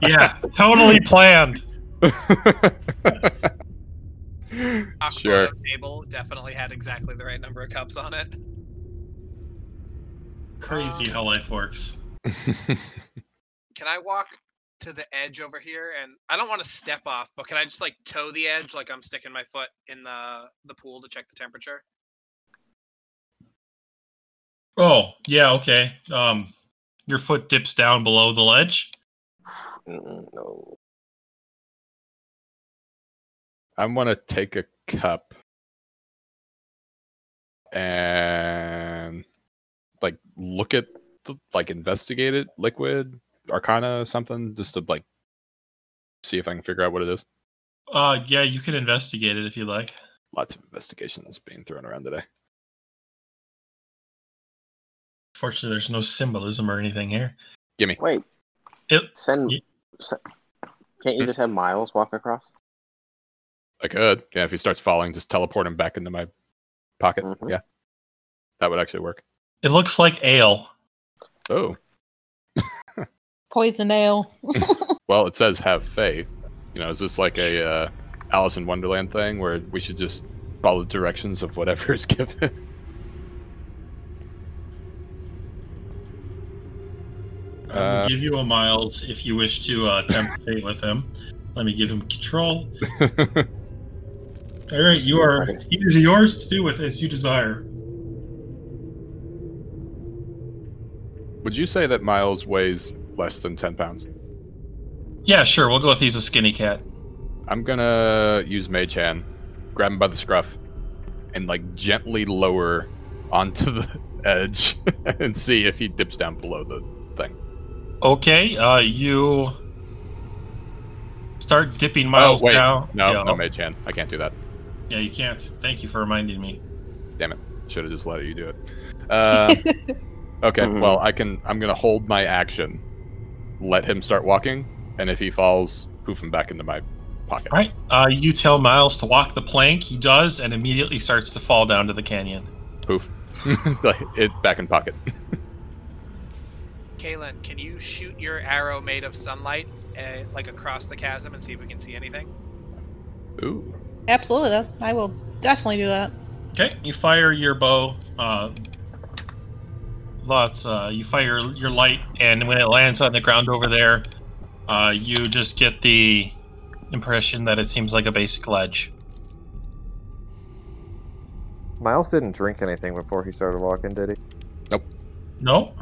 [SPEAKER 1] yeah, totally planned.
[SPEAKER 2] Aqua
[SPEAKER 3] Sure.
[SPEAKER 2] table definitely had exactly the right number of cups on it.
[SPEAKER 1] Crazy how life works.
[SPEAKER 2] Can I walk to the edge over here? And I don't want to step off, but can I just like toe the edge, like I'm sticking my foot in the the pool to check the temperature?
[SPEAKER 1] Oh, yeah, okay. Um, your foot dips down below the ledge.
[SPEAKER 7] Mm, No.
[SPEAKER 3] I want to take a cup and like look at the, like investigate it, liquid, arcana, something, just to like see if I can figure out what it is.
[SPEAKER 1] Uh, yeah, you can investigate it if you like.
[SPEAKER 3] Lots of investigations being thrown around today.
[SPEAKER 1] Fortunately, there's no symbolism or anything here.
[SPEAKER 7] Wait.
[SPEAKER 1] It-
[SPEAKER 7] Send.
[SPEAKER 1] y-
[SPEAKER 7] se- Can't you just have Miles walk across?
[SPEAKER 3] I could, yeah. If he starts falling, just teleport him back into my pocket.
[SPEAKER 7] Mhm.
[SPEAKER 3] Yeah, that would actually work.
[SPEAKER 1] It looks like ale.
[SPEAKER 3] Oh,
[SPEAKER 5] Poison ale.
[SPEAKER 3] well, it says have faith. You know, is this like a uh, Alice in Wonderland thing where we should just follow the directions of whatever is given?
[SPEAKER 1] I will
[SPEAKER 3] Uh.
[SPEAKER 1] give you a Miles if you wish to uh, attempt fate with him. Let me give him control. All right, you are. It is yours to do with as you desire.
[SPEAKER 3] Would you say that Miles weighs less than 10 pounds?
[SPEAKER 1] Yeah, sure. We'll go with he's a skinny cat.
[SPEAKER 3] I'm gonna use Mage Hand, grab him by the scruff, and like gently lower onto the edge and see if he dips down below the.
[SPEAKER 1] Okay, uh, you start dipping Miles
[SPEAKER 3] Oh, wait.
[SPEAKER 1] down.
[SPEAKER 3] No,
[SPEAKER 1] yeah,
[SPEAKER 3] no Mage Hand. I can't do that.
[SPEAKER 1] yeah, you can't. Thank you for reminding me.
[SPEAKER 3] Should have just let you do it. Uh, okay,
[SPEAKER 7] Mhm.
[SPEAKER 3] well, I can. I'm gonna hold my action, let him start walking, and if he falls, poof him back into my pocket.
[SPEAKER 1] All right, uh, you tell Miles to walk the plank. He does, and immediately starts to fall down to the canyon.
[SPEAKER 3] Poof. Like, it back in pocket.
[SPEAKER 2] Kaylin, can you shoot your arrow made of sunlight uh, like across the chasm and see if we can see anything?
[SPEAKER 3] Ooh.
[SPEAKER 5] Absolutely, though. I will definitely do that.
[SPEAKER 1] Okay, you fire your bow. Uh, lots. Uh, you fire your light, and when it lands on the ground over there, uh, you just get the impression that it seems like a basic ledge.
[SPEAKER 4] Miles didn't drink anything before he started walking, did he?
[SPEAKER 1] No,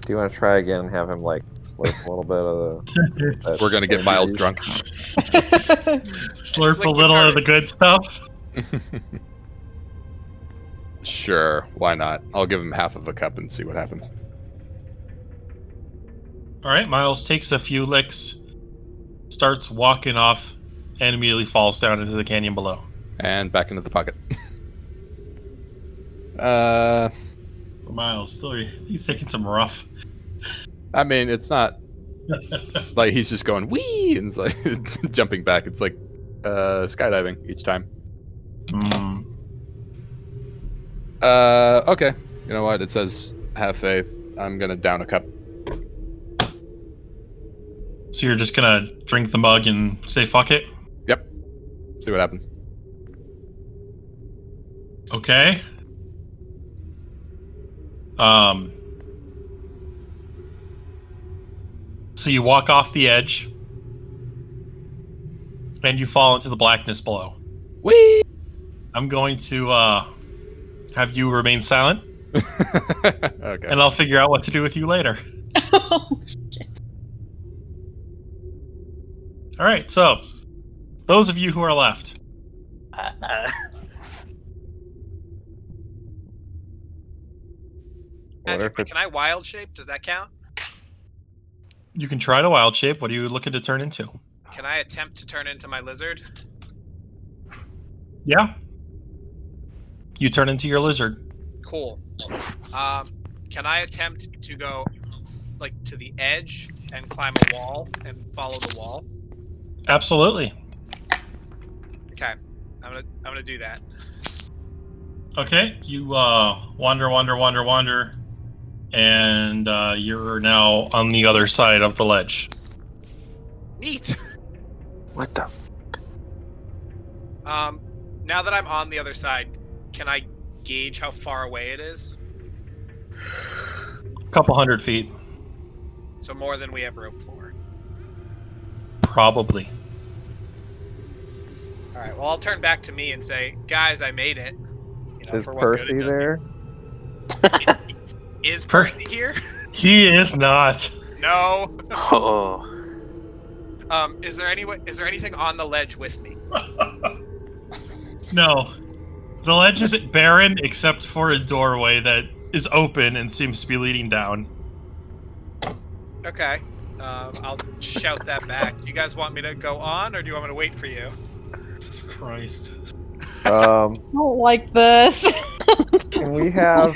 [SPEAKER 4] Do you want to try again and have him like slurp a little bit of the? that
[SPEAKER 3] We're gonna get Miles
[SPEAKER 4] same
[SPEAKER 3] drunk.
[SPEAKER 1] slurp
[SPEAKER 2] like
[SPEAKER 1] a
[SPEAKER 2] your
[SPEAKER 1] little of
[SPEAKER 2] garden.
[SPEAKER 1] the good stuff.
[SPEAKER 3] sure, why not? I'll give him half of a cup and see what happens.
[SPEAKER 1] All right, Miles takes a few licks, starts walking off, and immediately falls down into the canyon below.
[SPEAKER 3] And back into the pocket. uh,
[SPEAKER 1] Miles, still, he's taking some rough.
[SPEAKER 3] I mean, it's not like he's just going wee and it's like jumping back. It's like uh, skydiving each time.
[SPEAKER 1] Hmm.
[SPEAKER 3] Uh, okay. You know what? It says have faith. I'm gonna down a cup.
[SPEAKER 1] So you're just gonna drink the mug and say fuck it?
[SPEAKER 3] See what happens.
[SPEAKER 1] Okay. Um. So you walk off the edge, and you fall into the blackness below.
[SPEAKER 3] Wee.
[SPEAKER 1] I'm going to uh, have you remain silent,
[SPEAKER 3] okay.
[SPEAKER 1] and I'll figure out what to do with you later. All right. So, those of you who are left,
[SPEAKER 4] Wonder
[SPEAKER 2] Magic,
[SPEAKER 4] if it-
[SPEAKER 2] can I wild shape? Does that count?
[SPEAKER 1] you can try to wild shape. What are you looking to turn into?
[SPEAKER 2] Can I attempt to turn into my lizard?
[SPEAKER 1] Yeah. You turn into your lizard.
[SPEAKER 2] Cool. Um, can I attempt to go like to the edge and climb a wall and follow the wall?
[SPEAKER 1] Absolutely.
[SPEAKER 2] Okay, I'm gonna I'm gonna do that.
[SPEAKER 12] Okay, you uh, wander, wander, wander, wander, and uh, you're now on the other side of the ledge.
[SPEAKER 2] Neat.
[SPEAKER 7] What the?
[SPEAKER 2] Um, now that I'm on the other side, can I gauge how far away it is?
[SPEAKER 1] A couple hundred feet,
[SPEAKER 2] So more than we have room for.
[SPEAKER 1] probably.
[SPEAKER 2] All right. Well, I'll turn back to me and say, guys, I made it. You know,
[SPEAKER 4] Is
[SPEAKER 2] for what good it
[SPEAKER 4] Percy
[SPEAKER 2] does me.
[SPEAKER 4] there?
[SPEAKER 2] Is
[SPEAKER 1] Per-
[SPEAKER 2] Percy here?
[SPEAKER 1] He is not.
[SPEAKER 2] No.
[SPEAKER 7] Oh.
[SPEAKER 2] Um, is there any wa- is there anything on the ledge with me?
[SPEAKER 1] No. The ledge is barren except for a doorway that is open and seems to be leading down.
[SPEAKER 2] Okay. Um, I'll shout that back. Do you guys want me to go on, or do you want me to wait for you?
[SPEAKER 12] Christ.
[SPEAKER 4] Um,
[SPEAKER 5] I don't like this.
[SPEAKER 4] can we have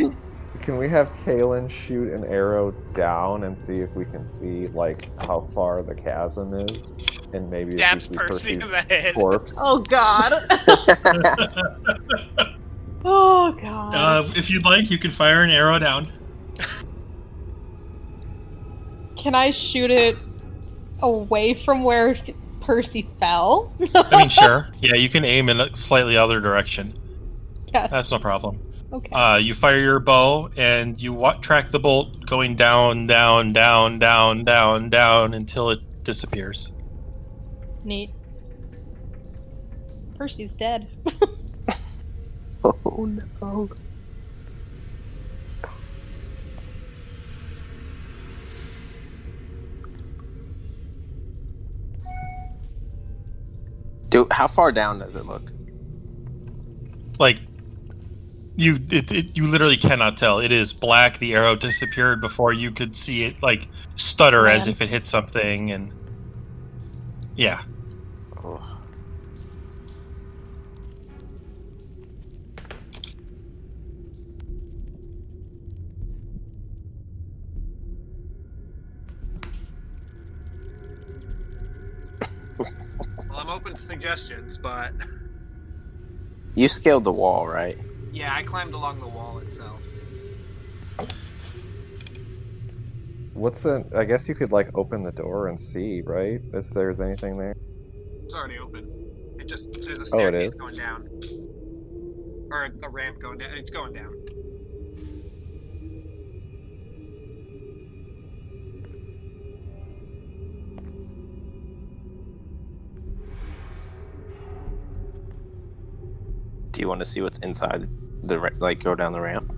[SPEAKER 4] can we have Kalen shoot an arrow down and see if we can see like how far the chasm is, and maybe if
[SPEAKER 2] Dabs
[SPEAKER 4] we see
[SPEAKER 2] Percy in
[SPEAKER 4] Percy's
[SPEAKER 2] the head.
[SPEAKER 4] corpse?
[SPEAKER 5] oh God. oh God.
[SPEAKER 12] Uh, if you'd like, you can fire an arrow down.
[SPEAKER 5] Can I shoot it away from where Percy fell?
[SPEAKER 1] I mean, sure. Yeah, you can aim in a slightly other direction.
[SPEAKER 5] Yeah.
[SPEAKER 1] That's no problem.
[SPEAKER 5] Okay.
[SPEAKER 1] Uh, you fire your bow and you wa- track the bolt going down, down, down, down, down, down until it disappears.
[SPEAKER 5] Neat. Percy's dead.
[SPEAKER 7] Oh no. Dude, how far down does it look?
[SPEAKER 1] Like you, it, it, you literally cannot tell. It is black. The arrow disappeared before you could see it, like stutter as
[SPEAKER 5] Man.
[SPEAKER 1] if it hit something. And yeah,
[SPEAKER 7] Oh.
[SPEAKER 2] Well, I'm open to suggestions, but
[SPEAKER 7] You scaled the wall, right?
[SPEAKER 2] yeah, I climbed along the wall itself.
[SPEAKER 4] What's an? I guess you could like open the door and see, right? If there's anything there.
[SPEAKER 2] It's already open. It just there's a
[SPEAKER 4] Oh, it
[SPEAKER 2] staircase
[SPEAKER 4] is?
[SPEAKER 2] going down, or a, a ramp going down. It's going down.
[SPEAKER 7] Do you want to see what's inside the ra- like go down the ramp?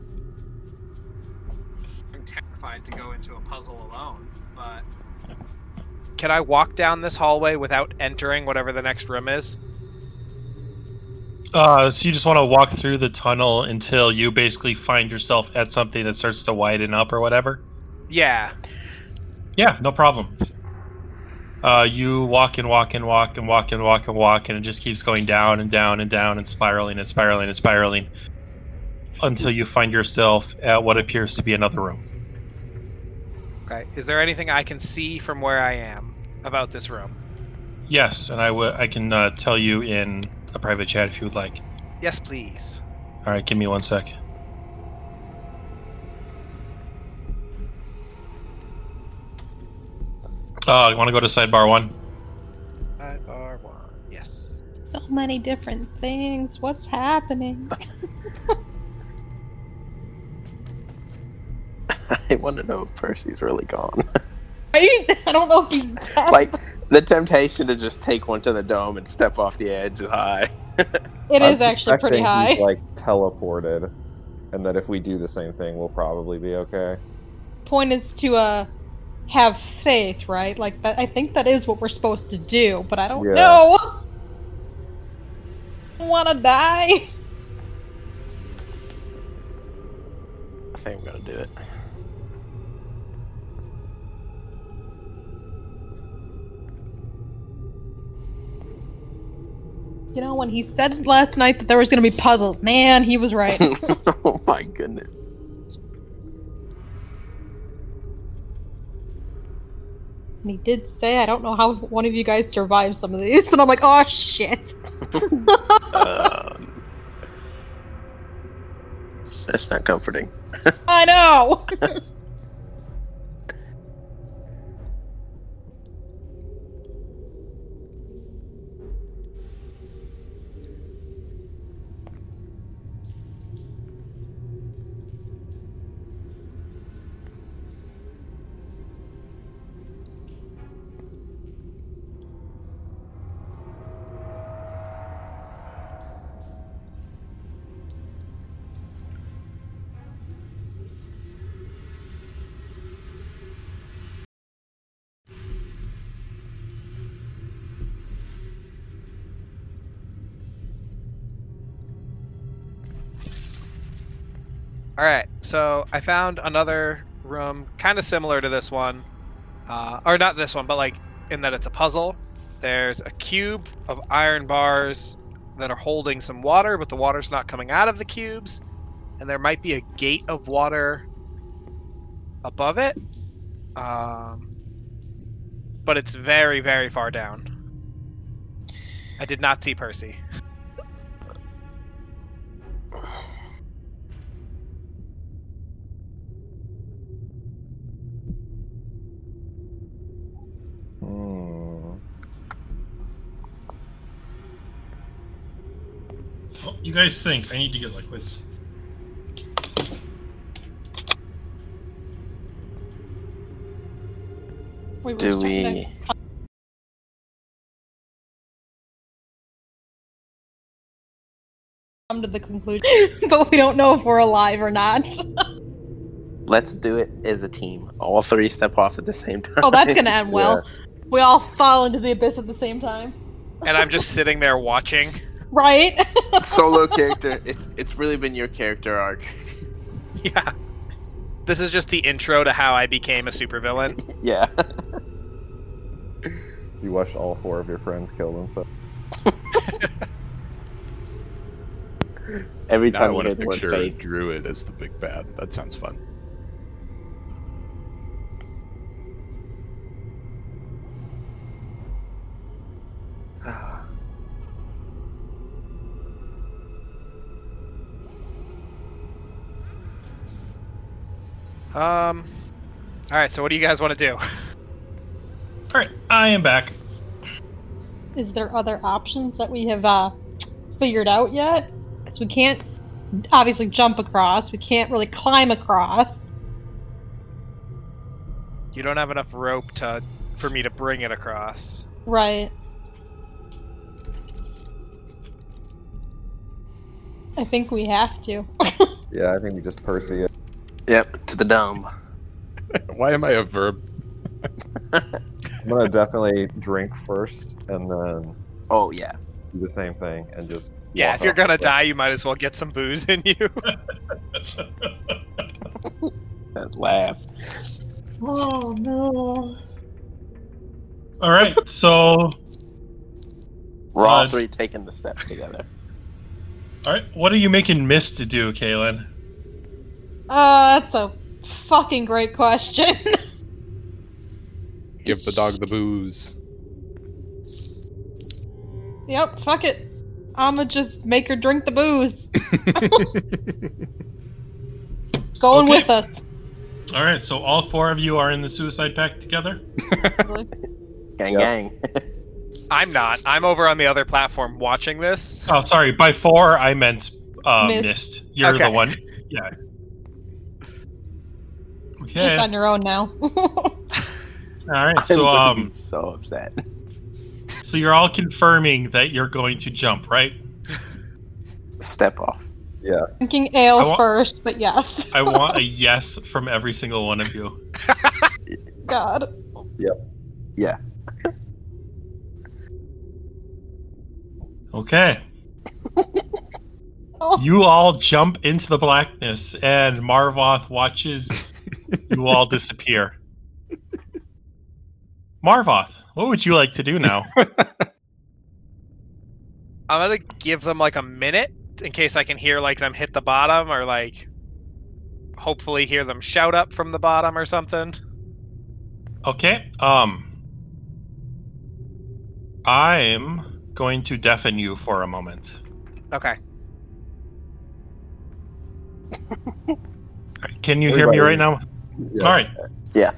[SPEAKER 2] I'm terrified to go into a puzzle alone, but. Can I walk down this hallway without entering whatever the next room is?
[SPEAKER 1] Uh, so you just want to walk through the tunnel until you basically find yourself at something that starts to widen up or whatever.
[SPEAKER 2] Yeah.
[SPEAKER 1] Yeah, no problem. Uh, you walk and walk and walk and walk and walk and walk, and it just keeps going down and down and down and spiraling and spiraling and spiraling until you find yourself at what appears to be another room.
[SPEAKER 2] Okay. Is there anything I can see from where I am about this room?
[SPEAKER 1] Yes, and I wi- I can uh, tell you in a private chat if you would like.
[SPEAKER 2] Yes, please.
[SPEAKER 1] All right, give me one sec. Uh, you want to go to sidebar one?
[SPEAKER 2] Sidebar one. Yes.
[SPEAKER 5] So many different things. What's happening?
[SPEAKER 7] I want to know if Percy's really gone.
[SPEAKER 5] Right? I don't know if he's dead.
[SPEAKER 7] like the temptation to just take one to the dome and step off the edge is high.
[SPEAKER 5] it
[SPEAKER 4] I'm
[SPEAKER 5] is actually pretty
[SPEAKER 4] suspecting
[SPEAKER 5] high.
[SPEAKER 4] He's, like teleported, and that if we do the same thing, we'll probably be okay.
[SPEAKER 5] Point is to uh have faith, right? Like that. I think that is what we're supposed to do, but I don't
[SPEAKER 4] Yeah.
[SPEAKER 5] know. Want to die?
[SPEAKER 7] I think I'm gonna do it.
[SPEAKER 5] You know, when he said last night that there was going to be puzzles, man, he was right.
[SPEAKER 7] oh my goodness.
[SPEAKER 5] And he did say, I don't know how one of you guys survived some of these. And I'm like, oh shit.
[SPEAKER 7] Um,
[SPEAKER 13] That's not comforting.
[SPEAKER 5] I know.
[SPEAKER 2] All right, so I found another room kind of similar to this one, uh, or not this one, but like in that it's a puzzle. There's a cube of iron bars that are holding some water, but the water's not coming out of the cubes, and there might be a gate of water above it, um, but it's very, very far down. I did not see Percy.
[SPEAKER 4] Hmm.
[SPEAKER 1] Oh, you guys think I need to get liquids?
[SPEAKER 5] We were
[SPEAKER 13] Do
[SPEAKER 5] just talking
[SPEAKER 13] we?
[SPEAKER 5] to Come to the conclusion, but we don't know if we're alive or not.
[SPEAKER 13] Let's do it as a team. All three step off at the same time.
[SPEAKER 5] Oh, that's gonna end well. We all fall into the abyss at the same time,
[SPEAKER 2] And I'm just sitting there watching.
[SPEAKER 5] right?
[SPEAKER 13] Solo character. It's it's really been your character arc.
[SPEAKER 2] Yeah. This is just the intro to how I became a supervillain.
[SPEAKER 13] Yeah.
[SPEAKER 4] You watched all four of your friends kill themselves.
[SPEAKER 13] Every
[SPEAKER 3] Now I
[SPEAKER 13] time you
[SPEAKER 3] want to
[SPEAKER 13] hear the word
[SPEAKER 3] picture
[SPEAKER 13] faith,
[SPEAKER 3] Druid as the big bad. That sounds fun.
[SPEAKER 2] Um. All right. So, what do you guys want to do?
[SPEAKER 1] All right, I am back.
[SPEAKER 5] Is there other options that we have uh, figured out yet? Because we can't obviously jump across. We can't really climb across.
[SPEAKER 2] You don't have enough rope to for me to bring it across.
[SPEAKER 5] Right. I think we have to.
[SPEAKER 4] Yeah, I think we just Percy it.
[SPEAKER 13] yep, to the dome.
[SPEAKER 3] Why am I a verb?
[SPEAKER 4] I'm gonna definitely drink first, and then
[SPEAKER 13] Oh yeah.
[SPEAKER 4] do the same thing, and just
[SPEAKER 2] Yeah.
[SPEAKER 4] walk
[SPEAKER 2] If you're
[SPEAKER 4] off
[SPEAKER 2] gonna
[SPEAKER 4] the cliff.
[SPEAKER 2] die, you might as well get some booze in you.
[SPEAKER 13] That laugh.
[SPEAKER 5] Oh no.
[SPEAKER 1] All right, so
[SPEAKER 13] We're all
[SPEAKER 1] Uh,
[SPEAKER 13] three taking the steps together.
[SPEAKER 1] all right, what are you making Mist to do, Kaylin?
[SPEAKER 5] Uh, that's a fucking great question.
[SPEAKER 3] Give the dog the booze.
[SPEAKER 5] yep, fuck it. I'ma just make her drink the booze. Going
[SPEAKER 1] Okay.
[SPEAKER 5] with us.
[SPEAKER 1] All right, so all four of you are in the suicide pact together.
[SPEAKER 13] Gang
[SPEAKER 4] Yep.
[SPEAKER 13] gang.
[SPEAKER 2] I'm not. I'm over on the other platform watching this.
[SPEAKER 1] Oh, sorry, by four I meant uh,
[SPEAKER 5] Mist.
[SPEAKER 1] Mist. You're
[SPEAKER 2] Okay.
[SPEAKER 1] the one. Yeah. Okay.
[SPEAKER 5] Just on your own now.
[SPEAKER 1] All right. So
[SPEAKER 13] I'm gonna be
[SPEAKER 1] um,
[SPEAKER 13] so upset.
[SPEAKER 1] so you're all confirming that you're going to jump, right?
[SPEAKER 13] Step off.
[SPEAKER 5] Drinking
[SPEAKER 1] I
[SPEAKER 5] ale
[SPEAKER 1] wa-
[SPEAKER 5] first, but yes.
[SPEAKER 1] I want a yes from every single one of you.
[SPEAKER 5] God.
[SPEAKER 1] Okay.
[SPEAKER 5] Oh.
[SPEAKER 1] You all jump into the blackness, and Marvoth watches you all disappear. Marvoth, what would you like to do now?
[SPEAKER 2] I'm gonna give them like a minute in case I can hear like them hit the bottom or like hopefully hear them shout up from the bottom or something.
[SPEAKER 1] Okay. Um, I'm going to deafen you for a moment.
[SPEAKER 2] Okay.
[SPEAKER 1] Can you hear me right
[SPEAKER 4] Everybody-
[SPEAKER 1] now? All right.
[SPEAKER 7] Yeah.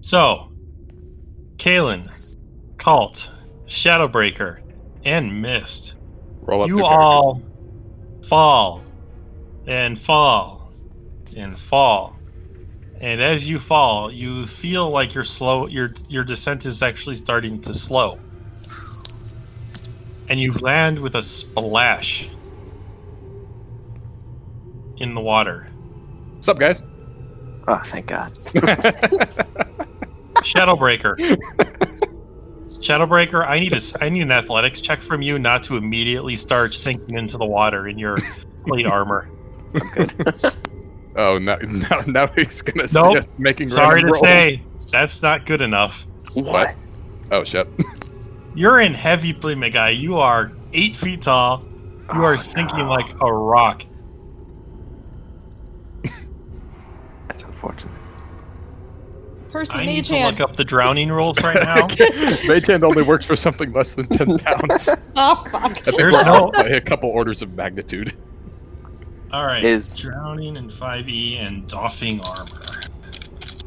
[SPEAKER 1] So, Kalen, Cult, Shadowbreaker, and Mist,
[SPEAKER 3] Roll up.
[SPEAKER 1] you
[SPEAKER 3] your character.
[SPEAKER 1] all fall and fall and fall. And as you fall, you feel like your slow your your descent is actually starting to slow. And you land with a splash in the water.
[SPEAKER 3] What's up, guys?
[SPEAKER 7] Oh, thank God.
[SPEAKER 1] Shadowbreaker. Shadowbreaker, I need a s- I need an athletics check from you not to immediately start sinking into the water in your plate armor.
[SPEAKER 3] Oh, now, now, now he's gonna
[SPEAKER 1] Nope.
[SPEAKER 3] see us making.
[SPEAKER 1] Sorry
[SPEAKER 3] random
[SPEAKER 1] to
[SPEAKER 3] rolls.
[SPEAKER 1] say, that's not good enough.
[SPEAKER 3] What? Oh shit!
[SPEAKER 1] You're in heavy plate, my guy. You are eight feet tall. You
[SPEAKER 7] Oh,
[SPEAKER 1] are sinking
[SPEAKER 7] no.
[SPEAKER 1] like a rock.
[SPEAKER 7] That's unfortunate.
[SPEAKER 5] Percy
[SPEAKER 1] I need
[SPEAKER 5] Mage
[SPEAKER 1] to look
[SPEAKER 5] Hand.
[SPEAKER 1] up the drowning rules right now.
[SPEAKER 3] Maytan only works for something less than ten pounds. I
[SPEAKER 5] Oh fuck.
[SPEAKER 3] think
[SPEAKER 1] There's
[SPEAKER 3] we're
[SPEAKER 1] no-
[SPEAKER 3] off by a couple orders of magnitude.
[SPEAKER 1] All right,
[SPEAKER 7] Is-
[SPEAKER 1] drowning in 5e and doffing armor.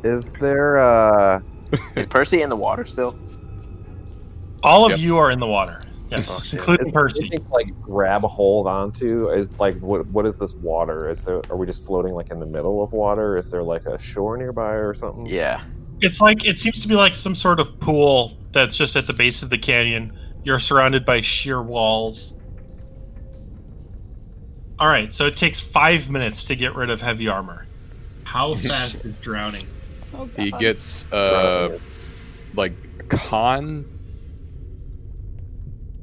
[SPEAKER 4] Is there uh
[SPEAKER 7] Is Percy in the water still?
[SPEAKER 1] All of
[SPEAKER 3] Yep.
[SPEAKER 1] you are in the water, yes,
[SPEAKER 7] Oh, shit.
[SPEAKER 1] including
[SPEAKER 4] is
[SPEAKER 1] Percy.
[SPEAKER 4] anything to, like grab a hold onto? Is like what what is this water? Is there are we just floating like in the middle of water? Is there like a shore nearby or something?
[SPEAKER 7] Yeah.
[SPEAKER 1] It's like it seems to be like some sort of pool that's just at the base of the canyon. You're surrounded by sheer walls. All right, so it takes five minutes to get rid of heavy armor. How fast is drowning?
[SPEAKER 5] Oh,
[SPEAKER 3] He
[SPEAKER 5] God.
[SPEAKER 3] gets
[SPEAKER 4] Rather
[SPEAKER 3] uh,
[SPEAKER 4] than-
[SPEAKER 3] like con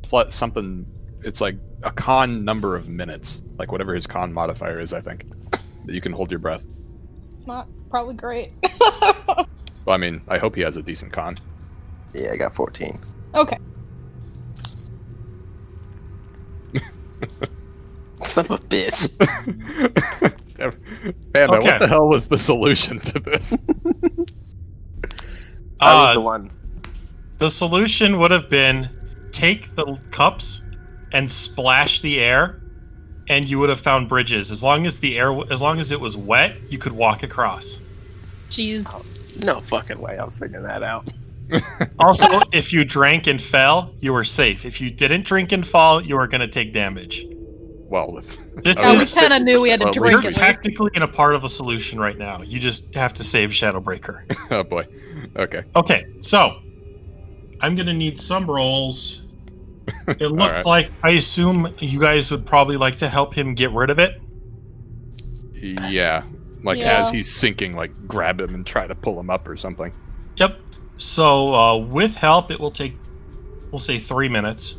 [SPEAKER 3] plus something. It's like a con number of minutes, like whatever his con modifier is. I think that you can hold your breath.
[SPEAKER 5] It's not probably great.
[SPEAKER 3] Well, I mean, I hope he has a decent con.
[SPEAKER 7] Yeah, I got 14.
[SPEAKER 5] okay.
[SPEAKER 7] Son of a bitch.
[SPEAKER 3] Damn. Panda,
[SPEAKER 1] Okay.
[SPEAKER 3] what the hell was the solution to this?
[SPEAKER 7] I was
[SPEAKER 1] Uh,
[SPEAKER 7] the one.
[SPEAKER 1] The solution would have been take the cups and splash the air, and you would have found bridges. As long as the air, as long as it was wet, you could walk across. Oh,
[SPEAKER 5] Jeez.
[SPEAKER 7] No fucking way. I'm figuring that out.
[SPEAKER 1] Also, if you drank and fell, you were safe. If you didn't drink and fall, you were going to take damage.
[SPEAKER 3] well, if,
[SPEAKER 1] This
[SPEAKER 3] Oh,
[SPEAKER 5] Oh, we
[SPEAKER 1] is
[SPEAKER 5] kind of knew we had to
[SPEAKER 3] Well, we
[SPEAKER 5] drink
[SPEAKER 1] you're
[SPEAKER 5] it.
[SPEAKER 1] technically in a part of a solution right now. You just have to save Shadowbreaker.
[SPEAKER 3] oh boy. Okay.
[SPEAKER 1] Okay, so I'm gonna need some rolls. It looks
[SPEAKER 3] right.
[SPEAKER 1] like I assume you guys would probably like to help him get rid of it.
[SPEAKER 3] Yeah. Like
[SPEAKER 5] Yeah.
[SPEAKER 3] as he's sinking, like grab him and try to pull him up or something.
[SPEAKER 1] Yep. So uh, with help, it will take we'll say three minutes.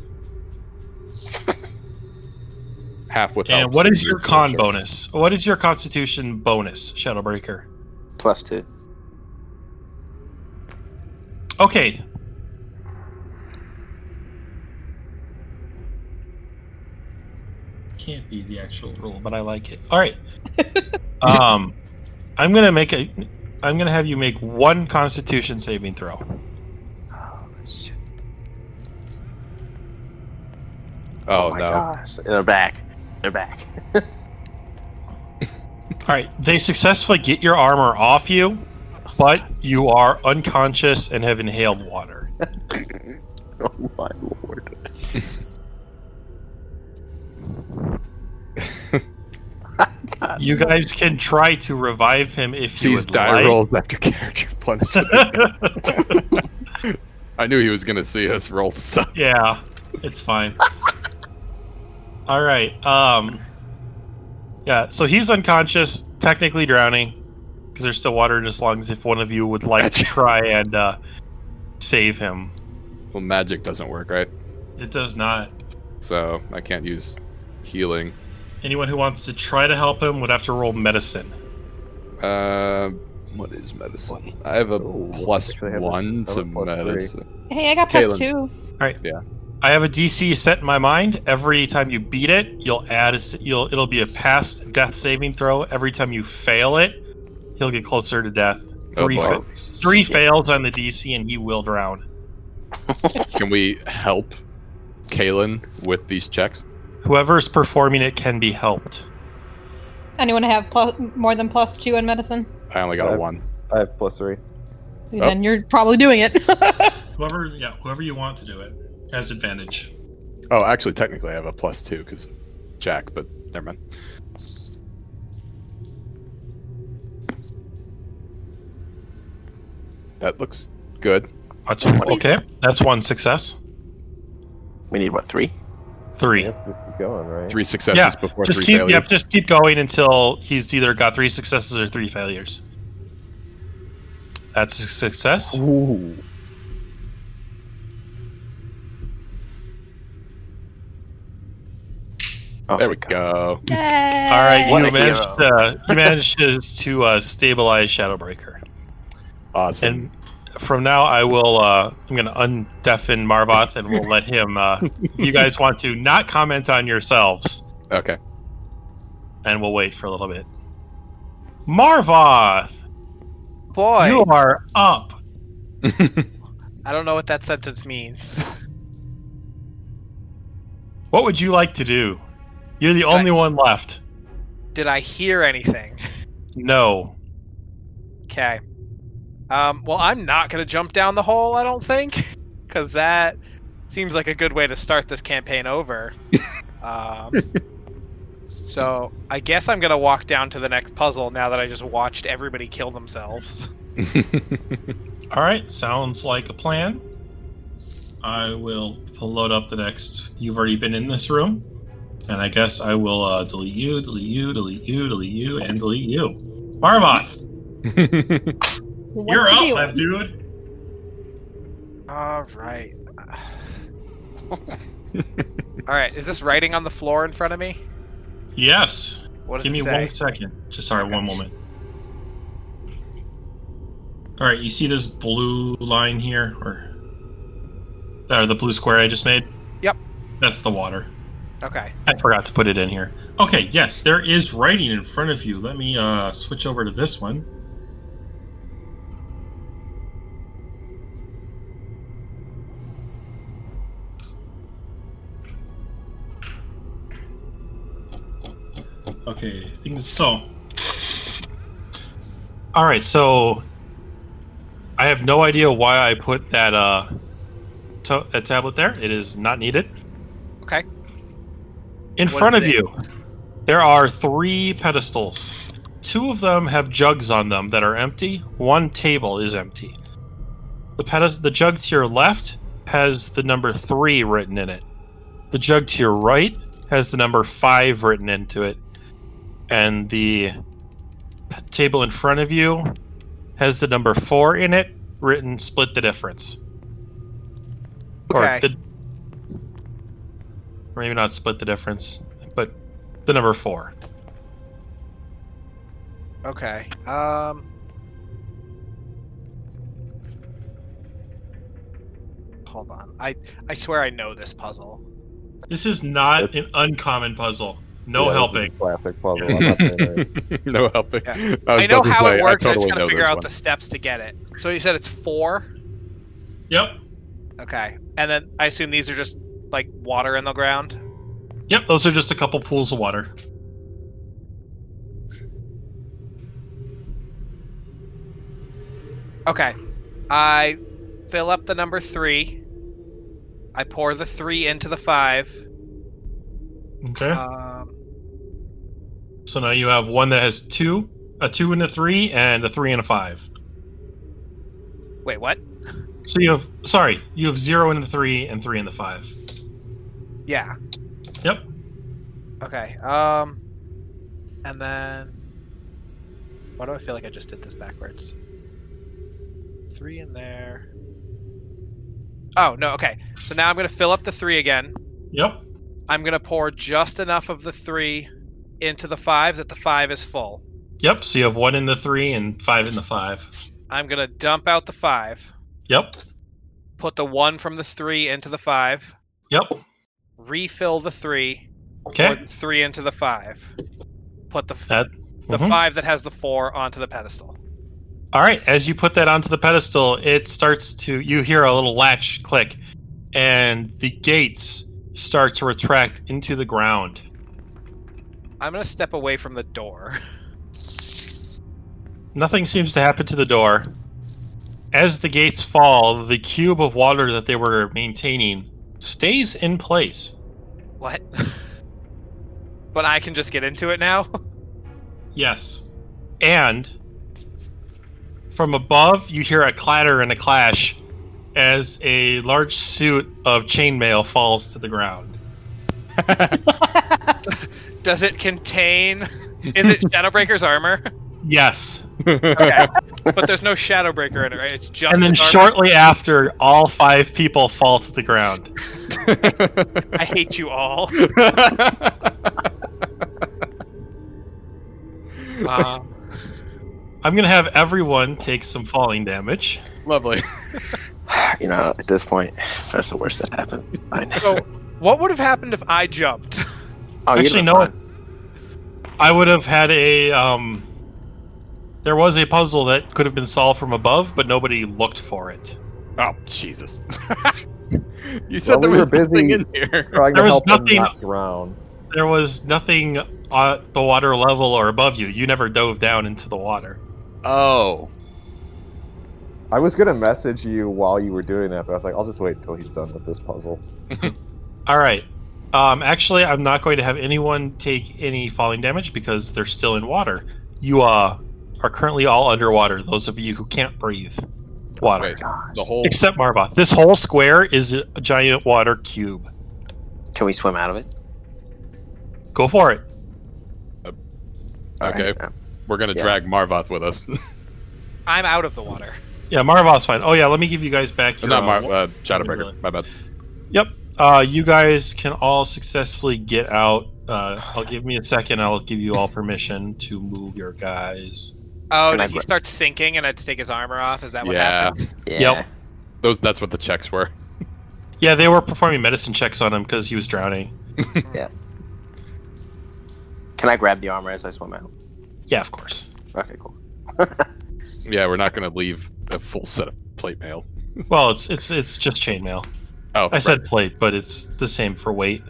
[SPEAKER 3] Half with
[SPEAKER 1] and
[SPEAKER 3] help,
[SPEAKER 1] what
[SPEAKER 3] so
[SPEAKER 1] is
[SPEAKER 3] you-
[SPEAKER 1] your con bonus? What is your Constitution bonus, Shadowbreaker?
[SPEAKER 7] Plus two.
[SPEAKER 1] Okay. Can't be the actual rule, but I like it. All right. um, I'm gonna make a. I'm gonna have you make one Constitution saving throw.
[SPEAKER 7] Oh, shit.
[SPEAKER 3] Oh,
[SPEAKER 7] my
[SPEAKER 3] no.
[SPEAKER 7] gosh. They're back. They're back.
[SPEAKER 1] All right, they successfully get your armor off you, but you are unconscious and have inhaled water.
[SPEAKER 7] Oh my lord.
[SPEAKER 1] You guys can try to revive him if you
[SPEAKER 3] Sees
[SPEAKER 1] would
[SPEAKER 3] die
[SPEAKER 1] like.
[SPEAKER 3] rolls after character plunge. I knew he was gonna see us roll this up.
[SPEAKER 1] Yeah, it's fine. All right. Um. Yeah. So he's unconscious, technically drowning, because there's still water in his lungs. If one of you would like to try and uh, save him,
[SPEAKER 3] Well, magic doesn't work, right?
[SPEAKER 1] it does not.
[SPEAKER 3] So I can't use healing.
[SPEAKER 1] Anyone who wants to try to help him would have to roll medicine.
[SPEAKER 3] Uh, what is medicine? I have a
[SPEAKER 4] Ooh,
[SPEAKER 3] plus
[SPEAKER 4] actually have a-
[SPEAKER 3] one
[SPEAKER 4] I have
[SPEAKER 3] to
[SPEAKER 4] a plus three.
[SPEAKER 3] medicine.
[SPEAKER 5] Hey, I got plus
[SPEAKER 3] Kalen.
[SPEAKER 5] two.
[SPEAKER 1] I have a DC set in my mind. Every time you beat it, you'll add a s- you'll it'll be a past death saving throw. Every time you fail it, he'll get closer to death.
[SPEAKER 3] Oh,
[SPEAKER 1] Three
[SPEAKER 3] boy.
[SPEAKER 1] fa- three fails on the DC and he will drown.
[SPEAKER 3] Can we help Kalen with these checks?
[SPEAKER 1] Whoever's performing it can be helped.
[SPEAKER 5] anyone have plus, more than plus two in medicine?
[SPEAKER 1] Oh.
[SPEAKER 3] I only got a
[SPEAKER 4] Five.
[SPEAKER 3] one.
[SPEAKER 4] I have plus three.
[SPEAKER 3] Oh.
[SPEAKER 5] Then you're probably doing it.
[SPEAKER 12] Whoever, yeah, whoever you want to do it has advantage.
[SPEAKER 3] Oh, actually, technically, I have a plus two because Jack, but never mind. That looks good.
[SPEAKER 1] That's okay. That's one success.
[SPEAKER 13] We need what three?
[SPEAKER 1] Three.
[SPEAKER 4] Yes, just keep going, right?
[SPEAKER 3] Three successes
[SPEAKER 1] Yeah,
[SPEAKER 3] before
[SPEAKER 1] Just
[SPEAKER 3] three
[SPEAKER 1] keep.
[SPEAKER 3] failures.
[SPEAKER 1] Yep. Just keep going until he's either got three successes or three failures. That's a success.
[SPEAKER 4] Ooh.
[SPEAKER 13] Oh,
[SPEAKER 3] There we
[SPEAKER 13] thank
[SPEAKER 3] go.
[SPEAKER 5] Yay!
[SPEAKER 1] All right,
[SPEAKER 13] What
[SPEAKER 1] you
[SPEAKER 13] a
[SPEAKER 1] managed.
[SPEAKER 13] hero.
[SPEAKER 1] Uh, you managed to, to uh, stabilize Shadowbreaker,
[SPEAKER 3] Awesome.
[SPEAKER 1] and from now I will. Uh, I'm going to undeafen Marvoth, and we'll let him. Uh, if you guys want to not comment on yourselves,
[SPEAKER 3] okay.
[SPEAKER 1] and we'll wait for a little bit. Marvoth,
[SPEAKER 2] Boy,
[SPEAKER 1] you are up.
[SPEAKER 2] I don't know what that sentence means.
[SPEAKER 1] What would you like to do? You're the
[SPEAKER 2] Right.
[SPEAKER 1] only one left.
[SPEAKER 2] Did I hear anything?
[SPEAKER 1] No.
[SPEAKER 2] Okay. Um, well, I'm not going to jump down the hole, I don't think, because that seems like a good way to start this campaign over. um, so I guess I'm going to walk down to the next puzzle now that I just watched everybody kill themselves.
[SPEAKER 12] All right, sounds like a plan. I will pull load up the next. You've already been in this room, and I guess I will uh, delete you, delete you, delete you, delete you, and delete you. Marvoth,
[SPEAKER 5] What
[SPEAKER 12] you're
[SPEAKER 5] to
[SPEAKER 12] up,
[SPEAKER 5] do?
[SPEAKER 12] my dude.
[SPEAKER 2] All right. All right. Is this writing on the floor in front of me?
[SPEAKER 12] Yes.
[SPEAKER 2] What does
[SPEAKER 12] Give
[SPEAKER 2] it
[SPEAKER 12] me
[SPEAKER 2] say?
[SPEAKER 12] one second. Just sorry, one moment. All right, you see this blue line here, or or the blue square I just made?
[SPEAKER 2] Yep.
[SPEAKER 12] That's the water.
[SPEAKER 2] Okay.
[SPEAKER 1] I forgot to put it in here.
[SPEAKER 12] Okay, yes, there is writing in front of you. Let me uh, switch over to this one. Okay, things so.
[SPEAKER 1] All right, so I have no idea why I put that uh to- that tablet there. It is not needed.
[SPEAKER 2] Okay.
[SPEAKER 1] In
[SPEAKER 2] What
[SPEAKER 1] front of
[SPEAKER 2] is
[SPEAKER 1] you, there are three pedestals. Two of them have jugs on them that are empty. One table is empty. The pedest- the jug to your left has the number three written in it. The jug to your right has the number five written into it, and the p- table in front of you has the number four in it written. Split the difference.
[SPEAKER 2] Okay.
[SPEAKER 1] the, or maybe not split the difference, but the number four.
[SPEAKER 2] Okay. Um. Hold on. I I swear I know this puzzle.
[SPEAKER 12] This is not an uncommon puzzle. No
[SPEAKER 4] Yeah, this is a
[SPEAKER 12] helping.
[SPEAKER 4] Classic puzzle. I'm uh, not saying it.
[SPEAKER 3] no helping.
[SPEAKER 2] Yeah.
[SPEAKER 3] was
[SPEAKER 2] I know
[SPEAKER 3] about to
[SPEAKER 2] how
[SPEAKER 3] say,
[SPEAKER 2] it works. I,
[SPEAKER 3] totally
[SPEAKER 2] just gotta
[SPEAKER 3] know
[SPEAKER 2] figure
[SPEAKER 3] this
[SPEAKER 2] out
[SPEAKER 3] one.
[SPEAKER 2] the steps to get it. So you said it's four.
[SPEAKER 12] Yep.
[SPEAKER 2] Okay. And then I assume these are just like water in the ground.
[SPEAKER 12] Yep, those are just a couple pools of water.
[SPEAKER 2] Okay. I fill up the number three. I pour the three into the five.
[SPEAKER 12] Okay.
[SPEAKER 2] Um,
[SPEAKER 12] so now you have one that has two, a two and a three, and a three and a five.
[SPEAKER 2] wait, what?
[SPEAKER 12] So you have, sorry, you have zero and the three, and three and the five.
[SPEAKER 2] Yeah.
[SPEAKER 12] Yep.
[SPEAKER 2] Okay. Um, and then why do I feel like I just did this backwards? Three in there. Oh no. Okay. So now I'm gonna fill up the three again.
[SPEAKER 12] Yep.
[SPEAKER 2] I'm gonna pour just enough of the three into the five that the five is full.
[SPEAKER 12] Yep. So you have one in the three and five in the five.
[SPEAKER 2] I'm gonna dump out the five.
[SPEAKER 12] Yep.
[SPEAKER 2] Put the one from the three into the five.
[SPEAKER 12] Yep.
[SPEAKER 2] Refill the three. Pour
[SPEAKER 12] Okay.
[SPEAKER 2] the three into the five. Put the f-
[SPEAKER 1] That-
[SPEAKER 2] the
[SPEAKER 1] mhm.
[SPEAKER 2] five that has the four onto the pedestal.
[SPEAKER 1] All right, as you put that onto the pedestal, it starts to you hear a little latch click and the gates start to retract into the ground.
[SPEAKER 2] I'm gonna step away from the door.
[SPEAKER 1] Nothing seems to happen to the door. As the gates fall, the cube of water that they were maintaining stays in place.
[SPEAKER 2] What? but I can just get into it now.
[SPEAKER 1] Yes. And from above, you hear a clatter and a clash as a large suit of chainmail falls to the ground.
[SPEAKER 2] Does it contain? Is it Shadowbreaker's armor?
[SPEAKER 1] Yes.
[SPEAKER 2] Okay, but there's no Shadowbreaker in it, right? It's just.
[SPEAKER 1] and then
[SPEAKER 2] his armor.
[SPEAKER 1] shortly after, all five people fall to the ground.
[SPEAKER 2] I hate you all. Um,
[SPEAKER 1] I'm going to have everyone take some falling damage.
[SPEAKER 3] Lovely.
[SPEAKER 13] You know, at this point, that's the worst that happened. Fine.
[SPEAKER 2] so, what would have happened if I jumped?
[SPEAKER 13] Oh, you'd
[SPEAKER 1] Actually,
[SPEAKER 13] have
[SPEAKER 1] no.
[SPEAKER 13] fun.
[SPEAKER 1] I would have had a. Um, there was a puzzle that could have been solved from above, but nobody looked for it.
[SPEAKER 3] Oh, Jesus. you said
[SPEAKER 4] Well,
[SPEAKER 3] there
[SPEAKER 4] we
[SPEAKER 3] was
[SPEAKER 4] were
[SPEAKER 3] nothing
[SPEAKER 4] busy-
[SPEAKER 3] in here.
[SPEAKER 4] Trying
[SPEAKER 1] There
[SPEAKER 4] to
[SPEAKER 1] was
[SPEAKER 4] help
[SPEAKER 1] nothing-
[SPEAKER 4] him not drown.
[SPEAKER 1] There was nothing at the water level or above you. You never dove down into the water.
[SPEAKER 3] Oh.
[SPEAKER 4] I was gonna message you while you were doing that, but I was like, I'll just wait until he's done with this puzzle.
[SPEAKER 1] All right. Um, actually, I'm not going to have anyone take any falling damage because they're still in water. You uh, are currently all underwater, those of you who can't breathe water.
[SPEAKER 3] Wait, the whole.
[SPEAKER 1] Except Marva. This whole square is a giant water cube.
[SPEAKER 13] Can we swim out of it?
[SPEAKER 1] Go for it.
[SPEAKER 3] Okay,
[SPEAKER 13] Alright.
[SPEAKER 3] we're going to
[SPEAKER 13] Yeah.
[SPEAKER 3] drag Marvath with us.
[SPEAKER 2] I'm out of the water.
[SPEAKER 1] Yeah, Marva's fine. Oh, yeah, let me give you guys back your.
[SPEAKER 3] Not
[SPEAKER 1] uh,
[SPEAKER 3] Mar- uh, Shadowbreaker. My bad.
[SPEAKER 1] Yep. Uh, you guys can all successfully get out. Uh, I'll give me a second. I'll give you all permission to move your guys.
[SPEAKER 2] Oh,
[SPEAKER 13] Can I
[SPEAKER 2] did he
[SPEAKER 13] gra-
[SPEAKER 2] starts sinking and I had to take his armor off? Is that what
[SPEAKER 3] yeah.
[SPEAKER 2] happened?
[SPEAKER 13] Yeah.
[SPEAKER 3] Those. That's what the checks were.
[SPEAKER 1] Yeah, they were performing medicine checks on him because he was drowning.
[SPEAKER 13] Can I grab the armor as I swim out?
[SPEAKER 1] Yeah, of course.
[SPEAKER 13] Okay, cool.
[SPEAKER 3] Yeah, we're not going to leave a full set of plate mail.
[SPEAKER 1] Well, it's it's it's just chainmail.
[SPEAKER 3] Oh,
[SPEAKER 1] I said plate, but it's the same for weight.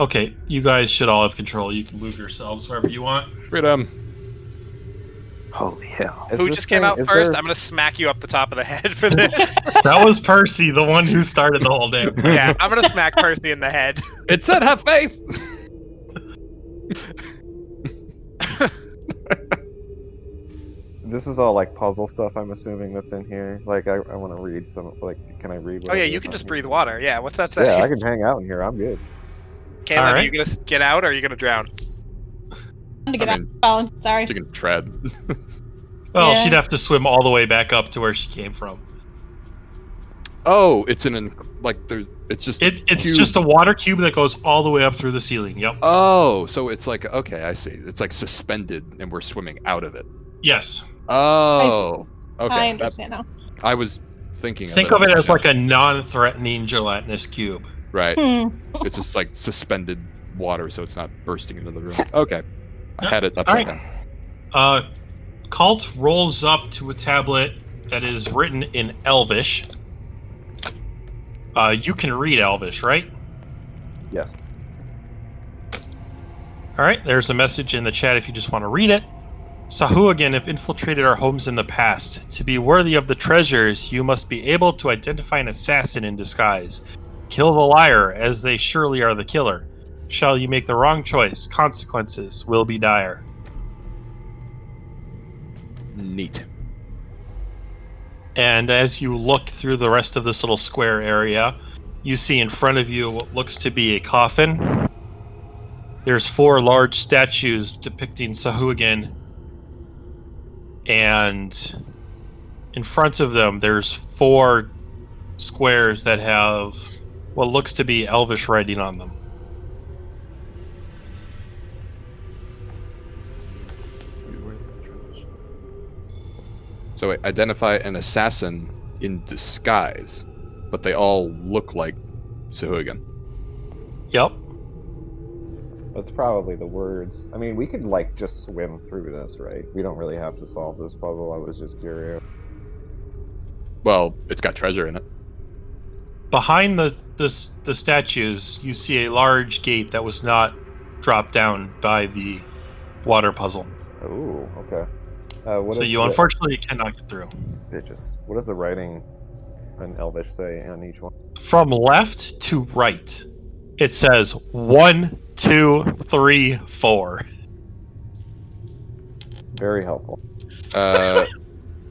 [SPEAKER 1] Okay, you guys should all have control. You can move yourselves wherever you want.
[SPEAKER 3] right. freedom.
[SPEAKER 13] Holy hell.
[SPEAKER 4] Is
[SPEAKER 2] Who
[SPEAKER 4] this
[SPEAKER 2] just came
[SPEAKER 4] thing-
[SPEAKER 2] out
[SPEAKER 4] is
[SPEAKER 2] first?
[SPEAKER 4] there-
[SPEAKER 2] I'm gonna smack you up the top of the head for this.
[SPEAKER 1] That was Percy, the one who started the whole damn thing.
[SPEAKER 2] yeah, I'm gonna smack Percy in the head.
[SPEAKER 3] It said have faith.
[SPEAKER 4] This is all like puzzle stuff. I'm assuming that's in here. Like, I, I want to read some. Like, can I read?
[SPEAKER 2] Oh yeah,
[SPEAKER 4] whatever
[SPEAKER 2] you
[SPEAKER 4] is
[SPEAKER 2] can
[SPEAKER 4] on
[SPEAKER 2] just
[SPEAKER 4] here?
[SPEAKER 2] breathe water. Yeah, what's that say?
[SPEAKER 4] Yeah, I can hang out in here. I'm good.
[SPEAKER 2] Caitlin,
[SPEAKER 1] All
[SPEAKER 2] are
[SPEAKER 1] right.
[SPEAKER 2] you gonna s- get out or are you gonna drown?
[SPEAKER 5] I'm to get
[SPEAKER 3] I
[SPEAKER 5] out
[SPEAKER 3] mean-
[SPEAKER 5] Fallon. Sorry.
[SPEAKER 3] She can tread.
[SPEAKER 1] Well,
[SPEAKER 5] Yeah.
[SPEAKER 1] she'd have to swim all the way back up to where she came from.
[SPEAKER 3] Oh, it's an inc- like there. It's just
[SPEAKER 1] It, it's
[SPEAKER 3] huge-
[SPEAKER 1] just a water cube that goes all the way up through the ceiling. Yep.
[SPEAKER 3] Oh, so it's like okay, I see. It's like suspended, and we're swimming out of it.
[SPEAKER 1] Yes.
[SPEAKER 3] Oh, okay.
[SPEAKER 5] I
[SPEAKER 3] that-
[SPEAKER 5] understand now.
[SPEAKER 3] I was thinking.
[SPEAKER 1] Think
[SPEAKER 3] of
[SPEAKER 1] of
[SPEAKER 3] it,
[SPEAKER 1] it as like a non-threatening gelatinous cube.
[SPEAKER 3] right.
[SPEAKER 5] Hmm.
[SPEAKER 3] It's just like suspended water, so it's not bursting into the room. Okay, I
[SPEAKER 1] Yeah,
[SPEAKER 3] had it
[SPEAKER 1] alright.
[SPEAKER 3] upside down.
[SPEAKER 1] Uh, Cult rolls up to a tablet that is written in Elvish. Uh, you can read Elvish, right?
[SPEAKER 4] Yes.
[SPEAKER 1] All right, there's a message in the chat if you just want to read it. Sahuagin have infiltrated our homes in the past. To be worthy of the treasures, you must be able to identify an assassin in disguise. Kill the liar, as they surely are the killer. Shall you make the wrong choice, consequences will be dire.
[SPEAKER 3] Neat.
[SPEAKER 1] And as you look through the rest of this little square area, you see in front of you what looks to be a coffin. There's four large statues depicting Sahuagin. And in front of them, there's four squares that have what looks to be elvish writing on them.
[SPEAKER 3] So I identify an assassin in disguise, but they all look like Sahuagin.
[SPEAKER 1] Yep.
[SPEAKER 4] That's probably the words. I mean, we could like just swim through this, right? We don't really have to solve this puzzle. I was just curious.
[SPEAKER 3] Well, it's got treasure in it.
[SPEAKER 1] Behind the, the s- the statues, you see a large gate that was not dropped down by the water puzzle.
[SPEAKER 4] Ooh, okay. Uh, what
[SPEAKER 1] so
[SPEAKER 4] is
[SPEAKER 1] you
[SPEAKER 4] the-
[SPEAKER 1] unfortunately cannot get through.
[SPEAKER 4] bitches. What does the writing in Elvish say on each one?
[SPEAKER 1] From left to right, it says one, two, three, four.
[SPEAKER 4] Very helpful.
[SPEAKER 3] Uh,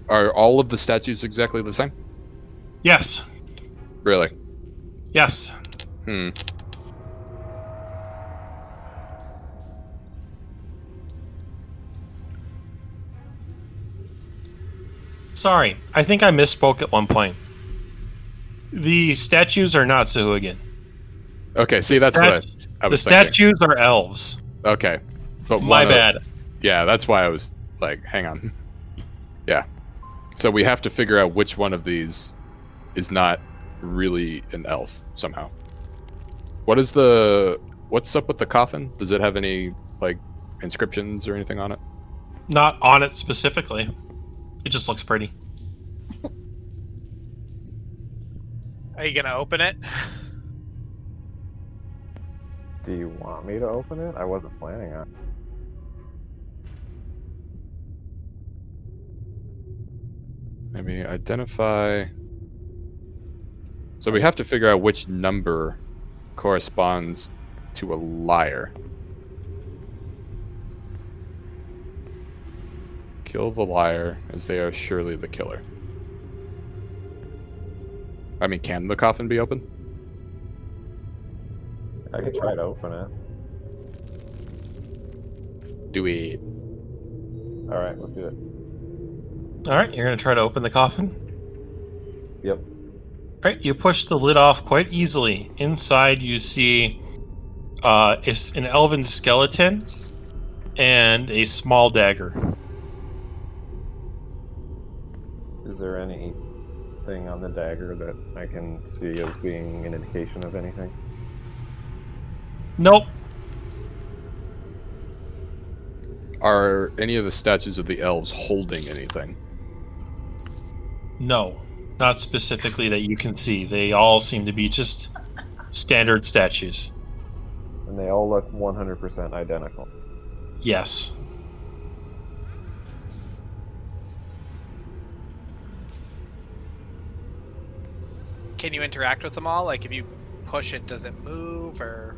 [SPEAKER 3] are all of the statues exactly the same?
[SPEAKER 1] Yes,
[SPEAKER 3] Really?
[SPEAKER 1] yes.
[SPEAKER 3] Hmm.
[SPEAKER 1] Sorry, I think I misspoke at one point. The statues are not Sahuagin.
[SPEAKER 3] Okay, see, that's what
[SPEAKER 1] Stat-
[SPEAKER 3] I, I
[SPEAKER 1] the
[SPEAKER 3] was thinking.
[SPEAKER 1] statues are elves.
[SPEAKER 3] Okay, but
[SPEAKER 1] My
[SPEAKER 3] one of-
[SPEAKER 1] bad.
[SPEAKER 3] yeah, that's why I was like, hang on. Yeah, so we have to figure out which one of these is not really an elf somehow. What is the what's up with the coffin? Does it have any like inscriptions or anything on it?
[SPEAKER 1] Not on it specifically. It just looks pretty.
[SPEAKER 2] Are you gonna open it?
[SPEAKER 4] Do you want me to open it? I wasn't planning on.
[SPEAKER 3] Maybe identify. So we have to figure out which number corresponds to a liar. Kill the liar, as they are surely the killer. I mean, can the coffin be open?
[SPEAKER 4] I could try to open it.
[SPEAKER 3] Do we?
[SPEAKER 4] All right, let's do it.
[SPEAKER 1] All right, you're going to try to open the coffin.
[SPEAKER 4] Yep.
[SPEAKER 1] All right, you push the lid off quite easily. Inside, you see uh, it's an elven skeleton and a small dagger.
[SPEAKER 4] Is there anything on the dagger that I can see as being an indication of anything?
[SPEAKER 1] Nope.
[SPEAKER 3] Are any of the statues of the elves holding anything?
[SPEAKER 1] No. Not specifically that you can see. They all seem to be just standard statues.
[SPEAKER 4] And they all look 100% identical.
[SPEAKER 1] Yes.
[SPEAKER 2] Can you interact with them all? Like, if you push it, does it move? Or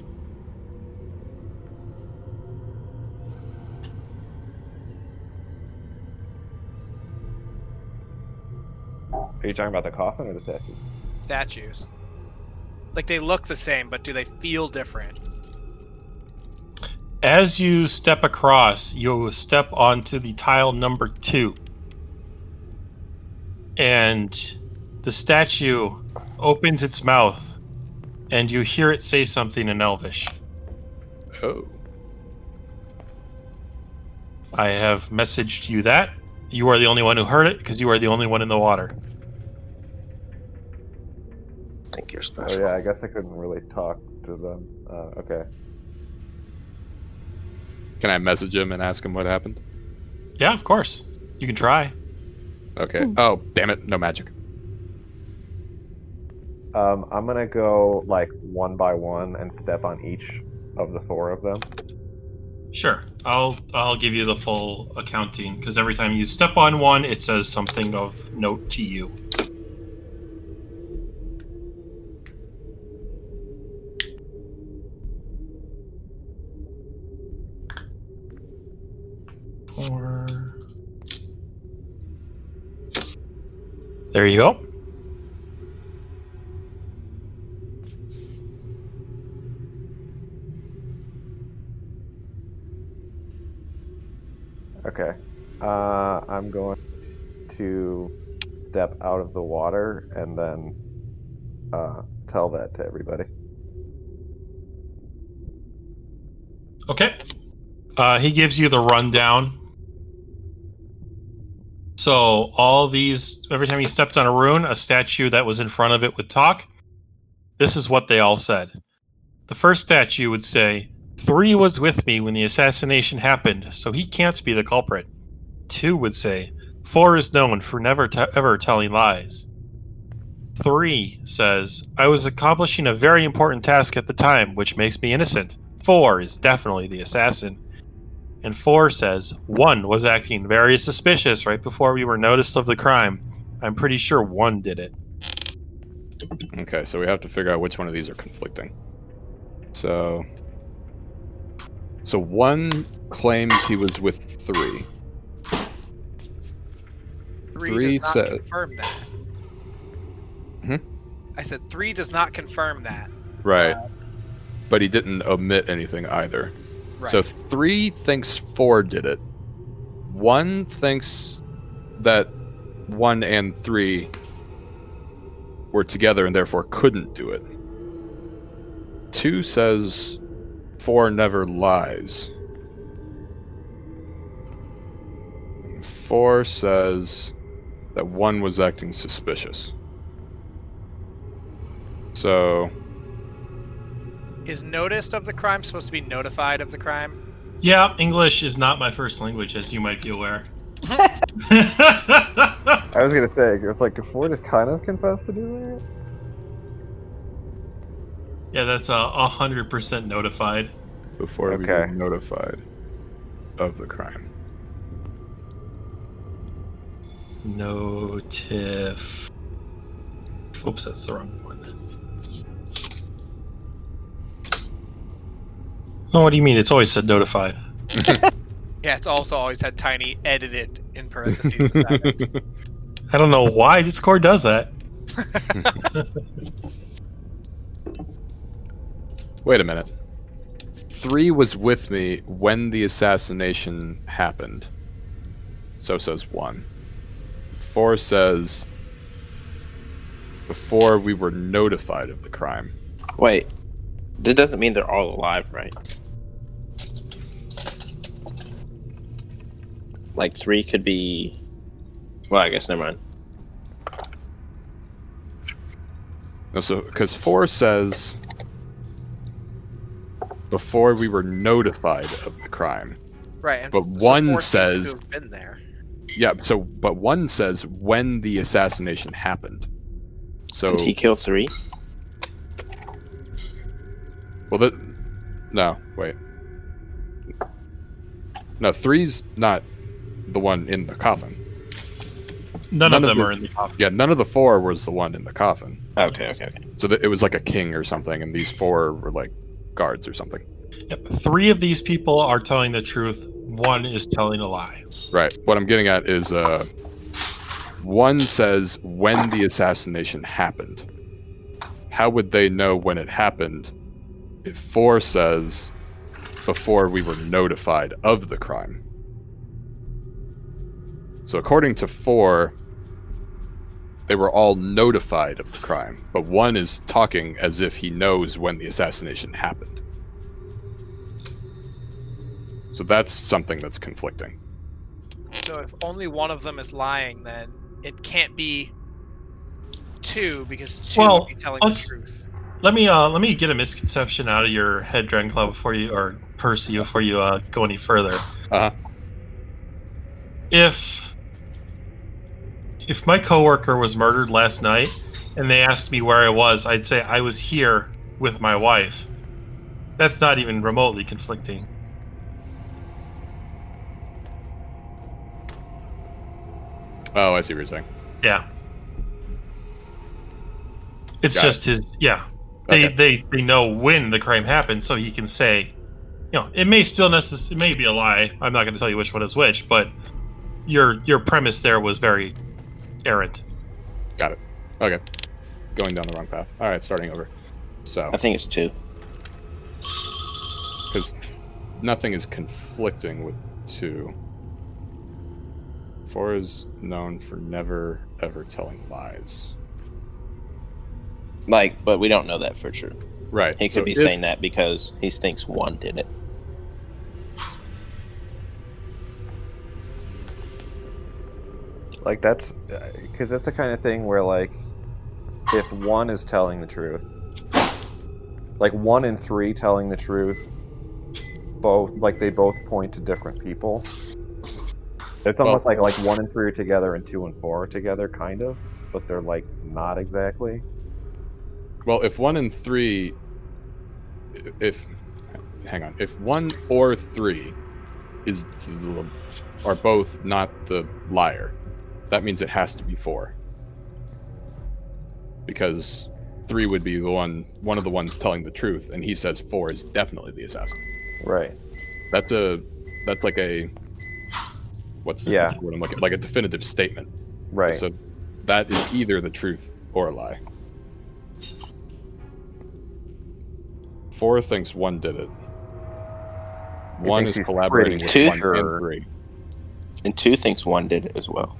[SPEAKER 4] Are you talking about the coffin or the statue?
[SPEAKER 2] statues? Like, they look the same, but do they feel different?
[SPEAKER 1] As you step across, you step onto the tile number two. And the statue opens its mouth, and you hear it say something in Elvish.
[SPEAKER 3] Oh,
[SPEAKER 1] I have messaged you that. You are the only one who heard it because you are the only one in the water.
[SPEAKER 13] think you're
[SPEAKER 4] Oh
[SPEAKER 13] special.
[SPEAKER 4] yeah, I guess I couldn't really talk to them. Uh, okay.
[SPEAKER 3] can I message him and ask him what happened?
[SPEAKER 1] Yeah, of course. You can try.
[SPEAKER 3] Okay.
[SPEAKER 5] Hmm.
[SPEAKER 3] Oh, damn it! No magic.
[SPEAKER 4] Um, I'm gonna go like one by one and step on each of the four of them.
[SPEAKER 1] Sure. I'll I'll give you the full accounting because every time you step on one, it says something of note to you. Four. There you go.
[SPEAKER 4] Okay. Uh, I'm going to step out of the water and then uh, tell that to everybody.
[SPEAKER 1] Okay. Uh, he gives you the rundown. So all these, every time he stepped on a rune, a statue that was in front of it would talk. This is what they all said. The first statue would say, Three was with me when the assassination happened, so he can't be the culprit. Two would say, Four is known for never te- ever telling lies. Three says, I was accomplishing a very important task at the time, which makes me innocent. Four is definitely the assassin. And four says, One was acting very suspicious right before we were noticed of the crime. I'm pretty sure one did it.
[SPEAKER 3] Okay, so we have to figure out which one of these are conflicting. So, so one claims he was with three.
[SPEAKER 2] Three,
[SPEAKER 3] Three
[SPEAKER 2] does not
[SPEAKER 3] said-
[SPEAKER 2] confirm that.
[SPEAKER 3] Hmm?
[SPEAKER 2] I said three does not confirm that.
[SPEAKER 3] Right. But he didn't omit anything either.
[SPEAKER 2] Right.
[SPEAKER 3] So three thinks four did it. One thinks that one and three were together and therefore couldn't do it. Two says four never lies. And Four says that one was acting suspicious. So
[SPEAKER 2] Is noticed of the crime supposed to be notified of the crime?
[SPEAKER 1] Yeah, English is not my first language, as you might be aware.
[SPEAKER 4] I was gonna say, it's like, if Ford is kind of confessed to doing it.
[SPEAKER 1] yeah, that's uh, a hundred percent notified.
[SPEAKER 3] before we were
[SPEAKER 4] Okay.
[SPEAKER 3] notified of the crime.
[SPEAKER 1] Notif. Oops, that's the wrong one. Oh, what do you mean? It's always said notified.
[SPEAKER 2] Yeah, it's also always had tiny edited in parentheses beside it.
[SPEAKER 1] I don't know why Discord does that.
[SPEAKER 3] Wait a minute. Three was with me when the assassination happened. So says one. Four says before we were notified of the crime.
[SPEAKER 13] Wait, that doesn't mean they're all alive, right? Like three could be. Well, I guess never mind.
[SPEAKER 3] No, so because four says before we were notified of the crime.
[SPEAKER 2] Right. And
[SPEAKER 3] But
[SPEAKER 2] so
[SPEAKER 3] one
[SPEAKER 2] four seems to
[SPEAKER 3] says-
[SPEAKER 2] have been there.
[SPEAKER 3] Yeah. So, but one says when the assassination happened. So
[SPEAKER 13] Did he kill three?
[SPEAKER 3] Well, that no, wait. No, three's not the one in the coffin.
[SPEAKER 1] None, of
[SPEAKER 3] None of
[SPEAKER 1] them
[SPEAKER 3] the-
[SPEAKER 1] are in the coffee.
[SPEAKER 3] Yeah, none of the four was the one in the coffin.
[SPEAKER 13] Okay, okay, okay.
[SPEAKER 3] So th- it was like a king or something, and these four were like guards or something.
[SPEAKER 1] Yep. Three of these people are telling the truth. One is telling a lie.
[SPEAKER 3] Right. What I'm getting at is, uh, one says when the assassination happened. How would they know when it happened? If four says before we were notified of the crime. So according to four, they were all notified of the crime, but one is talking as if he knows when the assassination happened. So that's something that's conflicting.
[SPEAKER 2] So if only one of them is lying, then it can't be two because two
[SPEAKER 1] Well,
[SPEAKER 2] would be telling
[SPEAKER 1] let's-
[SPEAKER 2] the truth.
[SPEAKER 1] Let me uh, let me get a misconception out of your head, Dren Club, before you or Percy, before you uh, go any further.
[SPEAKER 3] Uh-huh.
[SPEAKER 1] If if my coworker was murdered last night and they asked me where I was, I'd say I was here with my wife. That's not even remotely conflicting.
[SPEAKER 3] Oh, I see what you're saying.
[SPEAKER 1] Yeah. It's
[SPEAKER 3] Got it.
[SPEAKER 1] just his yeah. They,
[SPEAKER 3] Okay.
[SPEAKER 1] they they know when the crime happened, so he can say, you know, it may still necess- it may be a lie. I'm not going to tell you which one is which, but your your premise there was very errant.
[SPEAKER 3] Got it. Okay. Going down the wrong path. All right, starting over. So,
[SPEAKER 13] I think it's two.
[SPEAKER 3] because nothing is conflicting with two. Four is known for never, ever telling lies.
[SPEAKER 13] Like, but we don't know that for sure.
[SPEAKER 3] Right.
[SPEAKER 13] He could
[SPEAKER 3] so
[SPEAKER 13] be
[SPEAKER 3] if-
[SPEAKER 13] saying that because he thinks one did it.
[SPEAKER 4] Like, that's. Because that's the kind of thing where, like, if one is telling the truth, like, one and three telling the truth, both, like, they both point to different people. It's
[SPEAKER 3] Well-
[SPEAKER 4] almost like, like, one and three are together and two and four are together, kind of, but they're, like, not exactly.
[SPEAKER 3] Well, if one and three, if hang on. If one or three is the, are both not the liar, that means it has to be four. Because three would be the one one of the ones telling the truth, and he says four is definitely the assassin.
[SPEAKER 4] Right.
[SPEAKER 3] That's a that's like a what's,
[SPEAKER 4] Yeah.
[SPEAKER 3] what's the word I'm looking like a definitive statement.
[SPEAKER 4] Right.
[SPEAKER 3] So that is either the truth or a lie. Four thinks one did it. One
[SPEAKER 4] thinks
[SPEAKER 3] is
[SPEAKER 4] he's
[SPEAKER 3] collaborating
[SPEAKER 4] pretty
[SPEAKER 3] with
[SPEAKER 13] Two
[SPEAKER 3] one
[SPEAKER 4] sure.
[SPEAKER 3] and three.
[SPEAKER 13] And two thinks one did it as well.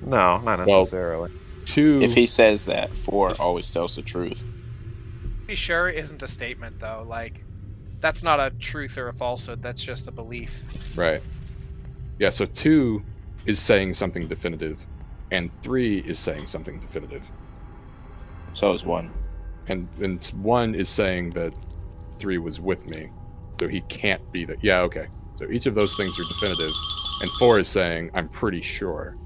[SPEAKER 4] no, not
[SPEAKER 3] Well-
[SPEAKER 4] necessarily.
[SPEAKER 3] Two.
[SPEAKER 13] If he says that, four always tells the truth.
[SPEAKER 2] Be sure isn't a statement though. Like, that's not a truth or a falsehood. That's just a belief.
[SPEAKER 3] Right. Yeah, so two is saying something definitive, and three is saying something definitive.
[SPEAKER 13] So is one.
[SPEAKER 3] And and one is saying that three was with me, so he can't be there. Yeah, okay. So each of those things are definitive, and four is saying, I'm pretty sure.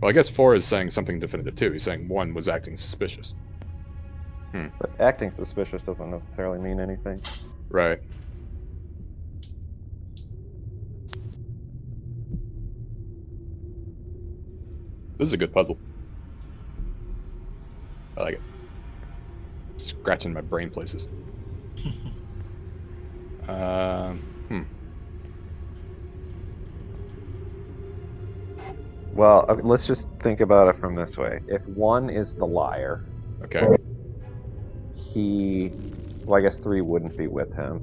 [SPEAKER 3] Well, I guess four is saying something definitive too. He's saying one was acting suspicious.
[SPEAKER 4] But acting suspicious doesn't necessarily mean anything.
[SPEAKER 3] Right. This is a good puzzle. I like it. Scratching my brain places. um, hmm.
[SPEAKER 4] Well, okay, let's just think about it from this way. If one is the liar,
[SPEAKER 3] Okay.
[SPEAKER 4] he well i guess three wouldn't be with him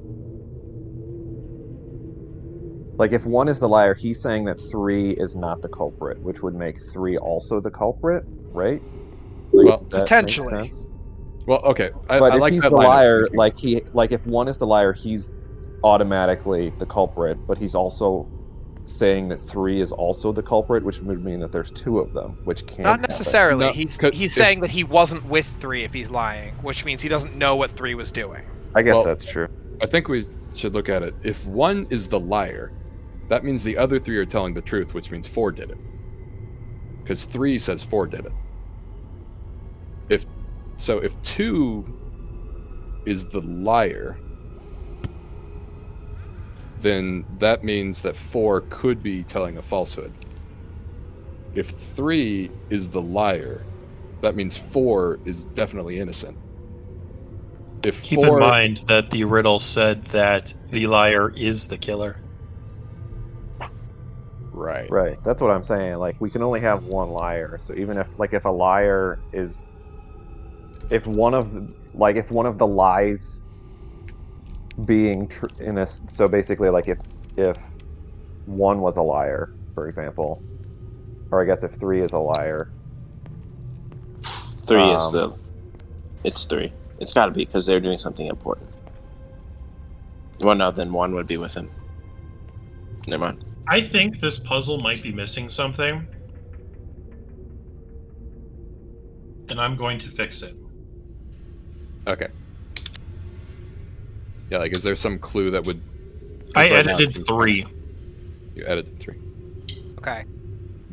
[SPEAKER 4] like if one is the liar he's saying that three is not the culprit which would make three also the culprit right Like,
[SPEAKER 3] Well-
[SPEAKER 4] does that make
[SPEAKER 2] Potentially.
[SPEAKER 4] sense?
[SPEAKER 3] Well, okay. I,
[SPEAKER 4] but
[SPEAKER 3] I
[SPEAKER 4] if
[SPEAKER 3] like
[SPEAKER 4] he's
[SPEAKER 3] that
[SPEAKER 4] the
[SPEAKER 3] line of
[SPEAKER 4] liar
[SPEAKER 3] thinking.
[SPEAKER 4] like he like if one is the liar he's automatically the culprit but he's also saying that three is also the culprit which would mean that there's two of them which can't
[SPEAKER 2] Not
[SPEAKER 4] happen.
[SPEAKER 2] necessarily.
[SPEAKER 3] No,
[SPEAKER 2] he's
[SPEAKER 3] 'cause
[SPEAKER 2] he's
[SPEAKER 3] if-
[SPEAKER 2] saying that he wasn't with three if he's lying, which means he doesn't know what three was doing.
[SPEAKER 4] i guess
[SPEAKER 3] Well-
[SPEAKER 4] that's true
[SPEAKER 3] I think we should look at it. If one is the liar, that means the other three are telling the truth, which means four did it. Because three says four did it. If so, if two is the liar, then that means that four could be telling a falsehood. If three is the liar, that means four is definitely innocent. If
[SPEAKER 1] Keep
[SPEAKER 3] four,
[SPEAKER 1] in mind that the riddle said that the liar is the killer.
[SPEAKER 3] right?
[SPEAKER 4] Right. That's what I'm saying. Like we can only have one liar. So even if like if a liar is if one of the- like if one of the lies being tr- in a s- so basically like if if one was a liar, for example, or I guess if 3 is a liar.
[SPEAKER 13] Three is
[SPEAKER 4] Um,
[SPEAKER 13] the. It's three. It's got to be because they're doing something important. Well, no, then one would be with him. Never mind.
[SPEAKER 1] I think this puzzle might be missing something.
[SPEAKER 12] and I'm going to fix it.
[SPEAKER 3] Okay. Yeah, like, is there some clue that would?
[SPEAKER 1] I
[SPEAKER 3] Right now,
[SPEAKER 1] edited
[SPEAKER 3] it's-
[SPEAKER 1] three.
[SPEAKER 3] You edited three.
[SPEAKER 2] Okay.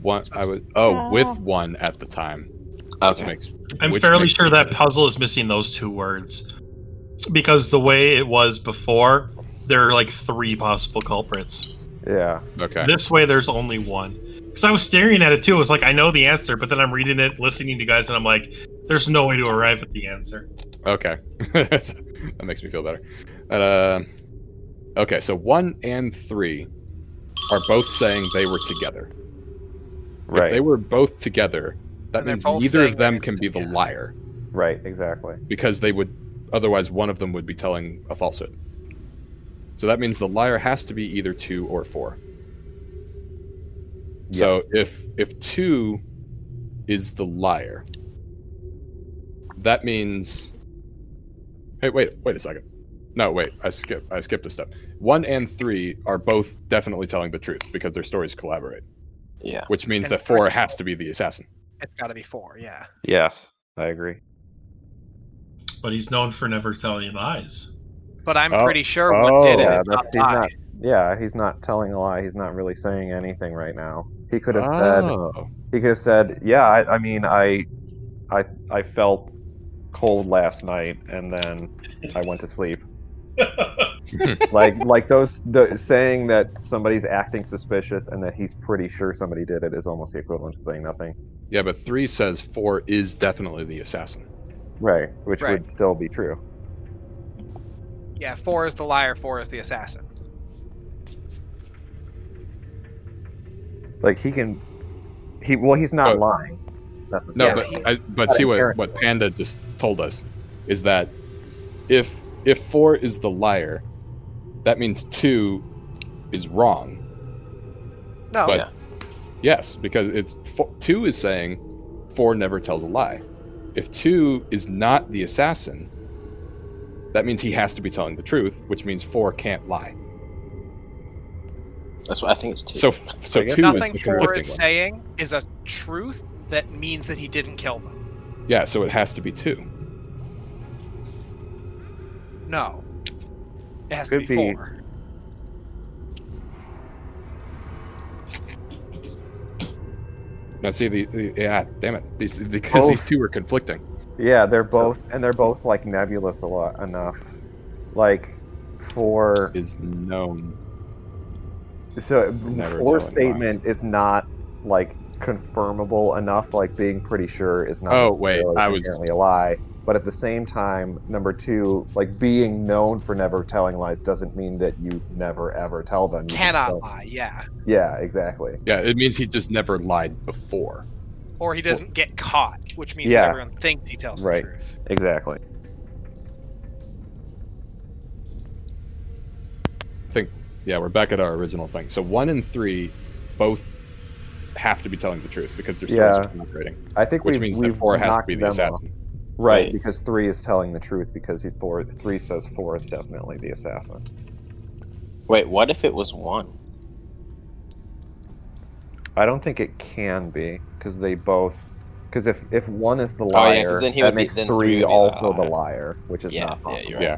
[SPEAKER 3] One. I would. Oh,
[SPEAKER 5] Ah.
[SPEAKER 3] with one at the time. Which
[SPEAKER 13] Okay.
[SPEAKER 3] makes.
[SPEAKER 1] I'm
[SPEAKER 3] which
[SPEAKER 1] fairly
[SPEAKER 3] makes-
[SPEAKER 1] sure that puzzle is missing those two words. Because the way it was before, there are like three possible culprits.
[SPEAKER 4] Yeah.
[SPEAKER 3] Okay.
[SPEAKER 1] This way, there's only one. Because I was staring at it too. It was like, I know the answer, but then I'm reading it, listening to you guys, and I'm like, there's no way to arrive at the answer.
[SPEAKER 3] Okay. that makes me feel better. Uh, okay, so one and three are both saying they were together. If they
[SPEAKER 4] Right.
[SPEAKER 3] were both together, that
[SPEAKER 2] And they're
[SPEAKER 3] means
[SPEAKER 2] both
[SPEAKER 3] neither
[SPEAKER 2] saying
[SPEAKER 3] of them
[SPEAKER 2] they're
[SPEAKER 3] can be the
[SPEAKER 2] together.
[SPEAKER 3] liar
[SPEAKER 4] Right, exactly.
[SPEAKER 3] because they would otherwise one of them would be telling a falsehood. So that means the liar has to be either two or four.
[SPEAKER 4] Yes.
[SPEAKER 3] So if if two is the liar, that means. Hey, wait, wait a second. No, wait, I skip. I skipped a step. One and three are both definitely telling the truth because their stories collaborate,
[SPEAKER 13] Yeah.
[SPEAKER 3] which means
[SPEAKER 2] And
[SPEAKER 3] that four
[SPEAKER 2] three-
[SPEAKER 3] has to be the assassin.
[SPEAKER 2] It's got to be four. Yeah.
[SPEAKER 4] yes, I agree.
[SPEAKER 12] But he's known for never telling lies.
[SPEAKER 2] But I'm
[SPEAKER 3] Oh,
[SPEAKER 2] pretty sure one did it.
[SPEAKER 4] yeah,
[SPEAKER 2] It's not
[SPEAKER 4] that's-
[SPEAKER 2] a
[SPEAKER 4] he's
[SPEAKER 2] lie.
[SPEAKER 4] not- Yeah, he's not telling a lie. He's not really saying anything right now. He could have said
[SPEAKER 3] Oh.
[SPEAKER 4] he could have said, "Yeah, I, I mean, I, I, I felt cold last night, and then I went to sleep. like like those the saying that somebody's acting suspicious and that he's pretty sure somebody did it is almost the equivalent to saying nothing.
[SPEAKER 3] Yeah, but three says four is definitely the assassin.
[SPEAKER 4] Right, which
[SPEAKER 2] Right.
[SPEAKER 4] would still be true.
[SPEAKER 2] Yeah, four is the liar, four is the assassin.
[SPEAKER 4] Like he can he well he's not
[SPEAKER 3] Oh.
[SPEAKER 4] lying
[SPEAKER 3] No,
[SPEAKER 2] Yeah,
[SPEAKER 4] necessarily.
[SPEAKER 2] he's-
[SPEAKER 3] but I, but see what what Panda just told us is that if if four is the liar, that means two is wrong.
[SPEAKER 2] No,
[SPEAKER 3] But- Yes, because it's fo- two is saying four never tells a lie. If two is not the assassin, that means he has to be telling the truth, which means four can't lie.
[SPEAKER 13] That's what I think it's two.
[SPEAKER 3] So, f- so
[SPEAKER 4] I guess
[SPEAKER 3] two
[SPEAKER 2] nothing
[SPEAKER 3] is the
[SPEAKER 2] four
[SPEAKER 3] conflicting
[SPEAKER 2] is
[SPEAKER 3] one.
[SPEAKER 2] saying is a truth that means that he didn't kill them.
[SPEAKER 3] Yeah, so it has to be two.
[SPEAKER 2] No. It has to be,
[SPEAKER 4] Could be.
[SPEAKER 2] four.
[SPEAKER 3] Now, see the, the yeah, damn it, these, because
[SPEAKER 4] Oh.
[SPEAKER 3] these two are conflicting.
[SPEAKER 4] Yeah, they're both and they're both like nebulous a lot enough. Like for
[SPEAKER 3] Is known.
[SPEAKER 4] so
[SPEAKER 3] Never
[SPEAKER 4] for
[SPEAKER 3] telling
[SPEAKER 4] statement is not like confirmable enough, like being pretty sure is not
[SPEAKER 3] Oh wait,
[SPEAKER 4] necessarily
[SPEAKER 3] I was
[SPEAKER 4] inherently a lie. But at the same time, number two, like being known for never telling lies doesn't mean that you never ever tell them. You just
[SPEAKER 2] Cannot
[SPEAKER 4] don't-
[SPEAKER 2] lie, yeah.
[SPEAKER 4] Yeah, exactly.
[SPEAKER 3] yeah. It means he just never lied before.
[SPEAKER 2] Or he doesn't get caught, which means
[SPEAKER 4] Yeah.
[SPEAKER 2] that everyone thinks he tells
[SPEAKER 4] Right.
[SPEAKER 2] the truth.
[SPEAKER 4] Exactly.
[SPEAKER 3] Yeah, we're back at our original thing. So one and three, both have to be telling the truth because they're
[SPEAKER 4] Yeah.
[SPEAKER 3] stories are operating.
[SPEAKER 4] I think
[SPEAKER 3] which
[SPEAKER 4] we've,
[SPEAKER 3] means
[SPEAKER 4] we've
[SPEAKER 3] that four has to
[SPEAKER 4] knocked
[SPEAKER 3] be the
[SPEAKER 4] them
[SPEAKER 3] assassin.
[SPEAKER 4] off. Right,
[SPEAKER 13] Right.
[SPEAKER 4] because three is telling the truth because he, four, three says four is definitely the assassin.
[SPEAKER 13] Wait, what if it was one?
[SPEAKER 4] I don't think it can be because they both. Because if, if one is the
[SPEAKER 13] Oh, yeah,
[SPEAKER 4] liar,
[SPEAKER 13] 'cause then he would
[SPEAKER 4] that
[SPEAKER 13] be-
[SPEAKER 4] makes
[SPEAKER 13] then three would be
[SPEAKER 4] three
[SPEAKER 13] the
[SPEAKER 4] also the
[SPEAKER 13] liar.
[SPEAKER 4] liar, which is
[SPEAKER 13] Yeah,
[SPEAKER 4] not
[SPEAKER 13] yeah,
[SPEAKER 4] possible.
[SPEAKER 13] you're
[SPEAKER 3] Yeah,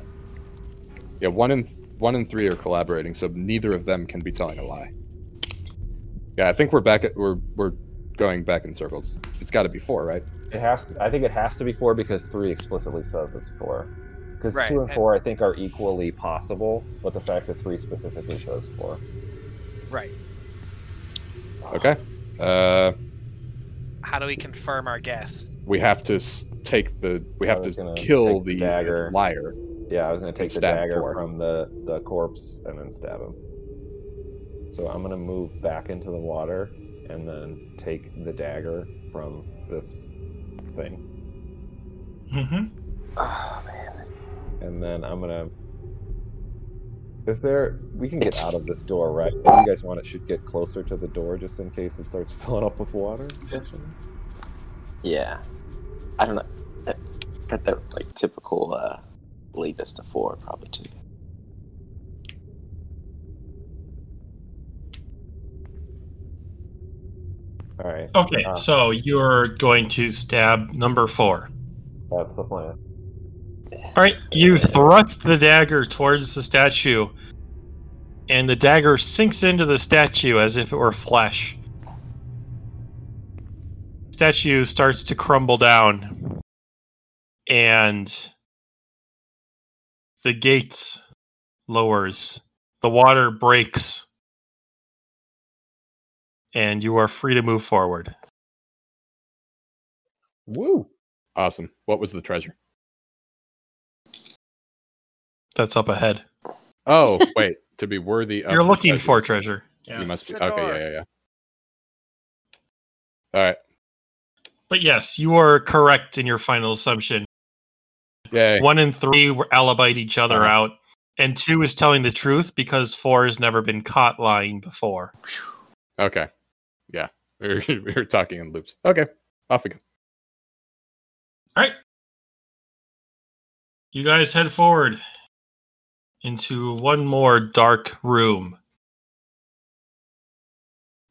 [SPEAKER 3] yeah. One and one and three are collaborating, so neither of them can be telling a lie. Yeah, I think we're back at we're we're going back in circles. It's got to be four, right?
[SPEAKER 4] It has. I think it has to be four because three explicitly says it's four. Because
[SPEAKER 2] Right,
[SPEAKER 4] two and
[SPEAKER 2] and-
[SPEAKER 4] four, I think, are equally possible, but the fact that three specifically says four.
[SPEAKER 2] Right.
[SPEAKER 3] Okay. Uh,
[SPEAKER 2] How do we confirm our guess?
[SPEAKER 3] we have to s- take the we
[SPEAKER 4] I
[SPEAKER 3] have
[SPEAKER 4] was
[SPEAKER 3] to
[SPEAKER 4] gonna
[SPEAKER 3] kill
[SPEAKER 4] take the
[SPEAKER 3] the uh,
[SPEAKER 4] dagger.
[SPEAKER 3] liar.
[SPEAKER 4] Yeah, I was gonna take the
[SPEAKER 3] stab
[SPEAKER 4] dagger
[SPEAKER 3] four.
[SPEAKER 4] from the the corpse and then stab him. So I'm gonna move back into the water and then take the dagger from this thing,
[SPEAKER 12] Mm-hmm.
[SPEAKER 13] Oh, man.
[SPEAKER 4] and then I'm gonna. Is there? We can get
[SPEAKER 13] It's-
[SPEAKER 4] out of this door, right? If you guys want it, should get closer to the door just in case it starts filling up with water.
[SPEAKER 13] Yeah. I don't know. At the like typical uh lead us to four, probably two.
[SPEAKER 4] All right,
[SPEAKER 2] Oh.
[SPEAKER 1] Okay,
[SPEAKER 3] Uh.
[SPEAKER 4] Ah.
[SPEAKER 1] so you're going to stab number four.
[SPEAKER 4] that's the plan.
[SPEAKER 1] All right, you thrust the dagger towards the statue, and the dagger sinks into the statue as if it were flesh. Statue starts to crumble down, and the gate lowers. The water breaks, and you are free to move forward.
[SPEAKER 3] Woo! Awesome. What was the treasure?
[SPEAKER 1] That's up ahead.
[SPEAKER 3] Oh, wait. To be worthy of
[SPEAKER 1] You're
[SPEAKER 3] the
[SPEAKER 1] looking
[SPEAKER 3] treasure,
[SPEAKER 1] for treasure.
[SPEAKER 3] You must be
[SPEAKER 2] The
[SPEAKER 3] okay.
[SPEAKER 2] door.
[SPEAKER 3] Yeah, yeah, yeah. All right.
[SPEAKER 1] But yes, you are correct in your final assumption.
[SPEAKER 3] Yay.
[SPEAKER 1] One and three were alibite each other
[SPEAKER 3] Uh-huh.
[SPEAKER 1] out, and two is telling the truth because four has never been caught lying before.
[SPEAKER 3] Okay. Yeah. We were, we were talking in loops. Okay. Off we go.
[SPEAKER 1] You guys head forward into one more dark room.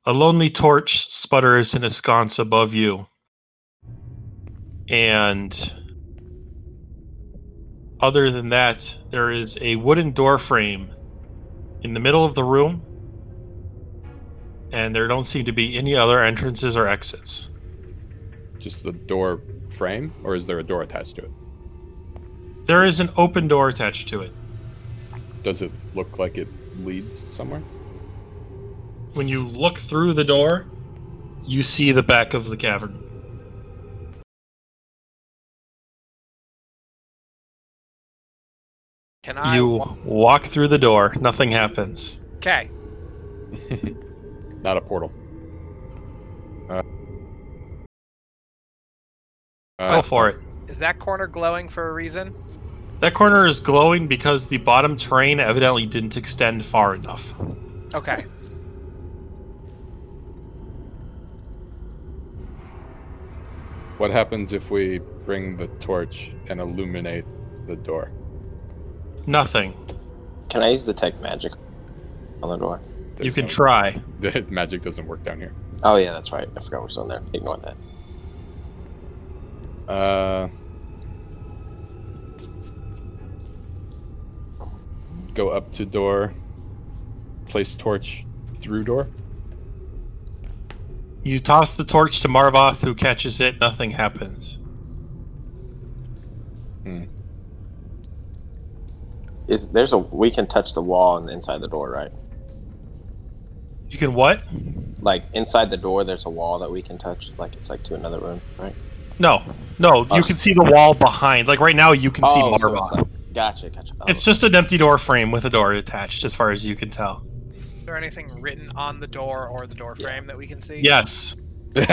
[SPEAKER 1] A lonely torch sputters in a sconce above you. And other than that, there is a wooden door frame in the middle of the room. And there don't seem to be any other entrances or exits.
[SPEAKER 3] Just the door frame, or is there a door attached to it?
[SPEAKER 1] There is an open door attached to it.
[SPEAKER 3] Does it look like it leads somewhere?
[SPEAKER 1] When you look through the door, you see the back of the cavern.
[SPEAKER 2] Can I?
[SPEAKER 1] you
[SPEAKER 2] wa-
[SPEAKER 1] walk through the door, nothing happens.
[SPEAKER 2] okay.
[SPEAKER 3] Not a portal. Uh,
[SPEAKER 1] Go
[SPEAKER 3] uh,
[SPEAKER 1] for it.
[SPEAKER 2] Is that corner glowing for a reason?
[SPEAKER 1] That corner is glowing because the bottom terrain evidently didn't extend far enough.
[SPEAKER 2] Okay.
[SPEAKER 3] What happens if we bring the torch and illuminate the door?
[SPEAKER 1] Nothing.
[SPEAKER 13] Can I use detect magic on the door?
[SPEAKER 1] you
[SPEAKER 3] There's
[SPEAKER 1] can
[SPEAKER 3] no-
[SPEAKER 1] try.
[SPEAKER 3] The magic doesn't work down here.
[SPEAKER 13] Oh yeah, that's right. I forgot we're still in there. Ignore that.
[SPEAKER 3] Uh, go up to door. Place torch through door.
[SPEAKER 1] You toss the torch to Marvoth, who catches it. Nothing happens.
[SPEAKER 13] Is there's a we can touch the wall and inside the door, right?
[SPEAKER 1] You can what?
[SPEAKER 13] Like inside the door, there's a wall that we can touch. Like it's like to another room, right?
[SPEAKER 1] No, no.
[SPEAKER 13] Oh.
[SPEAKER 1] You can see the wall behind. Like right now, you can see
[SPEAKER 13] Oh, so
[SPEAKER 1] Marvoth.
[SPEAKER 13] it's like- gotcha, gotcha. Oh,
[SPEAKER 1] It's just an empty door frame with a door attached, as far as you can tell.
[SPEAKER 2] Is there anything written on the door or the door frame that we can see?
[SPEAKER 1] Yes.
[SPEAKER 5] Dang.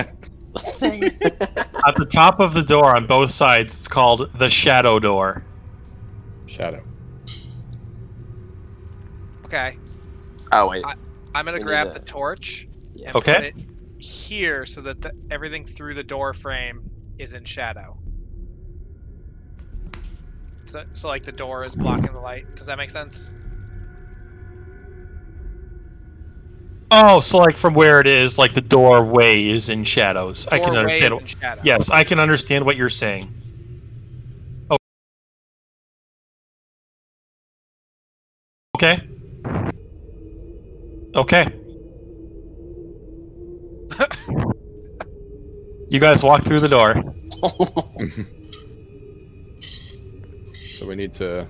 [SPEAKER 1] At the top of the door on both sides, it's called the Shadow Door.
[SPEAKER 3] Shadow.
[SPEAKER 2] Okay.
[SPEAKER 13] oh wait,
[SPEAKER 2] I'm gonna
[SPEAKER 13] We need
[SPEAKER 2] grab
[SPEAKER 13] to-
[SPEAKER 2] the torch and put
[SPEAKER 1] Okay.
[SPEAKER 2] it here so that the, everything through the door frame is in shadow. So, so like the door is blocking the light. Does that make sense?
[SPEAKER 1] Oh, so like from where it is, like the doorway is in shadows. I can
[SPEAKER 2] Doorway
[SPEAKER 1] understand.
[SPEAKER 2] in shadow.
[SPEAKER 1] Yes, I can understand what you're saying. Oh. Okay. Okay. you guys walk through the door.
[SPEAKER 3] So we need to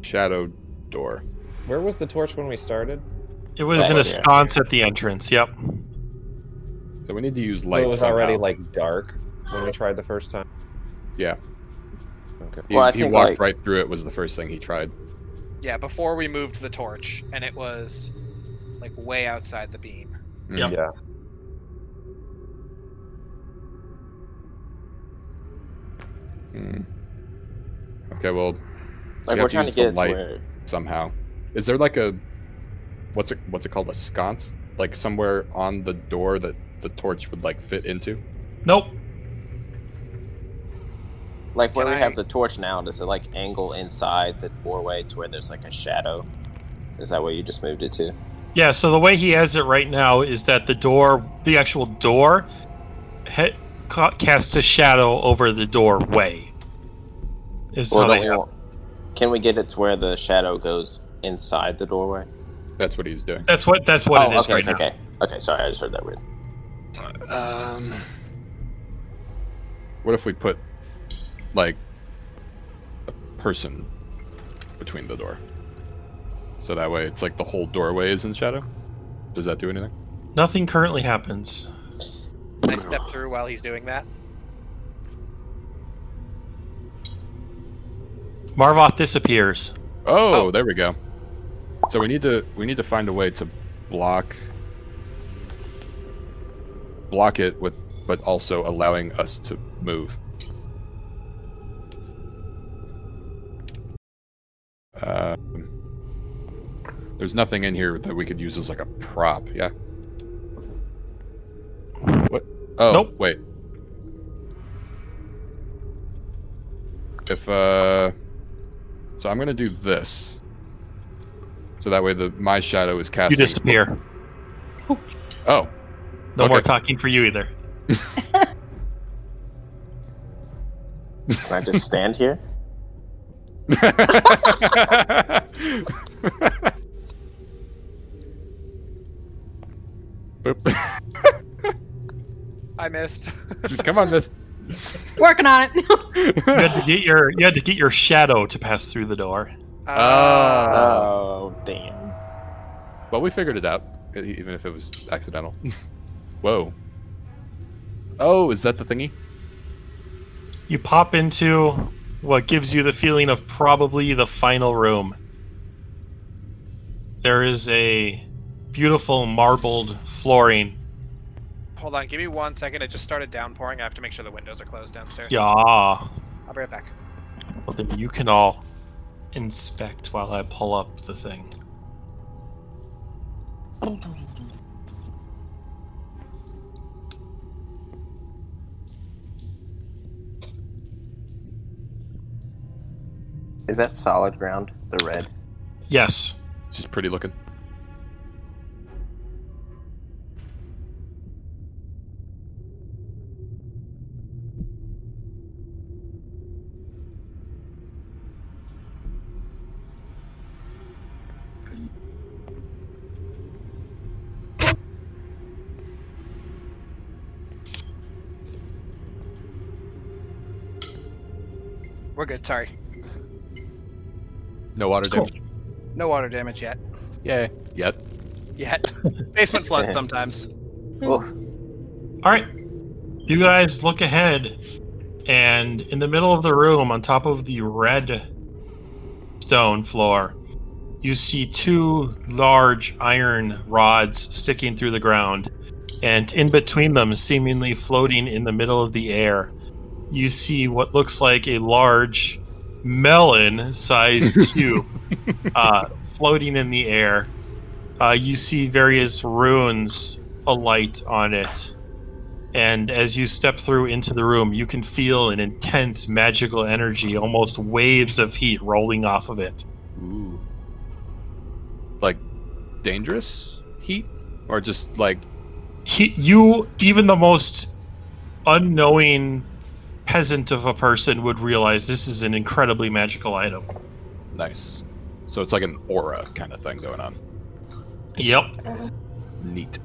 [SPEAKER 3] shadow door.
[SPEAKER 4] Where was the torch when we started?
[SPEAKER 1] It was in
[SPEAKER 13] Oh, yeah.
[SPEAKER 1] a sconce at the entrance. Yep.
[SPEAKER 3] So we need to use
[SPEAKER 4] Well,
[SPEAKER 3] light.
[SPEAKER 4] it was already
[SPEAKER 3] somehow.
[SPEAKER 4] like dark when we tried the first time.
[SPEAKER 3] Yeah.
[SPEAKER 4] Okay.
[SPEAKER 3] He,
[SPEAKER 13] Well, I
[SPEAKER 3] he
[SPEAKER 13] think,
[SPEAKER 3] walked
[SPEAKER 13] like-
[SPEAKER 3] right through it. Was the first thing he tried.
[SPEAKER 2] Yeah, before we moved the torch, and it was like way outside the beam.
[SPEAKER 1] Yep.
[SPEAKER 4] Yeah.
[SPEAKER 3] Hmm. Okay. Well, we
[SPEAKER 13] like we're
[SPEAKER 3] have to
[SPEAKER 13] trying to
[SPEAKER 3] use
[SPEAKER 13] get
[SPEAKER 3] the
[SPEAKER 13] it to
[SPEAKER 3] light.
[SPEAKER 13] where
[SPEAKER 3] somehow. Is there like a what's it what's it called a sconce? Like somewhere on the door that the torch would like fit into?
[SPEAKER 1] Nope.
[SPEAKER 13] like where
[SPEAKER 2] Can
[SPEAKER 13] we
[SPEAKER 2] I-
[SPEAKER 13] have the torch now. Does it like angle inside the doorway to where there's like a shadow? Is that where you just moved it to?
[SPEAKER 1] Yeah, so the way he has it right now is that the door, the actual door, he- ca- casts a shadow over the doorway. Is
[SPEAKER 13] Well,
[SPEAKER 1] how
[SPEAKER 13] don't
[SPEAKER 1] they
[SPEAKER 13] we
[SPEAKER 1] have-
[SPEAKER 13] want- Can we get it to where the shadow goes inside the doorway?
[SPEAKER 3] That's what he's doing.
[SPEAKER 1] That's what that's what
[SPEAKER 13] oh,
[SPEAKER 1] it is
[SPEAKER 13] okay,
[SPEAKER 1] right
[SPEAKER 13] okay, okay, okay. Sorry, I just heard that weird.
[SPEAKER 3] Um What if we put like a person between the door? So that way it's like the whole doorway is in shadow? Does that do anything?
[SPEAKER 1] now. Nothing currently happens.
[SPEAKER 2] Can I step through while he's doing that?
[SPEAKER 1] Marvoth disappears.
[SPEAKER 3] Oh,
[SPEAKER 2] Oh.
[SPEAKER 3] there we go. So we need to we need to find a way to block block it with but also allowing us to move. Um, there's nothing in here that we could use as like a prop, yeah. What? Oh,
[SPEAKER 1] Nope.
[SPEAKER 3] wait. If uh so I'm gonna do this. So that way the my shadow is
[SPEAKER 1] You
[SPEAKER 3] casting.
[SPEAKER 1] disappear.
[SPEAKER 3] Oh,
[SPEAKER 1] No
[SPEAKER 3] Okay.
[SPEAKER 1] more talking for you either.
[SPEAKER 13] Can I just stand here?
[SPEAKER 3] Boop.
[SPEAKER 2] I missed.
[SPEAKER 3] Come on, miss.
[SPEAKER 5] Working on it.
[SPEAKER 1] You had to get your you had to get your shadow to pass through the door.
[SPEAKER 2] Uh,
[SPEAKER 13] Oh, damn.
[SPEAKER 3] Well, we figured it out, e- even if it was accidental. Whoa. Oh, is that the thingy?
[SPEAKER 1] You pop into what gives you the feeling of probably the final room. There is a beautiful marbled flooring.
[SPEAKER 2] hold on, give me one second. It just started downpouring. I have to make sure the windows are closed downstairs.
[SPEAKER 1] Yeah.
[SPEAKER 2] I'll be right back.
[SPEAKER 1] Well, then you can all inspect while I pull up the thing.
[SPEAKER 13] Is that solid ground? The red.
[SPEAKER 1] Yes.
[SPEAKER 3] It's just pretty looking.
[SPEAKER 2] We're good. Sorry.
[SPEAKER 3] No water
[SPEAKER 1] Cool.
[SPEAKER 3] damage.
[SPEAKER 2] No water damage yet.
[SPEAKER 3] Yay. Yet.
[SPEAKER 2] Yet. Basement flood sometimes.
[SPEAKER 13] Oof.
[SPEAKER 1] All right. You guys look ahead, and in the middle of the room, on top of the red stone floor, you see two large iron rods sticking through the ground. And in between them, seemingly floating in the middle of the air, you see what looks like a large melon sized cube uh, floating in the air. Uh, you see various runes alight on it. And as you step through into the room, you can feel an intense magical energy, almost waves of heat rolling off of it.
[SPEAKER 3] Ooh. Like dangerous heat? Or just like
[SPEAKER 1] He, you, even the most unknowing peasant of a person, would realize this is an incredibly magical item.
[SPEAKER 3] nice. So it's like an aura kind of thing going on.
[SPEAKER 1] Yep.
[SPEAKER 3] Neat.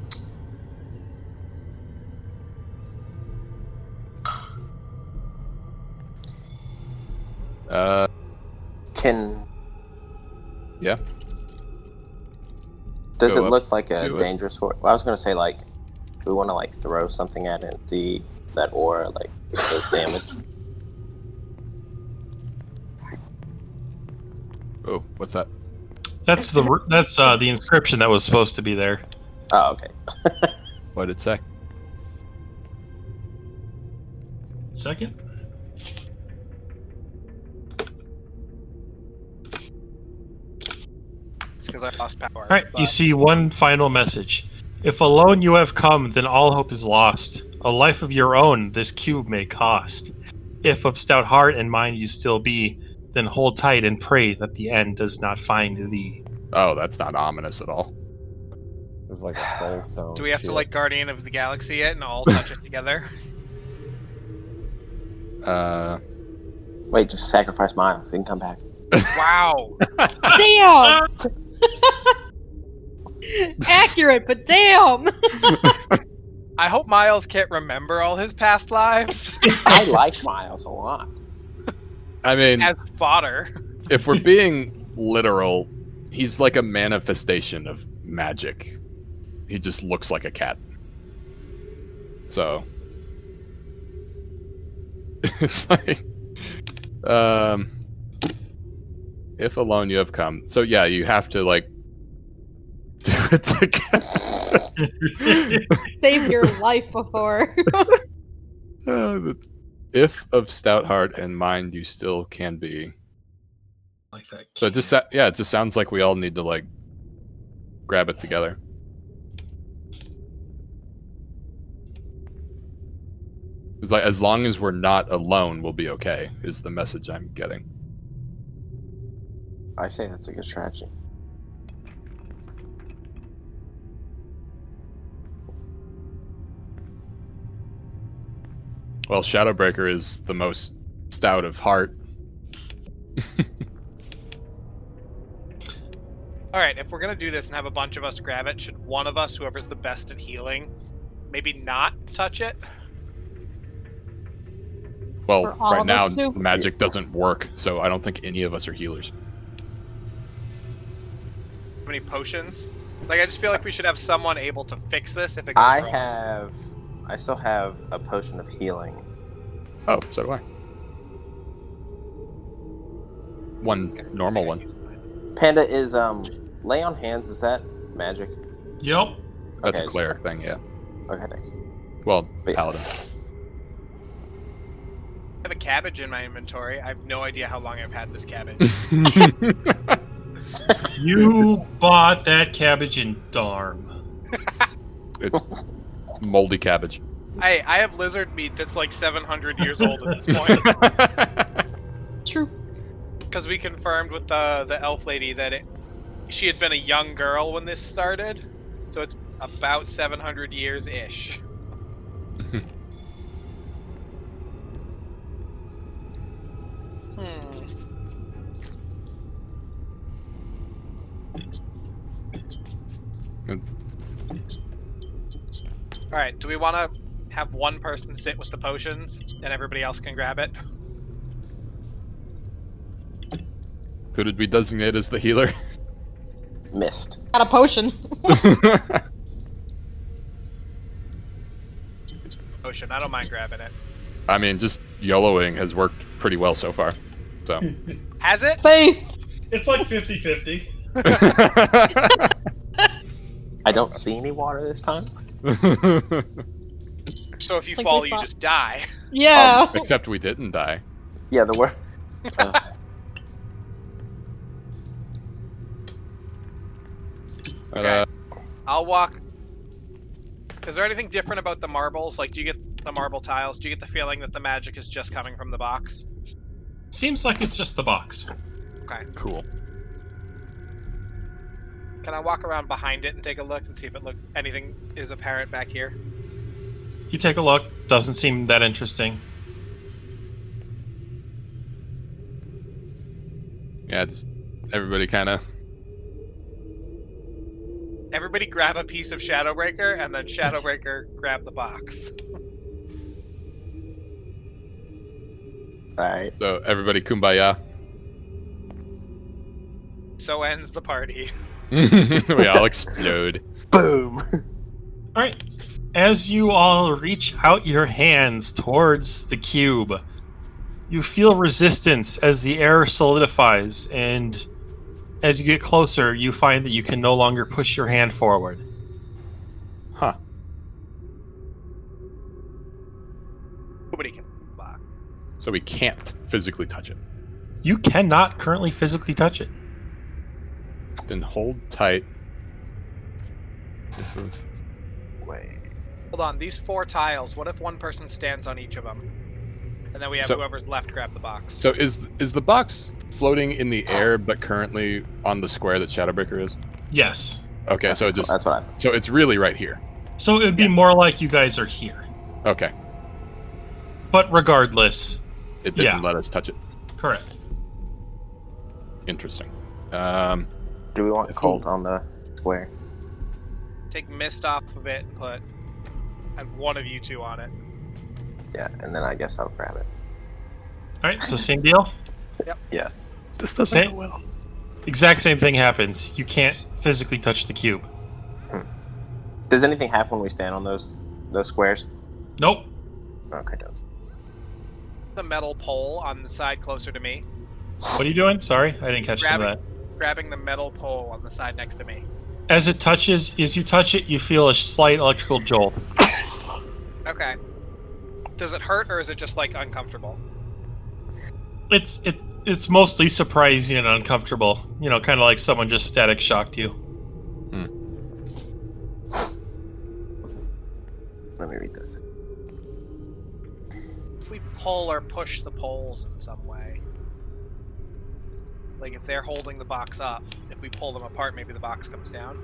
[SPEAKER 3] Uh,
[SPEAKER 13] Can.
[SPEAKER 3] Yeah.
[SPEAKER 13] Does
[SPEAKER 3] Go
[SPEAKER 13] it
[SPEAKER 3] up
[SPEAKER 13] look like a
[SPEAKER 3] to it.
[SPEAKER 13] dangerous aura? Well, I was gonna say like, we want to like throw something at it and see if that aura like does damage.
[SPEAKER 3] oh, what's that?
[SPEAKER 1] That's the that's uh, the inscription that was supposed to be there.
[SPEAKER 13] Oh, okay.
[SPEAKER 3] What did it say?
[SPEAKER 1] Second.
[SPEAKER 2] It's because I lost power.
[SPEAKER 1] All right, you see one final message. If alone you have come, then all hope is lost. A life of your own this cube may cost. If of stout heart and mind you still be, then hold tight and pray that the end does not find thee.
[SPEAKER 3] Oh, that's not ominous at all.
[SPEAKER 4] It's like a soul stone.
[SPEAKER 2] Do we have to
[SPEAKER 4] shit.
[SPEAKER 2] like Guardian of the Galaxy it and all touch it together?
[SPEAKER 3] Uh,
[SPEAKER 13] Wait, just sacrifice Miles. He can come back.
[SPEAKER 2] Wow.
[SPEAKER 5] Damn. Accurate, but damn.
[SPEAKER 2] I hope Miles can't remember all his past lives
[SPEAKER 13] I like Miles a lot.
[SPEAKER 3] I mean,
[SPEAKER 2] as fodder.
[SPEAKER 3] if we're being literal, he's like a manifestation of magic. He just looks like a cat. So it's like um if alone you have come. So yeah, you have to like do it together.
[SPEAKER 5] Saved your life before.
[SPEAKER 3] Uh, but if of stout heart and mind you still can be.
[SPEAKER 1] Like that.
[SPEAKER 3] So it just sa- yeah, it just sounds like we all need to like grab it together. It's like as long as we're not alone, we'll be okay. Is the message I'm getting?
[SPEAKER 13] I say that's a good strategy.
[SPEAKER 3] Well, Shadowbreaker is the most stout of heart.
[SPEAKER 2] All right, if we're gonna do this and have a bunch of us grab it, should one of us, whoever's the best at healing, maybe not touch it?
[SPEAKER 3] Well,
[SPEAKER 5] For all
[SPEAKER 3] right
[SPEAKER 5] of
[SPEAKER 3] now
[SPEAKER 5] us to-
[SPEAKER 3] magic doesn't work, so I don't think any of us are healers.
[SPEAKER 2] Any potions? Like I just feel like we should have someone able to fix this if it goes
[SPEAKER 13] I
[SPEAKER 2] wrong.
[SPEAKER 13] have. I still have a potion of healing.
[SPEAKER 3] Oh, so do I. One
[SPEAKER 2] Okay,
[SPEAKER 3] normal
[SPEAKER 2] I
[SPEAKER 3] one.
[SPEAKER 2] think I can use mine.
[SPEAKER 13] Panda is um lay on hands. Is that magic?
[SPEAKER 12] Yep.
[SPEAKER 3] That's
[SPEAKER 13] Okay,
[SPEAKER 3] a
[SPEAKER 13] so-
[SPEAKER 3] cleric thing, yeah.
[SPEAKER 13] Okay, thanks.
[SPEAKER 3] Well,
[SPEAKER 13] But yeah.
[SPEAKER 3] paladin.
[SPEAKER 2] I have a cabbage in my inventory. I have no idea how long I've had this cabbage.
[SPEAKER 1] You bought that cabbage in Darm.
[SPEAKER 3] it's moldy cabbage.
[SPEAKER 2] I I have lizard meat that's like 700 years old at this point
[SPEAKER 5] True.
[SPEAKER 2] because we confirmed with the the elf lady that it she had been a young girl when this started, so it's about 700 years ish. hmm.
[SPEAKER 3] It's-
[SPEAKER 2] All right. Do we want to have one person sit with the potions and everybody else can grab it?
[SPEAKER 3] who did we designate as the healer?
[SPEAKER 13] Missed.
[SPEAKER 5] Got a potion.
[SPEAKER 2] Potion. I don't mind grabbing it.
[SPEAKER 3] I mean, just YOLOing has worked pretty well so far. So.
[SPEAKER 2] Has it?
[SPEAKER 5] Faith.
[SPEAKER 1] It's like 50 50.
[SPEAKER 13] I don't see any water this time.
[SPEAKER 2] So if you
[SPEAKER 5] Like we
[SPEAKER 2] fall, you
[SPEAKER 5] thought.
[SPEAKER 2] just die.
[SPEAKER 5] Yeah.
[SPEAKER 3] Except we didn't die.
[SPEAKER 13] Yeah, the word.
[SPEAKER 3] But,
[SPEAKER 2] Okay.
[SPEAKER 3] uh,
[SPEAKER 2] I'll walk. Is there anything different about the marbles? Like, do you get the marble tiles? Do you get the feeling that the magic is just coming from the box?
[SPEAKER 1] Seems like it's just the box.
[SPEAKER 3] cool.
[SPEAKER 2] Can I walk around behind it and take a look and see if it look anything is apparent back here?
[SPEAKER 1] You take a look, doesn't seem that interesting.
[SPEAKER 3] Yeah, just everybody kind of.
[SPEAKER 2] Everybody grab a piece of Shadowbreaker, and then Shadowbreaker grab the box.
[SPEAKER 13] All right.
[SPEAKER 3] So everybody kumbaya.
[SPEAKER 2] So ends the party.
[SPEAKER 3] we all explode.
[SPEAKER 13] Boom.
[SPEAKER 1] All right. As you all reach out your hands towards the cube, you feel resistance as the air solidifies, and as you get closer, you find that you can no longer push your hand forward.
[SPEAKER 3] Huh.
[SPEAKER 2] Nobody can. Box.
[SPEAKER 3] So we can't physically touch it.
[SPEAKER 1] You cannot currently physically touch it.
[SPEAKER 3] Then hold tight. If of-
[SPEAKER 13] Wait.
[SPEAKER 2] Hold on, these four tiles. What if one person stands on each of them, and then we have
[SPEAKER 3] So-
[SPEAKER 2] whoever's left grab the box?
[SPEAKER 3] So is is the box floating in the air, but currently on the square that Shadowbreaker is?
[SPEAKER 1] Yes.
[SPEAKER 3] Okay, so it just
[SPEAKER 13] That's what I.
[SPEAKER 3] so it's really right here.
[SPEAKER 1] So it would be more like you guys are here.
[SPEAKER 3] Okay,
[SPEAKER 1] But regardless,
[SPEAKER 3] it didn't
[SPEAKER 1] Yeah.
[SPEAKER 3] let us touch it.
[SPEAKER 1] correct.
[SPEAKER 3] Interesting. Um,
[SPEAKER 13] Do we want cold on the square?
[SPEAKER 2] Take mist off of it and put and one of you two on it.
[SPEAKER 13] Yeah, and then I guess I'll grab it.
[SPEAKER 1] All right, so same deal.
[SPEAKER 13] Yeah. This doesn't
[SPEAKER 1] Okay. Exact same thing happens. You can't physically touch the cube.
[SPEAKER 13] Does anything happen when we stand on those those squares?
[SPEAKER 1] Nope.
[SPEAKER 13] Okay, dope.
[SPEAKER 2] The metal pole on the side closer to me.
[SPEAKER 1] What are you doing? Sorry, I didn't catch some of
[SPEAKER 2] Grabbing-
[SPEAKER 1] that.
[SPEAKER 2] grabbing the metal pole on the side next to me.
[SPEAKER 1] As it touches, as you touch it, you feel a slight electrical jolt.
[SPEAKER 2] Okay. Does it hurt or is it just like uncomfortable?
[SPEAKER 1] It's it it's mostly surprising and uncomfortable. You know, kind of like someone just static shocked you.
[SPEAKER 13] Let me read this.
[SPEAKER 2] If we pull or push the poles in some way, like if they're holding the box up, if we pull them apart, maybe the box comes down.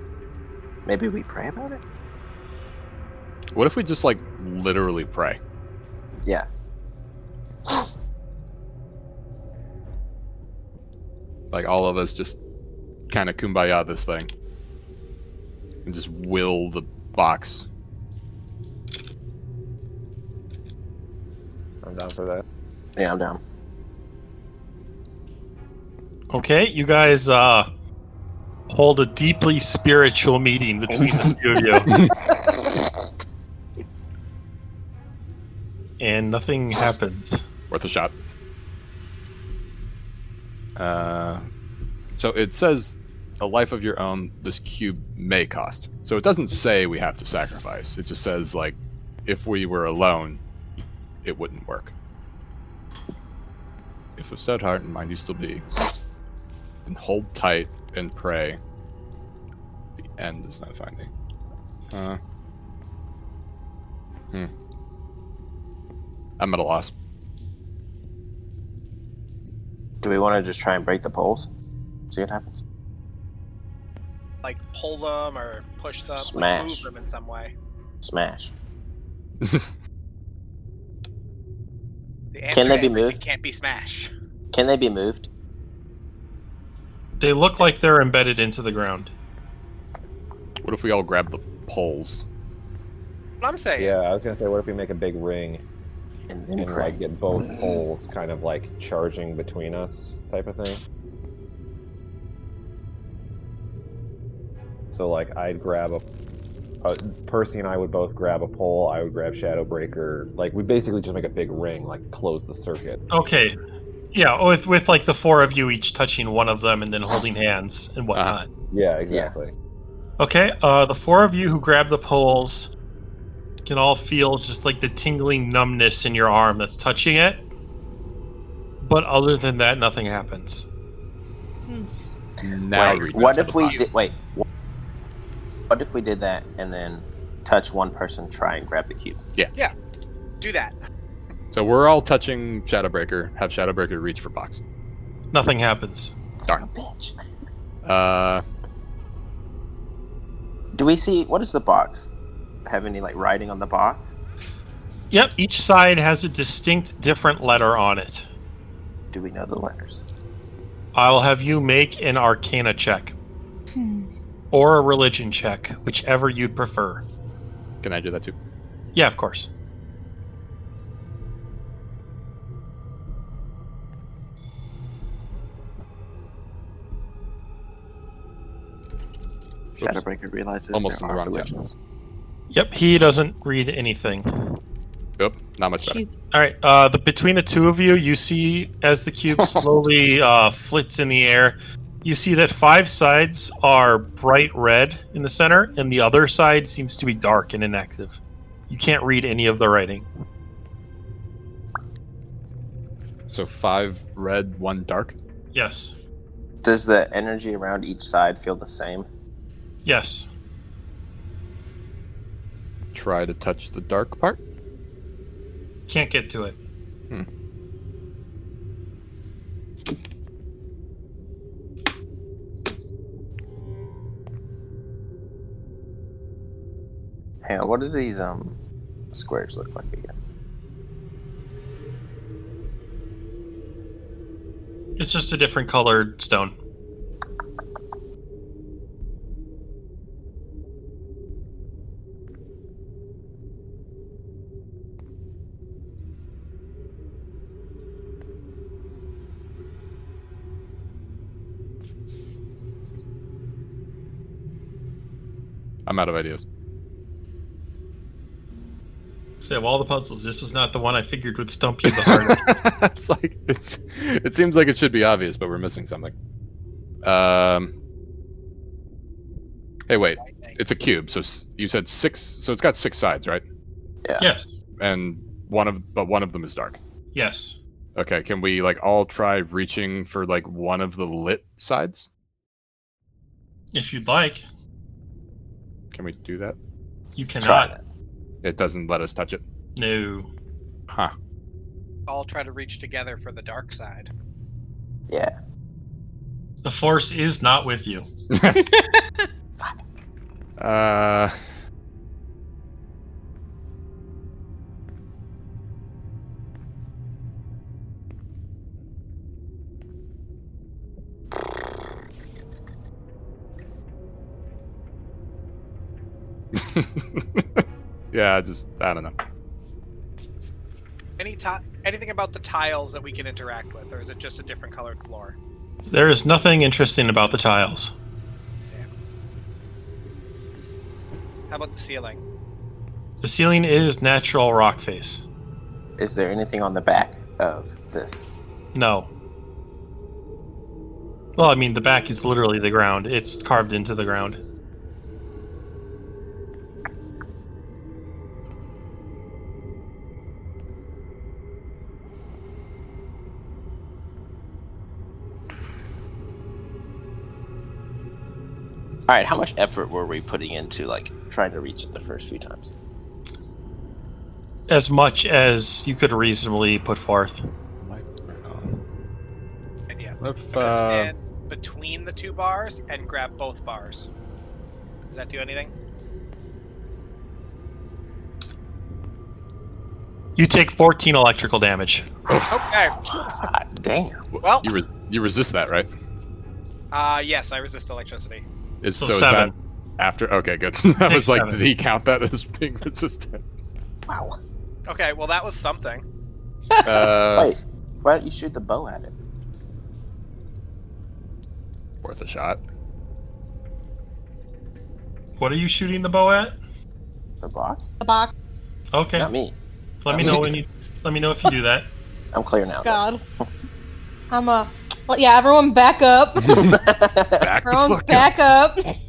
[SPEAKER 13] Maybe we pray about it.
[SPEAKER 3] what if we just like literally pray?
[SPEAKER 13] Yeah.
[SPEAKER 3] Like all of us just kind of kumbaya this thing and just will the box.
[SPEAKER 4] I'm down for that.
[SPEAKER 13] Yeah, I'm down.
[SPEAKER 1] Okay, you guys uh, hold a deeply spiritual meeting between the two of you. and nothing happens.
[SPEAKER 3] Worth a shot. Uh, so it says a life of your own this cube may cost. So it doesn't say we have to sacrifice. It just says like if we were alone, it wouldn't work. If with said heart and mind you still be, then hold tight and pray. The end is not finding. Uh, hmm. I'm at a loss.
[SPEAKER 13] Do we want to just try and break the poles? See what happens.
[SPEAKER 2] Like pull them or push them, like
[SPEAKER 13] Smash.
[SPEAKER 2] move them in some way.
[SPEAKER 13] Smash.
[SPEAKER 2] The
[SPEAKER 13] Can
[SPEAKER 2] answer to
[SPEAKER 13] they be
[SPEAKER 2] everything
[SPEAKER 13] moved?
[SPEAKER 2] Can't be smash.
[SPEAKER 13] Can they be moved?
[SPEAKER 1] They look like they're embedded into the ground.
[SPEAKER 3] What if we all grab the poles?
[SPEAKER 2] What I'm saying.
[SPEAKER 4] Yeah, I was gonna say, what if we make a big ring
[SPEAKER 13] And then
[SPEAKER 4] and
[SPEAKER 13] pray.
[SPEAKER 4] like get both poles kind of like charging between us, type of thing? So like, I'd grab a, uh, Percy and I would both grab a pole. I would grab Shadowbreaker. Like, we basically just make a big ring, like close the circuit.
[SPEAKER 1] Okay. Yeah, with with like the four of you each touching one of them and then holding hands and whatnot.
[SPEAKER 4] Yeah, exactly.
[SPEAKER 1] Okay, uh, the four of you who grab the poles can all feel just like the tingling numbness in your arm that's touching it. But other than that, nothing happens.
[SPEAKER 3] Now
[SPEAKER 13] wait,
[SPEAKER 3] reach
[SPEAKER 13] what
[SPEAKER 3] out
[SPEAKER 13] if
[SPEAKER 3] to the
[SPEAKER 13] we
[SPEAKER 3] box.
[SPEAKER 13] did? Wait. wh- What if we did that and then touch one person, try and grab the cube?
[SPEAKER 3] Yeah.
[SPEAKER 2] Do that.
[SPEAKER 3] So we're all touching Shadowbreaker. Have Shadowbreaker reach for box.
[SPEAKER 1] Nothing happens.
[SPEAKER 13] Son of a bitch.
[SPEAKER 3] Uh,
[SPEAKER 13] Do we see what is the box? Have any like writing on the box?
[SPEAKER 1] Yep, each side has a distinct different letter on it.
[SPEAKER 13] Do we know the letters?
[SPEAKER 1] I'll have you make an arcana check
[SPEAKER 5] Hmm.
[SPEAKER 1] or a religion check, whichever you'd prefer.
[SPEAKER 3] can I do that too?
[SPEAKER 1] Yeah, of course.
[SPEAKER 13] Shadowbreaker realizes
[SPEAKER 3] Almost
[SPEAKER 13] there
[SPEAKER 3] in the
[SPEAKER 13] are
[SPEAKER 3] wrong tab.
[SPEAKER 13] religions.
[SPEAKER 1] Yep, he doesn't read anything.
[SPEAKER 3] Nope, not much better.
[SPEAKER 5] Jeez.
[SPEAKER 1] All right. Uh, the between the two of you, you see as the cube slowly uh, flits in the air, you see that five sides are bright red in the center, and the other side seems to be dark and inactive. You can't read any of the writing.
[SPEAKER 3] So five red, one dark.
[SPEAKER 1] Yes.
[SPEAKER 13] Does the energy around each side feel the same?
[SPEAKER 1] Yes.
[SPEAKER 3] Try to touch the dark part.
[SPEAKER 1] Can't get to it.
[SPEAKER 13] Hang on, what do these um squares look like again?
[SPEAKER 1] It's just a different colored stone.
[SPEAKER 3] I'm out of ideas.
[SPEAKER 1] So of all the puzzles, this was not the one I figured would stump you the hardest.
[SPEAKER 3] it's like it's. It seems like it should be obvious, but we're missing something. Um. Hey, wait.
[SPEAKER 2] I think.
[SPEAKER 3] It's a cube. So s- you said six. So it's got six sides, right?
[SPEAKER 1] yes.
[SPEAKER 3] And one of, but one of them is dark.
[SPEAKER 1] Yes.
[SPEAKER 3] Okay. Can we like all try reaching for like one of the lit sides?
[SPEAKER 1] If you'd like,
[SPEAKER 3] Can we do that?
[SPEAKER 1] you
[SPEAKER 13] Try
[SPEAKER 1] cannot.
[SPEAKER 13] it.
[SPEAKER 3] It doesn't let us touch it.
[SPEAKER 1] No.
[SPEAKER 3] Huh.
[SPEAKER 2] All try to reach together for the dark side.
[SPEAKER 13] Yeah.
[SPEAKER 1] The force is not with you.
[SPEAKER 3] Uh. yeah, I just I don't know.
[SPEAKER 2] Any time, anything about the tiles that we can interact with, or is it just a different colored floor?
[SPEAKER 1] There is nothing interesting about the tiles.
[SPEAKER 2] How about the ceiling?
[SPEAKER 1] The ceiling is natural rock face.
[SPEAKER 13] Is there anything on the back of this?
[SPEAKER 1] No. Well, I mean, the back is literally the ground. It's carved into the ground.
[SPEAKER 13] All right, how much effort were we putting into like trying to reach it the first few times?
[SPEAKER 1] As much as you could reasonably put forth.
[SPEAKER 2] And yeah,
[SPEAKER 3] If,
[SPEAKER 2] I'm gonna
[SPEAKER 3] uh,
[SPEAKER 2] stand between the two bars and grab both bars. Does that do anything?
[SPEAKER 1] You take 14 electrical damage.
[SPEAKER 2] Okay.
[SPEAKER 13] Ah, damn.
[SPEAKER 2] Well,
[SPEAKER 3] you, re- you resist that, right?
[SPEAKER 2] uh, yes, I resist electricity.
[SPEAKER 3] It's,
[SPEAKER 1] So
[SPEAKER 3] so, is
[SPEAKER 1] seven.
[SPEAKER 3] that after? Okay, good. I
[SPEAKER 1] Take
[SPEAKER 3] was like,
[SPEAKER 1] seven.
[SPEAKER 3] did he count that as being resistant?
[SPEAKER 2] Okay, well that was something.
[SPEAKER 3] Uh,
[SPEAKER 13] Wait, why don't you shoot the bow at it?
[SPEAKER 3] worth a shot.
[SPEAKER 1] What are you shooting the bow at?
[SPEAKER 13] The box?
[SPEAKER 5] The box.
[SPEAKER 1] Okay.
[SPEAKER 13] Not me.
[SPEAKER 1] Let me know when you let me know if you do that.
[SPEAKER 13] I'm clear now.
[SPEAKER 5] God. I'm a. Well, yeah, everyone back up.
[SPEAKER 3] Back the
[SPEAKER 5] Everyone
[SPEAKER 3] fuck up.
[SPEAKER 5] back up.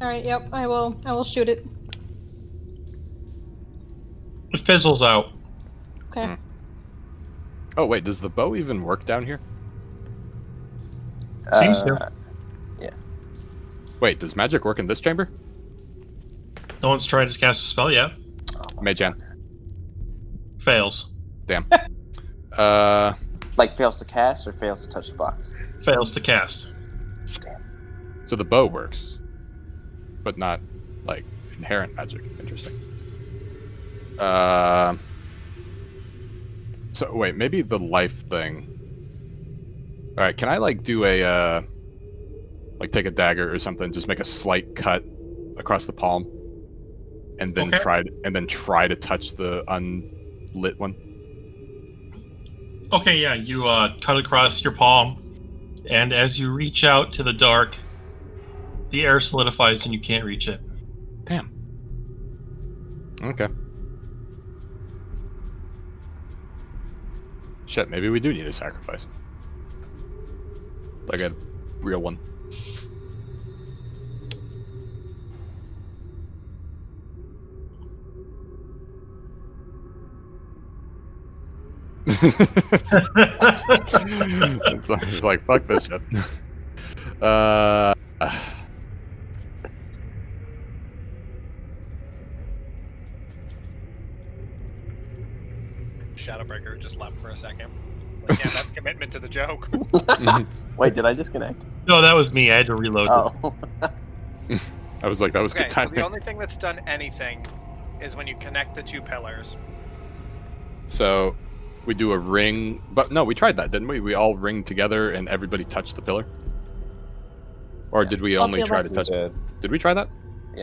[SPEAKER 5] All right. Yep. I will. I will shoot it.
[SPEAKER 1] It fizzles out.
[SPEAKER 5] Okay.
[SPEAKER 3] Hmm. Oh wait, does the bow even work down here?
[SPEAKER 1] Seems
[SPEAKER 13] Uh,
[SPEAKER 1] to.
[SPEAKER 3] Wait, does magic work in this chamber?
[SPEAKER 1] No one's tried to cast a spell yet.
[SPEAKER 3] Majan.
[SPEAKER 1] Fails.
[SPEAKER 3] Uh,
[SPEAKER 13] Like fails to cast or fails to touch the box.
[SPEAKER 1] Fails to cast.
[SPEAKER 3] so the bow works, but not like inherent magic. Interesting. Uh, so wait, maybe the life thing. All right, can I like do a uh, like take a dagger or something, just make a slight cut across the palm, and then
[SPEAKER 1] Okay.
[SPEAKER 3] try to, and then try to touch the unlit one.
[SPEAKER 1] Okay, yeah, you uh, cut across your palm, and as you reach out to the dark, the air solidifies and you can't reach it.
[SPEAKER 3] Damn. Okay. Shit, maybe we do need a sacrifice. Like a real one. it's like- it's like, fuck this shit. Uh,
[SPEAKER 2] Shadowbreaker just left for a second. Like, yeah, that's commitment to the joke.
[SPEAKER 13] Wait, did I disconnect?
[SPEAKER 1] No, that was me. I had to reload.
[SPEAKER 13] Oh.
[SPEAKER 3] I was like, that was
[SPEAKER 2] Okay,
[SPEAKER 3] good
[SPEAKER 2] so the
[SPEAKER 3] timing.
[SPEAKER 2] only thing that's done anything is when you connect the two pillars.
[SPEAKER 3] So we do a ring, but no, we tried that, didn't we? We all ring together and everybody touched the pillar. Or did we
[SPEAKER 5] All
[SPEAKER 3] only
[SPEAKER 5] the
[SPEAKER 3] try to touch?
[SPEAKER 5] elect-
[SPEAKER 4] Dead.
[SPEAKER 3] Did we try that?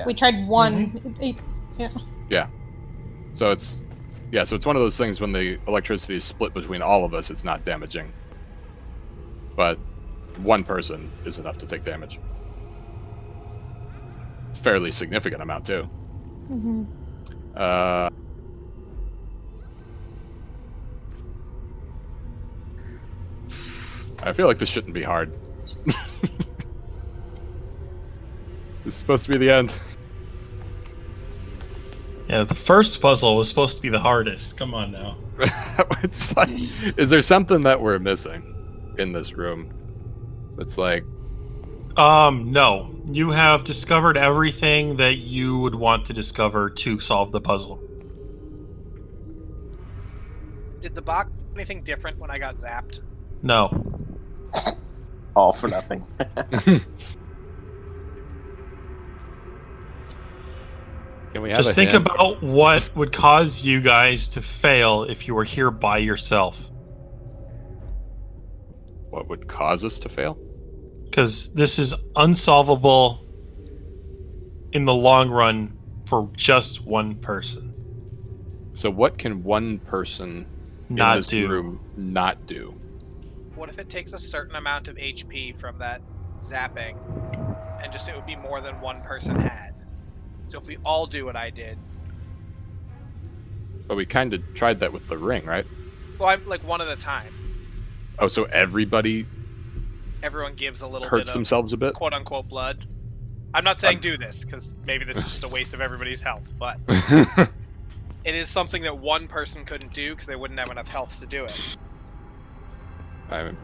[SPEAKER 5] We tried one.
[SPEAKER 3] Mm-hmm.
[SPEAKER 5] It-
[SPEAKER 3] So it's yeah. So it's one of those things when the electricity is split between all of us, it's not damaging, but one person is enough to take damage. Fairly significant amount too.
[SPEAKER 5] mhm.
[SPEAKER 3] Uh, I feel like this shouldn't be hard. this is supposed to be the end. Oh.
[SPEAKER 1] Yeah, the first puzzle was supposed to be the hardest. Come on now.
[SPEAKER 3] it's like, is there something that we're missing in this room? It's like,
[SPEAKER 1] Um, no. You have discovered everything that you would want to discover to solve the puzzle.
[SPEAKER 2] Did the box anything different when I got zapped?
[SPEAKER 1] No.
[SPEAKER 13] All for nothing.
[SPEAKER 3] can we have
[SPEAKER 1] Just
[SPEAKER 3] a
[SPEAKER 1] think
[SPEAKER 3] hint?
[SPEAKER 1] about what would cause you guys to fail if you were here by yourself.
[SPEAKER 3] what would cause us to fail?
[SPEAKER 1] Because this is unsolvable in the long run for just one person.
[SPEAKER 3] So what can one person in
[SPEAKER 1] Not
[SPEAKER 3] this
[SPEAKER 1] do.
[SPEAKER 3] room not do?
[SPEAKER 2] What if it takes a certain amount of HP from that zapping, and just it would be more than one person had? So if we all do what I did,
[SPEAKER 3] But we kind of tried that with the ring, right?
[SPEAKER 2] well, I'm like one at a time.
[SPEAKER 3] Oh, so everybody
[SPEAKER 2] Everyone gives a little
[SPEAKER 3] hurts
[SPEAKER 2] bit
[SPEAKER 3] themselves a bit.
[SPEAKER 2] of quote unquote blood. I'm not saying do this because maybe this is just a waste of everybody's health, but it is something that one person couldn't do because they wouldn't have enough health to do it.
[SPEAKER 3] I mean,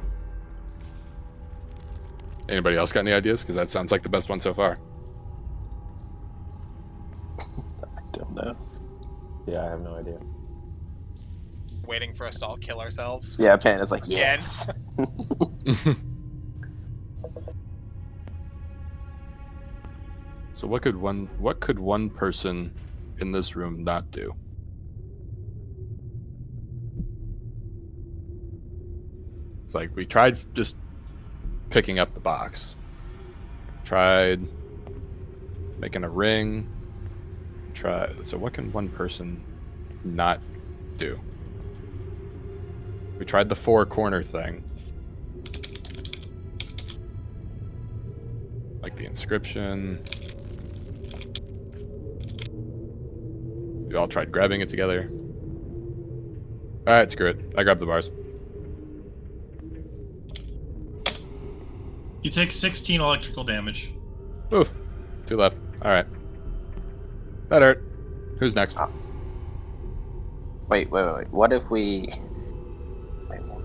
[SPEAKER 3] anybody else got any ideas? Because that sounds like the best one so far.
[SPEAKER 13] I don't know.
[SPEAKER 4] Yeah, I have no idea.
[SPEAKER 2] Waiting for us to all kill ourselves.
[SPEAKER 13] Yeah, Pan is like,
[SPEAKER 2] Again.
[SPEAKER 13] yes.
[SPEAKER 3] so what could one what could one person in this room not do? It's like we tried just picking up the box. Tried making a ring. Try so what can one person not do? We tried the four corner thing. Like the inscription. We all tried grabbing it together. Alright, screw it. I grabbed the bars.
[SPEAKER 12] You take 16 electrical damage.
[SPEAKER 3] Oof. Two left. Alright. That hurt. Who's next?
[SPEAKER 13] Ah. Wait, wait, wait, wait. What if we. Wait, what?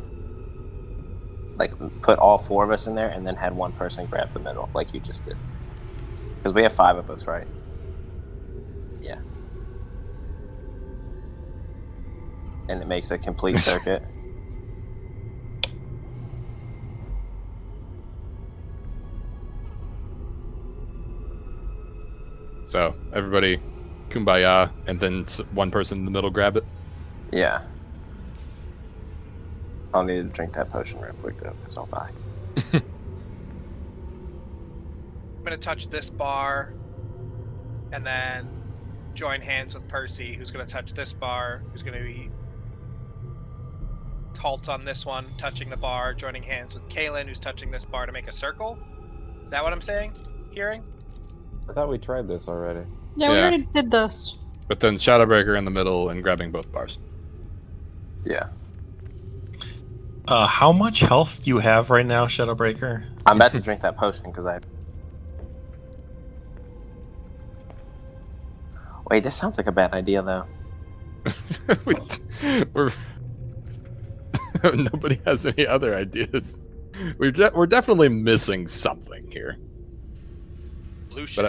[SPEAKER 13] Like, put all four of us in there and then had one person grab the middle, like you just did? Because we have five of us, right? Yeah. And it makes a complete circuit.
[SPEAKER 3] So, everybody, kumbaya, and then s- one person in the middle grab it.
[SPEAKER 13] Yeah. I'll need to drink that potion real quick, though, because I'll die.
[SPEAKER 2] I'm gonna touch this bar, and then join hands with Percy, who's gonna touch this bar, who's gonna be cult on this one, touching the bar, joining hands with Kalen, who's touching this bar to make a circle. Is that what I'm saying? Hearing?
[SPEAKER 4] I thought we tried this already.
[SPEAKER 5] Yeah, we
[SPEAKER 3] Yeah.
[SPEAKER 5] already did this.
[SPEAKER 3] But then Shadowbreaker in the middle and grabbing both bars.
[SPEAKER 13] Yeah.
[SPEAKER 1] Uh, how much health do you have right now, Shadowbreaker?
[SPEAKER 13] I'm about to drink that potion because I. Wait, this sounds like a bad idea, though.
[SPEAKER 3] we, we're nobody has any other ideas. We're de- we're definitely missing something here.
[SPEAKER 2] Lucian.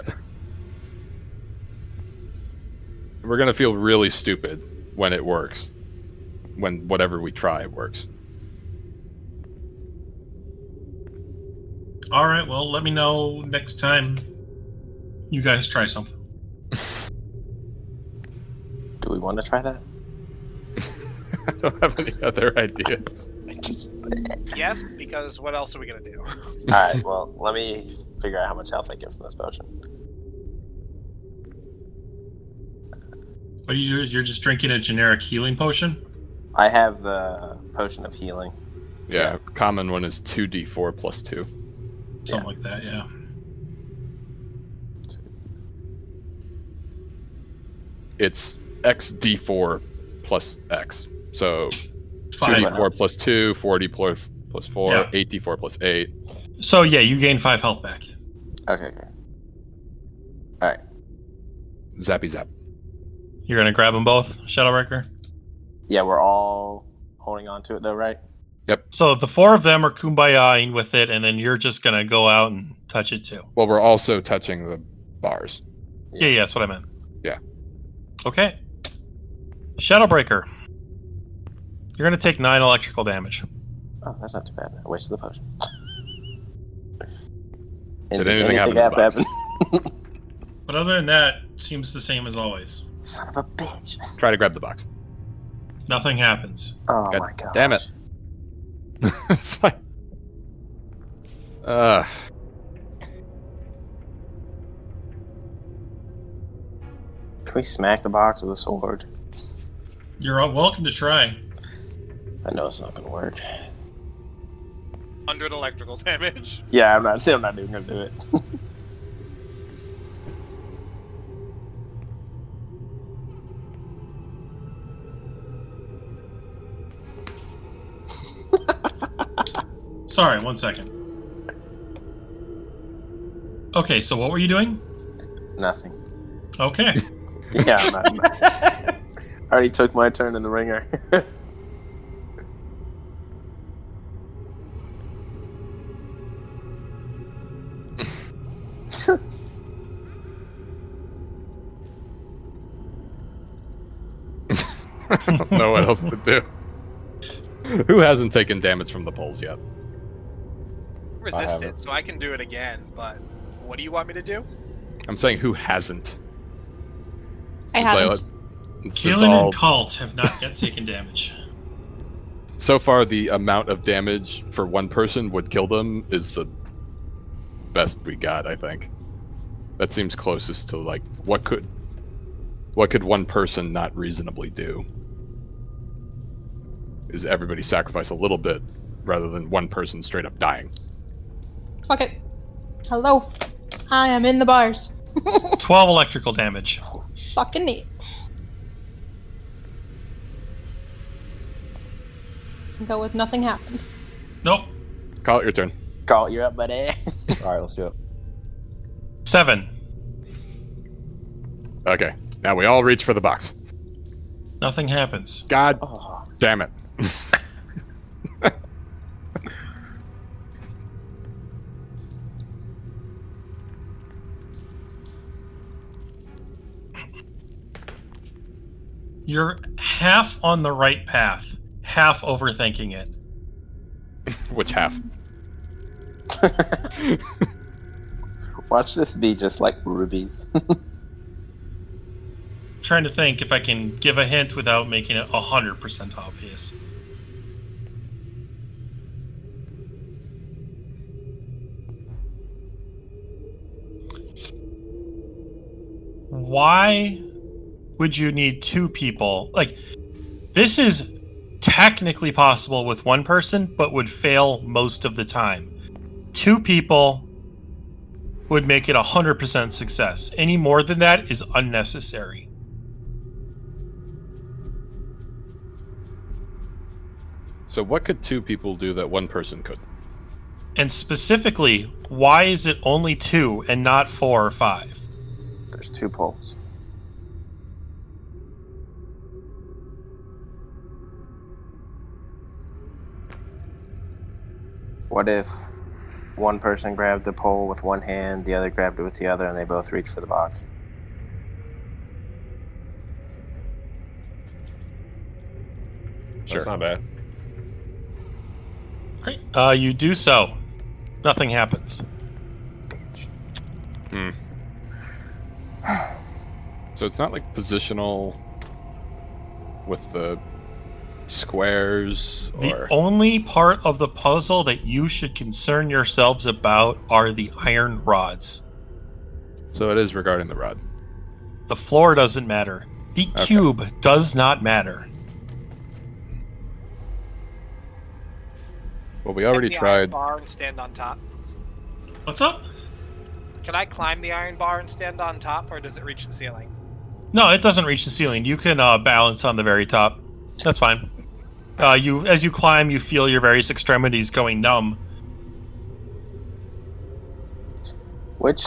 [SPEAKER 3] We're gonna feel really stupid when it works, when whatever we try works.
[SPEAKER 12] All right, well, let me know next time you guys try something.
[SPEAKER 13] Do we want to try that?
[SPEAKER 3] I don't have any other ideas.
[SPEAKER 13] Just...
[SPEAKER 2] yes, because what else are we gonna do?
[SPEAKER 13] Alright, well, let me figure out how much health I get from this potion.
[SPEAKER 12] But you, you're just drinking a generic healing potion?
[SPEAKER 13] I have the potion of healing.
[SPEAKER 3] Yeah, common one is two D four plus two.
[SPEAKER 12] Something like that, yeah.
[SPEAKER 3] It's X D four plus X. So two D
[SPEAKER 12] Five.
[SPEAKER 3] four plus two, four D plus plus four,
[SPEAKER 12] Yeah.
[SPEAKER 3] eight D four plus eight.
[SPEAKER 1] So yeah, you gain five health back.
[SPEAKER 13] Okay, okay.
[SPEAKER 3] Zappy zap.
[SPEAKER 1] You're gonna grab them both, Shadowbreaker.
[SPEAKER 13] Yeah, we're all holding on to it, though, right?
[SPEAKER 1] So the four of them are kumbayaing with it, and then you're just gonna go out and touch it too.
[SPEAKER 3] Well, we're also touching the bars.
[SPEAKER 1] Yeah, yeah, that's what I meant.
[SPEAKER 3] Yeah.
[SPEAKER 1] Okay. Shadowbreaker. You're gonna take nine electrical damage.
[SPEAKER 13] Oh, that's not too bad. I wasted the potion.
[SPEAKER 3] Did anything happen to the box?
[SPEAKER 13] happened?
[SPEAKER 12] But other than that, seems the same as always.
[SPEAKER 13] Son of a bitch.
[SPEAKER 3] Try to grab the box.
[SPEAKER 12] Nothing happens.
[SPEAKER 13] Oh
[SPEAKER 3] God
[SPEAKER 13] my god.
[SPEAKER 3] damn it. it's like, uh,
[SPEAKER 13] Can we smack the box with a sword?
[SPEAKER 12] You're all welcome to try.
[SPEAKER 13] I know it's not gonna work.
[SPEAKER 2] 100 electrical damage.
[SPEAKER 13] Yeah, I'm not. I'm not even gonna do it.
[SPEAKER 12] Sorry, one second. Okay, so what were you doing?
[SPEAKER 13] Nothing.
[SPEAKER 12] Okay.
[SPEAKER 13] Yeah, I'm not, I'm not- I already took my turn in the ringer.
[SPEAKER 3] I don't know what else to do. Who hasn't taken damage from the poles yet?
[SPEAKER 2] Resist
[SPEAKER 4] haven't.
[SPEAKER 2] it, so I can do it again, but what do you want me to do?
[SPEAKER 3] I'm saying who hasn't.
[SPEAKER 5] I
[SPEAKER 3] It's like,
[SPEAKER 5] haven't.
[SPEAKER 3] it's just
[SPEAKER 12] Kaelin
[SPEAKER 3] all-
[SPEAKER 12] and Cult have not yet taken damage.
[SPEAKER 3] so far, the amount of damage for one person would kill them is the best we got. I think that seems closest to like what could what could one person not reasonably do? Is everybody sacrifice a little bit rather than one person straight up dying?
[SPEAKER 5] Fuck it. Hello. I am in the bars.
[SPEAKER 1] 12 electrical damage.
[SPEAKER 5] Fucking neat. Go with nothing happened.
[SPEAKER 12] Nope.
[SPEAKER 3] Call it your turn.
[SPEAKER 13] Call you up, buddy.
[SPEAKER 4] All right, let's do it.
[SPEAKER 1] 7.
[SPEAKER 3] Okay, now we all reach for the box.
[SPEAKER 12] Nothing happens.
[SPEAKER 3] God
[SPEAKER 13] Oh,
[SPEAKER 3] damn it.
[SPEAKER 1] You're half on the right path, half overthinking it.
[SPEAKER 3] Which half?
[SPEAKER 13] watch this be just like rubies.
[SPEAKER 1] Trying to think if I can give a hint without making it 100% obvious. Why would you need two people? Like, this is technically possible with one person, but would fail most of the time. Two people would make it 100% success. Any more than that is unnecessary.
[SPEAKER 3] So what could two people do that one person could?
[SPEAKER 1] And specifically, why is it only two and not four or five?
[SPEAKER 13] There's two poles. What if one person grabbed the pole with one hand, the other grabbed it with the other, and they both reached for the box?
[SPEAKER 3] Sure.
[SPEAKER 4] That's not bad.
[SPEAKER 1] Right. Uh, you do so. Nothing happens.
[SPEAKER 3] So it's not like positional with the squares
[SPEAKER 1] The
[SPEAKER 3] or
[SPEAKER 1] only part of the puzzle that you should concern yourselves about are the iron rods.
[SPEAKER 3] so it is regarding the rod.
[SPEAKER 1] The floor doesn't matter. The
[SPEAKER 3] Okay.
[SPEAKER 1] cube does not matter.
[SPEAKER 3] Well, we already
[SPEAKER 2] Climb the Iron
[SPEAKER 3] tried.
[SPEAKER 2] bar and stand on top.
[SPEAKER 12] What's up?
[SPEAKER 2] Can I climb the iron bar and stand on top, or does it reach the ceiling?
[SPEAKER 1] No, it doesn't reach the ceiling. You can uh, balance on the very top. That's fine. Uh, you, as you climb, you feel your various extremities going numb.
[SPEAKER 13] Which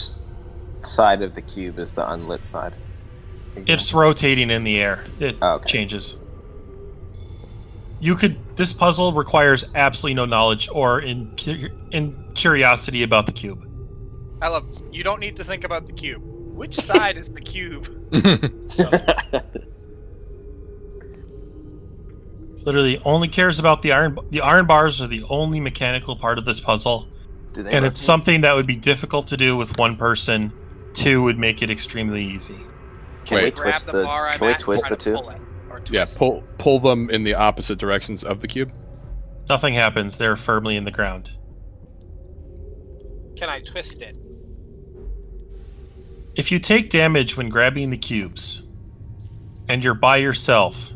[SPEAKER 13] side of the cube is the unlit side?
[SPEAKER 1] It's rotating in the air. It
[SPEAKER 13] Oh, okay.
[SPEAKER 1] changes. You could. This puzzle requires absolutely no knowledge or in in curiosity about the cube.
[SPEAKER 2] I love. You don't need to think about the cube. Which side is the cube?
[SPEAKER 1] Literally, only cares about the iron. The iron bars are the only mechanical part of this puzzle,
[SPEAKER 13] Do they
[SPEAKER 1] and it's
[SPEAKER 13] rotate?
[SPEAKER 1] something that would be difficult to do with one person. Two would make it extremely easy.
[SPEAKER 13] Can we
[SPEAKER 2] Grab
[SPEAKER 3] Wait.
[SPEAKER 13] twist
[SPEAKER 2] the,
[SPEAKER 13] the?
[SPEAKER 2] bar I'm
[SPEAKER 13] Can we
[SPEAKER 2] at and
[SPEAKER 13] twist
[SPEAKER 2] try
[SPEAKER 13] the
[SPEAKER 2] to
[SPEAKER 13] two?
[SPEAKER 2] pull it, or
[SPEAKER 3] yeah,
[SPEAKER 2] twist it.
[SPEAKER 3] pull pull them in the opposite directions of the cube.
[SPEAKER 1] Nothing happens. They're firmly in the ground.
[SPEAKER 2] Can I twist it?
[SPEAKER 1] If you take damage when grabbing the cubes, and you're by yourself,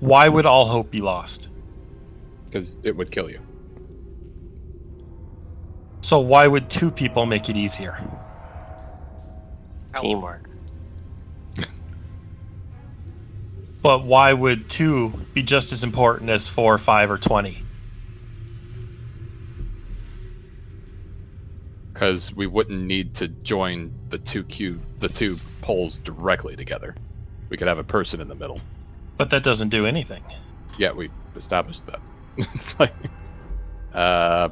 [SPEAKER 1] Why would all hope be lost?
[SPEAKER 3] because it would kill you.
[SPEAKER 1] So why would two people make it easier?
[SPEAKER 13] Teamwork.
[SPEAKER 1] But why would two be just as important as four, five, or twenty?
[SPEAKER 3] Because we wouldn't need to join the two cube, the two poles directly together. We could have a person in the middle.
[SPEAKER 1] But that doesn't do anything.
[SPEAKER 3] Yeah, we established that. it's like, uh,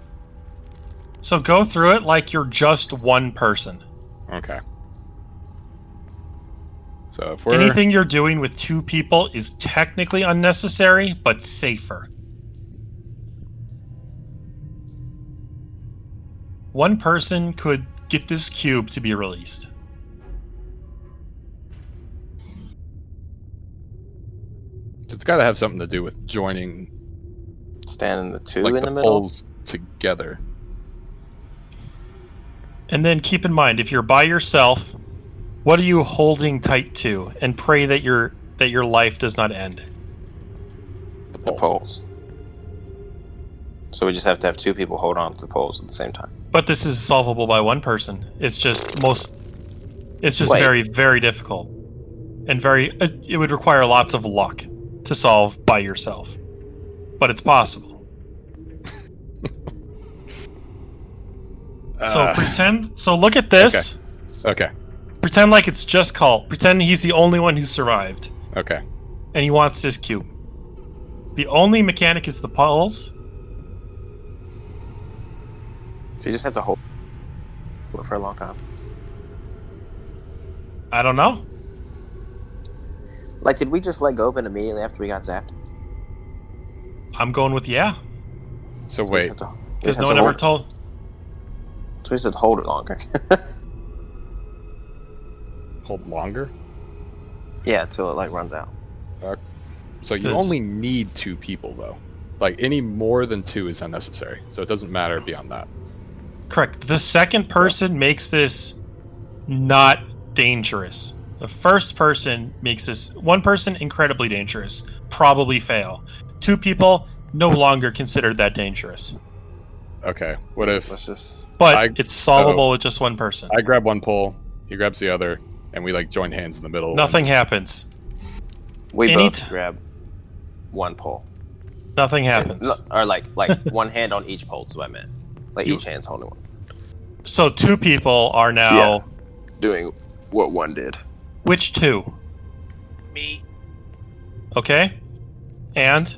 [SPEAKER 1] So go through it like you're just one person.
[SPEAKER 3] okay. So if we're
[SPEAKER 1] Anything you're doing with two people is technically unnecessary, but safer. One person could get this cube to be released.
[SPEAKER 3] It's got to have something to do with joining
[SPEAKER 13] Standing the two
[SPEAKER 3] like
[SPEAKER 13] in
[SPEAKER 3] the,
[SPEAKER 13] the middle.
[SPEAKER 3] poles together.
[SPEAKER 1] And then keep in mind if you're by yourself, what are you holding tight to and pray that your that your life does not end.
[SPEAKER 3] The
[SPEAKER 13] The poles. So we just have to have two people hold on to the poles at the same time.
[SPEAKER 1] But this is solvable by one person. It's just most it's just
[SPEAKER 13] Wait.
[SPEAKER 1] very very difficult and very uh, it, it would require lots of luck to solve by yourself. But it's possible. so
[SPEAKER 3] Uh,
[SPEAKER 1] pretend so look at this.
[SPEAKER 3] okay. okay,
[SPEAKER 1] Pretend like it's just Cult. Pretend he's the only one who survived,
[SPEAKER 3] okay,
[SPEAKER 1] and he wants this cube. The only mechanic is the pulse.
[SPEAKER 13] So you just have to hold it for a long time.
[SPEAKER 1] I don't know.
[SPEAKER 13] Like, did we just let go of it immediately after we got zapped?
[SPEAKER 1] I'm going with yeah,
[SPEAKER 3] So
[SPEAKER 13] So we just
[SPEAKER 3] wait,
[SPEAKER 13] have to- we
[SPEAKER 1] because
[SPEAKER 13] just
[SPEAKER 1] no one
[SPEAKER 13] have to
[SPEAKER 1] ever
[SPEAKER 13] hold-
[SPEAKER 1] told.
[SPEAKER 13] So we just have to hold it longer.
[SPEAKER 3] hold longer.
[SPEAKER 13] yeah, till it like runs out.
[SPEAKER 3] So you
[SPEAKER 1] Yes.
[SPEAKER 3] only need two people though. Like any more than two is unnecessary. So it doesn't matter beyond that.
[SPEAKER 1] Correct. The second person makes this not dangerous. The first person makes this one person incredibly dangerous. Probably fail. Two people no longer considered that dangerous.
[SPEAKER 3] Okay. What if
[SPEAKER 13] Let's just.
[SPEAKER 1] But
[SPEAKER 3] I-
[SPEAKER 1] it's solvable with just one person.
[SPEAKER 3] I grab one pole, he grabs the other, and we like join hands in the middle? and-
[SPEAKER 1] Nothing happens.
[SPEAKER 13] We
[SPEAKER 1] Any
[SPEAKER 13] both
[SPEAKER 1] t-
[SPEAKER 13] grab one pole.
[SPEAKER 1] Nothing happens.
[SPEAKER 13] L- Or like like one hand on each pole is what I meant. Like each hand's holding one.
[SPEAKER 1] So two people are now.
[SPEAKER 13] Yeah. Doing what one did.
[SPEAKER 1] Which two?
[SPEAKER 2] Me.
[SPEAKER 1] Okay. And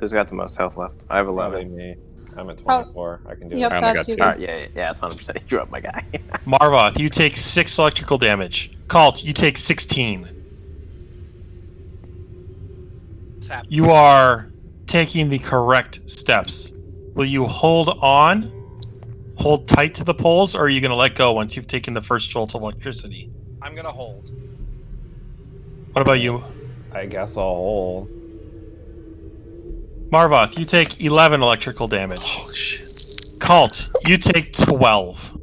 [SPEAKER 13] Who's got the most health left? I have
[SPEAKER 4] Probably
[SPEAKER 13] 11.
[SPEAKER 4] me. I'm at 24. I can do
[SPEAKER 5] Yep,
[SPEAKER 3] I
[SPEAKER 4] it.
[SPEAKER 3] only
[SPEAKER 5] that's
[SPEAKER 3] got
[SPEAKER 5] you.
[SPEAKER 3] two.
[SPEAKER 13] Alright, yeah, yeah, yeah, that's 100%. You're up, my guy.
[SPEAKER 1] Marvoth, you take six electrical damage. Kalt, you take sixteen.
[SPEAKER 2] It's happening.
[SPEAKER 1] You are taking the correct steps. Will you hold on? Hold tight to the poles, or are you gonna let go once you've taken the first jolt of electricity?
[SPEAKER 2] I'm gonna hold.
[SPEAKER 1] What about you?
[SPEAKER 4] I guess I'll hold.
[SPEAKER 1] Marvoth, you take eleven electrical damage. Oh shit. Kalt, you take twelve.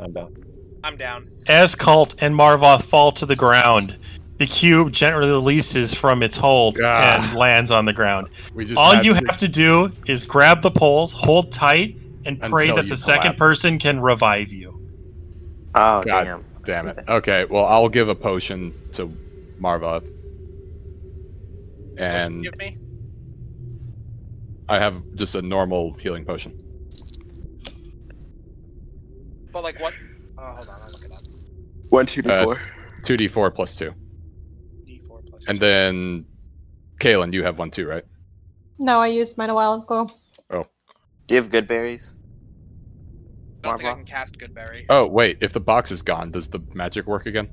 [SPEAKER 4] I'm done.
[SPEAKER 2] I'm down.
[SPEAKER 1] As Cult and Marvoth fall to the ground, the cube gently releases from its hold
[SPEAKER 3] Ah.
[SPEAKER 1] and lands on the ground.
[SPEAKER 3] We just
[SPEAKER 1] All
[SPEAKER 3] had
[SPEAKER 1] you
[SPEAKER 3] to-
[SPEAKER 1] have to do is grab the poles, hold tight, and pray
[SPEAKER 3] Until
[SPEAKER 1] that
[SPEAKER 3] you
[SPEAKER 1] the second
[SPEAKER 3] collapse.
[SPEAKER 1] person can revive you.
[SPEAKER 13] Oh,
[SPEAKER 3] God
[SPEAKER 13] damn.
[SPEAKER 3] Damn it. Okay. Well, I'll give a potion to Marvoth,
[SPEAKER 2] Motion
[SPEAKER 3] and
[SPEAKER 2] Give me.
[SPEAKER 3] I have just a normal healing potion.
[SPEAKER 2] But like what? Oh, hold on. I'll look it up.
[SPEAKER 13] One, two,
[SPEAKER 3] Uh, Two D four plus two,
[SPEAKER 2] D4 plus.
[SPEAKER 3] and
[SPEAKER 2] two.
[SPEAKER 3] then Kalen, you have one too, right?
[SPEAKER 5] No, I used mine a while ago.
[SPEAKER 13] Do you have good berries?
[SPEAKER 2] I don't think I can
[SPEAKER 13] Marva?
[SPEAKER 2] cast Goodberry.
[SPEAKER 3] Oh wait, if the box is gone, does the magic work again?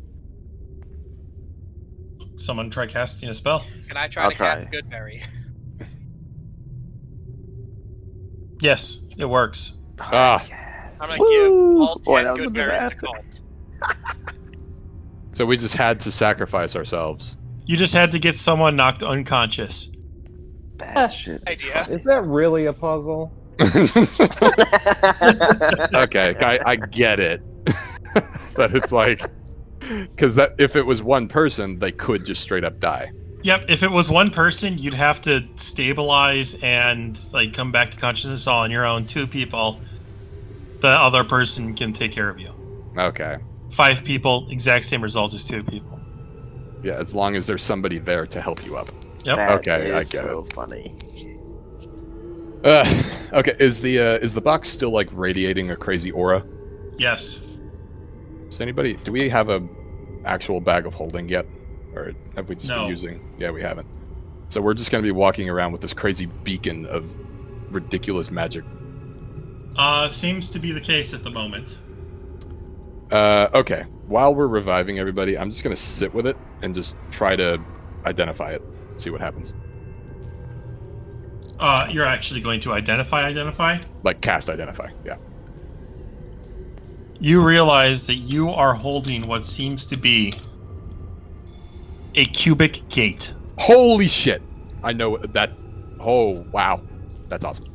[SPEAKER 1] Someone try casting a spell.
[SPEAKER 2] Can I try
[SPEAKER 13] I'll
[SPEAKER 2] to
[SPEAKER 13] try.
[SPEAKER 2] cast Goodberry?
[SPEAKER 1] Yes, it works.
[SPEAKER 3] Ah,
[SPEAKER 13] Yes.
[SPEAKER 2] I'm gonna give all ten
[SPEAKER 13] Boy, that was a
[SPEAKER 2] Goodberries to
[SPEAKER 13] disaster.
[SPEAKER 2] Cult.
[SPEAKER 3] so we just had to sacrifice ourselves.
[SPEAKER 1] You just had to get someone knocked unconscious.
[SPEAKER 13] Bad shit.
[SPEAKER 2] Idea.
[SPEAKER 4] Is that really a puzzle?
[SPEAKER 3] okay, I, I get it, but it's like Because that if it was one person, they could just straight up die.
[SPEAKER 1] Yep. If it was one person, you'd have to stabilize and like come back to consciousness all on your own. Two people, the other person can take care of you.
[SPEAKER 3] Okay.
[SPEAKER 1] Five people, exact same result as two people.
[SPEAKER 3] Yeah, as long as there's somebody there to help you up.
[SPEAKER 1] Yep.
[SPEAKER 13] That
[SPEAKER 3] Okay, I
[SPEAKER 13] is
[SPEAKER 3] get it.
[SPEAKER 13] so funny.
[SPEAKER 3] Uh, okay, is the uh, is the box still like radiating a crazy aura?
[SPEAKER 1] Yes.
[SPEAKER 3] Does anybody? Do we have a actual bag of holding yet, or have we just
[SPEAKER 1] No.
[SPEAKER 3] been using? Yeah, we haven't. So we're just gonna be walking around with this crazy beacon of ridiculous magic.
[SPEAKER 1] Uh, seems to be the case at the moment.
[SPEAKER 3] Uh, okay. While we're reviving everybody, I'm just gonna sit with it and just try to identify it, see what happens.
[SPEAKER 1] Uh, you're actually going to identify, identify.
[SPEAKER 3] Like cast identify. Yeah.
[SPEAKER 1] You realize that you are holding what seems to be a cubic gate.
[SPEAKER 3] Holy shit! I know that. Oh wow, that's awesome.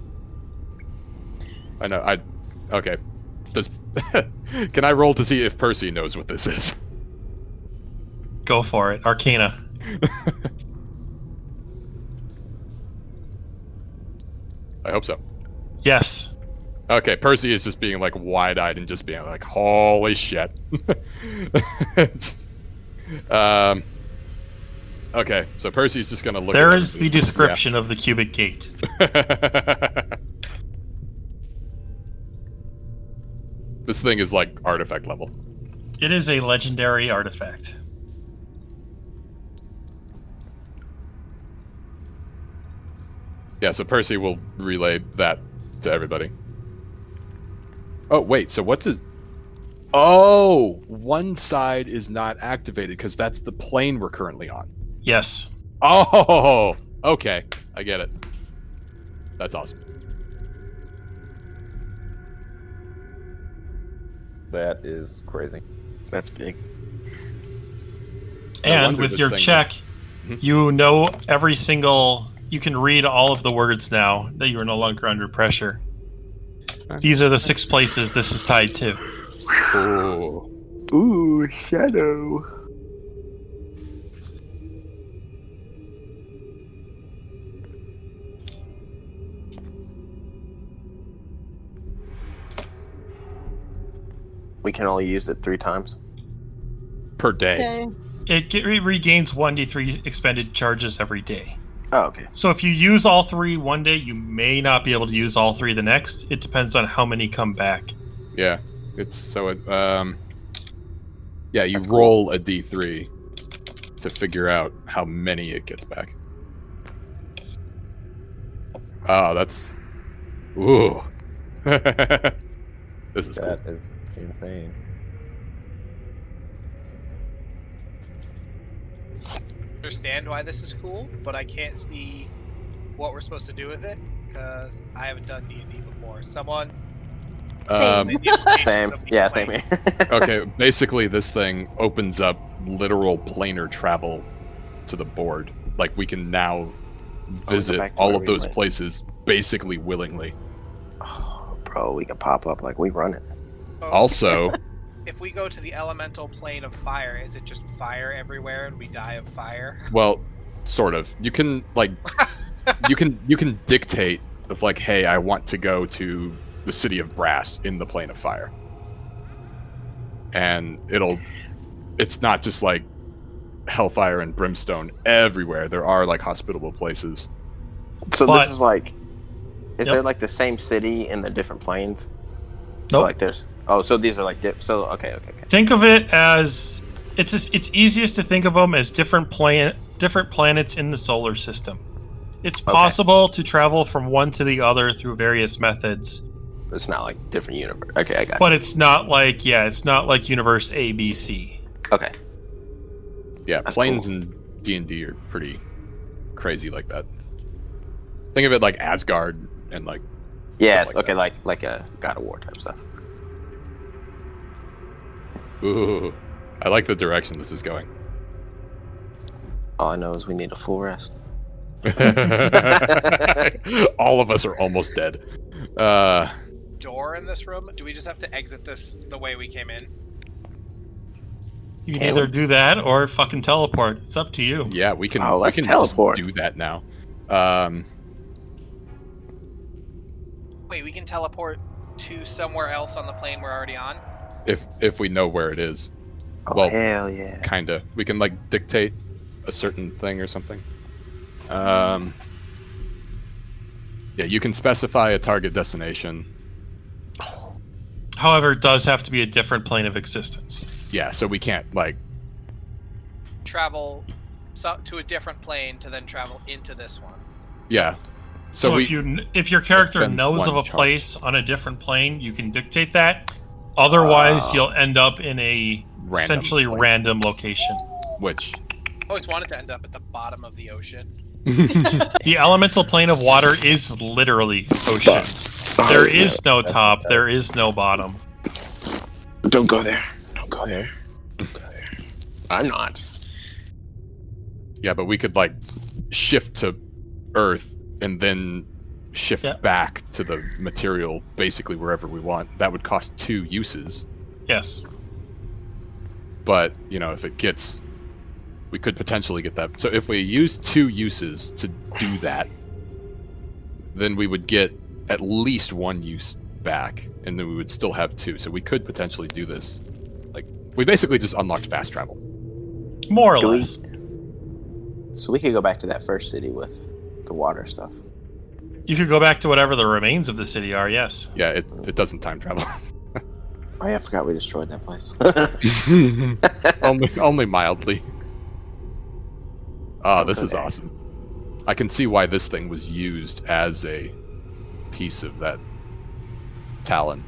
[SPEAKER 3] I know. I okay. Does can I roll to see if Percy knows what this is?
[SPEAKER 1] Go for it, Arcana.
[SPEAKER 3] I hope so.
[SPEAKER 1] Yes.
[SPEAKER 3] Okay, Percy is just being like wide-eyed and just being like, "Holy shit!" It's- um. Okay, so Percy's just gonna look.
[SPEAKER 1] there
[SPEAKER 3] at
[SPEAKER 1] is the
[SPEAKER 3] everything. Yeah.
[SPEAKER 1] description of the cubic gate.
[SPEAKER 3] this thing is like artifact level.
[SPEAKER 1] It is a legendary artifact.
[SPEAKER 3] Yeah, so Percy will relay that to everybody. Oh, wait, so what does. Oh, one side is not activated because that's the plane we're currently on.
[SPEAKER 1] Yes.
[SPEAKER 3] Oh, okay. I get it. That's awesome.
[SPEAKER 4] That is crazy.
[SPEAKER 13] That's big.
[SPEAKER 3] I
[SPEAKER 1] and
[SPEAKER 3] wonder
[SPEAKER 1] with
[SPEAKER 3] this
[SPEAKER 1] your
[SPEAKER 3] thing-
[SPEAKER 1] check,
[SPEAKER 3] Mhm.
[SPEAKER 1] you know every single. You can read all of the words now that you are no longer under pressure.
[SPEAKER 3] Alright.
[SPEAKER 1] These are the six places this is tied to.
[SPEAKER 3] Ooh.
[SPEAKER 13] Ooh, shadow. We can only use it three times.
[SPEAKER 3] Per day.
[SPEAKER 5] Okay.
[SPEAKER 1] It, ge- it regains 1d3 expended charges every day.
[SPEAKER 13] Oh, okay.
[SPEAKER 1] So if you use all three one day, you may not be able to use all three the next. It depends on how many come back.
[SPEAKER 3] Yeah. It's so it, um Yeah, you
[SPEAKER 13] That's cool.
[SPEAKER 3] roll a D three to figure out how many it gets back. Oh, that's Ooh. this is cool.
[SPEAKER 4] That is insane.
[SPEAKER 2] understand why this is cool, but I can't see what we're supposed to do with it because I haven't done D and D before. Someone
[SPEAKER 3] Um,
[SPEAKER 13] Same. Yeah, same here.
[SPEAKER 3] okay, basically this thing opens up literal planar travel to the board. Like we can now visit
[SPEAKER 13] Oh, back to
[SPEAKER 3] all
[SPEAKER 13] where
[SPEAKER 3] of
[SPEAKER 13] we
[SPEAKER 3] those
[SPEAKER 13] went.
[SPEAKER 3] places basically willingly.
[SPEAKER 13] oh, bro, we can pop up like we run it.
[SPEAKER 3] Also,
[SPEAKER 2] if we go to the elemental plane of fire, is it just fire everywhere and we die of fire?
[SPEAKER 3] Well, sort of. You can like you can you can dictate of like, hey, I want to go to the city of brass in the plane of fire. And it'll it's not just like hellfire and brimstone everywhere. There are like hospitable places.
[SPEAKER 13] So
[SPEAKER 1] But-
[SPEAKER 13] this is like,
[SPEAKER 1] Yep.
[SPEAKER 13] is there like the same city in the different planes? So
[SPEAKER 1] Nope.
[SPEAKER 13] like there's. Oh, so these are like dip. So okay, okay, okay.
[SPEAKER 1] Think of it as it's just, it's easiest to think of them as different planet different planets in the solar system. It's possible to travel from one to the other through various methods,
[SPEAKER 13] It's not like different universe. Okay, I got.
[SPEAKER 1] but it's not like yeah, it's not like universe A B C.
[SPEAKER 13] it. Okay.
[SPEAKER 3] Yeah,
[SPEAKER 13] That's
[SPEAKER 3] planes
[SPEAKER 13] cool.
[SPEAKER 3] and D and D are pretty crazy like that. Think of it like Asgard and like
[SPEAKER 13] Yes.
[SPEAKER 3] like
[SPEAKER 13] okay. Like like a God of War type stuff.
[SPEAKER 3] ooh. I like the direction this is going.
[SPEAKER 13] All I know is we need a full rest.
[SPEAKER 3] All of us are almost dead. Uh,
[SPEAKER 2] Door in this room? Do we just have to exit this the way we came in?
[SPEAKER 1] You can
[SPEAKER 13] Can't
[SPEAKER 1] either
[SPEAKER 13] we-
[SPEAKER 1] do that or fucking teleport. It's up to you.
[SPEAKER 3] Yeah, we can.
[SPEAKER 13] Oh,
[SPEAKER 3] we
[SPEAKER 13] let's
[SPEAKER 3] can just
[SPEAKER 13] teleport.
[SPEAKER 3] do that now. Um,
[SPEAKER 2] Wait, we can teleport to somewhere else on the plane we're already on.
[SPEAKER 3] if if we know where it is,
[SPEAKER 13] Oh,
[SPEAKER 3] Well-
[SPEAKER 13] hell yeah.
[SPEAKER 3] kinda. We can like dictate a certain thing or something. Um. Yeah, you can specify a target destination.
[SPEAKER 1] However, it does have to be a different plane of existence.
[SPEAKER 3] Yeah, so we can't like
[SPEAKER 2] Travel so- to a different plane to then travel into this one.
[SPEAKER 3] yeah.
[SPEAKER 1] So,
[SPEAKER 3] So, we
[SPEAKER 1] if you kn- if your character
[SPEAKER 3] Spend
[SPEAKER 1] knows of
[SPEAKER 3] one
[SPEAKER 1] a
[SPEAKER 3] charge.
[SPEAKER 1] place on a different plane, you can dictate that. Otherwise,
[SPEAKER 13] Ah.
[SPEAKER 1] you'll end up in a
[SPEAKER 3] Random
[SPEAKER 1] essentially
[SPEAKER 3] plane.
[SPEAKER 1] random location.
[SPEAKER 3] which
[SPEAKER 2] I always wanted to end up at the bottom of the ocean.
[SPEAKER 1] The elemental plane of water is literally ocean. There is no top. There is no bottom.
[SPEAKER 13] Don't go there. Don't go there. Don't go there. I'm not.
[SPEAKER 3] yeah, but we could like shift to Earth and then shift
[SPEAKER 1] Yeah.
[SPEAKER 3] back to the material basically wherever we want. That would cost two uses.
[SPEAKER 1] Yes.
[SPEAKER 3] but you know if it gets we could potentially get that so if we use two uses to do that then we would get at least one use back and then we would still have two so we could potentially do this like we basically just unlocked fast travel
[SPEAKER 1] More or
[SPEAKER 13] Do we-
[SPEAKER 1] less.
[SPEAKER 13] So we could go back to that first city with the water stuff.
[SPEAKER 1] You could go back to whatever the remains of the city are, yes.
[SPEAKER 3] yeah it, it doesn't time travel
[SPEAKER 13] Oh yeah, I forgot we destroyed that place.
[SPEAKER 3] only only mildly oh this is
[SPEAKER 13] Okay.
[SPEAKER 3] awesome i can see why this thing was used as a piece of that talon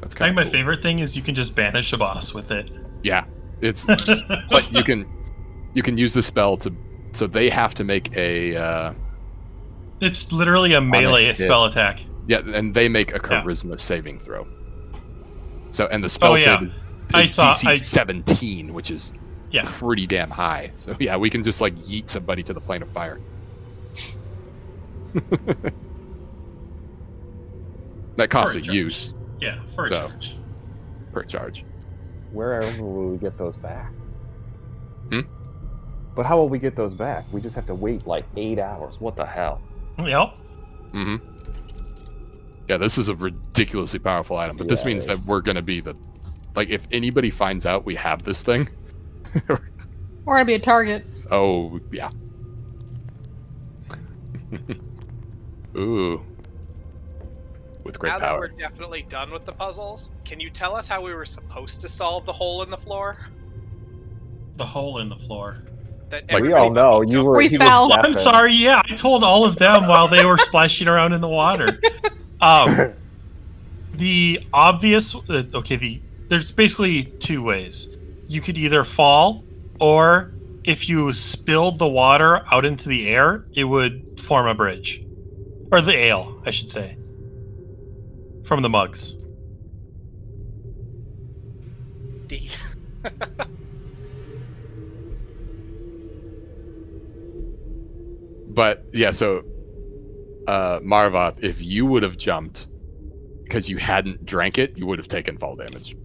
[SPEAKER 3] that's
[SPEAKER 1] I
[SPEAKER 3] kind
[SPEAKER 1] think
[SPEAKER 3] of
[SPEAKER 1] my favorite thing is you can just banish a boss with it.
[SPEAKER 3] Yeah, it's but you can you can use the spell to so they have to make a uh,
[SPEAKER 1] It's literally a melee
[SPEAKER 3] hit.
[SPEAKER 1] spell attack.
[SPEAKER 3] yeah, and they make a charisma saving throw. So and the spell
[SPEAKER 1] Oh, yeah.
[SPEAKER 3] save is,
[SPEAKER 1] I
[SPEAKER 3] is
[SPEAKER 1] saw-
[SPEAKER 3] DC
[SPEAKER 1] I-
[SPEAKER 3] 17, which is
[SPEAKER 1] Yeah.
[SPEAKER 3] pretty damn high. So yeah, we can just like yeet somebody to the plane of fire. that costs
[SPEAKER 1] For
[SPEAKER 3] a
[SPEAKER 1] a charge.
[SPEAKER 3] use
[SPEAKER 1] Yeah, for a
[SPEAKER 3] So.
[SPEAKER 1] charge.
[SPEAKER 3] per charge.
[SPEAKER 4] Wherever will we get those back?
[SPEAKER 3] Hmm?
[SPEAKER 4] But how will we get those back? We just have to wait like eight hours. What the hell?
[SPEAKER 1] Yep.
[SPEAKER 3] hmm Yeah, this is a ridiculously powerful item, but this
[SPEAKER 4] Yeah, it
[SPEAKER 3] means that
[SPEAKER 4] is.
[SPEAKER 3] we're gonna be the like if anybody finds out we have this thing,
[SPEAKER 5] We're gonna be a target.
[SPEAKER 3] oh yeah. Ooh. With great
[SPEAKER 2] now that we're
[SPEAKER 3] power.
[SPEAKER 2] definitely done with the puzzles, can you tell us how we were supposed to solve the hole in the floor?
[SPEAKER 1] The hole in the floor.
[SPEAKER 2] That
[SPEAKER 3] Like,
[SPEAKER 4] we
[SPEAKER 2] everybody
[SPEAKER 4] all know
[SPEAKER 2] fucking
[SPEAKER 4] you
[SPEAKER 2] jumped
[SPEAKER 4] were.
[SPEAKER 5] We
[SPEAKER 4] he
[SPEAKER 5] fell.
[SPEAKER 4] Was
[SPEAKER 5] I'm
[SPEAKER 1] I'm
[SPEAKER 4] deafened.
[SPEAKER 1] sorry, yeah, I told all of them while they were splashing around in the water. Um the obvious uh, okay, the there's basically two ways. You could either fall or if you spilled the water out into the air, it would form a bridge. Or the ale, I should say. From the mugs.
[SPEAKER 2] the-
[SPEAKER 3] But yeah, so uh Marvat, if you would have jumped because you hadn't drank it, you would have taken fall damage.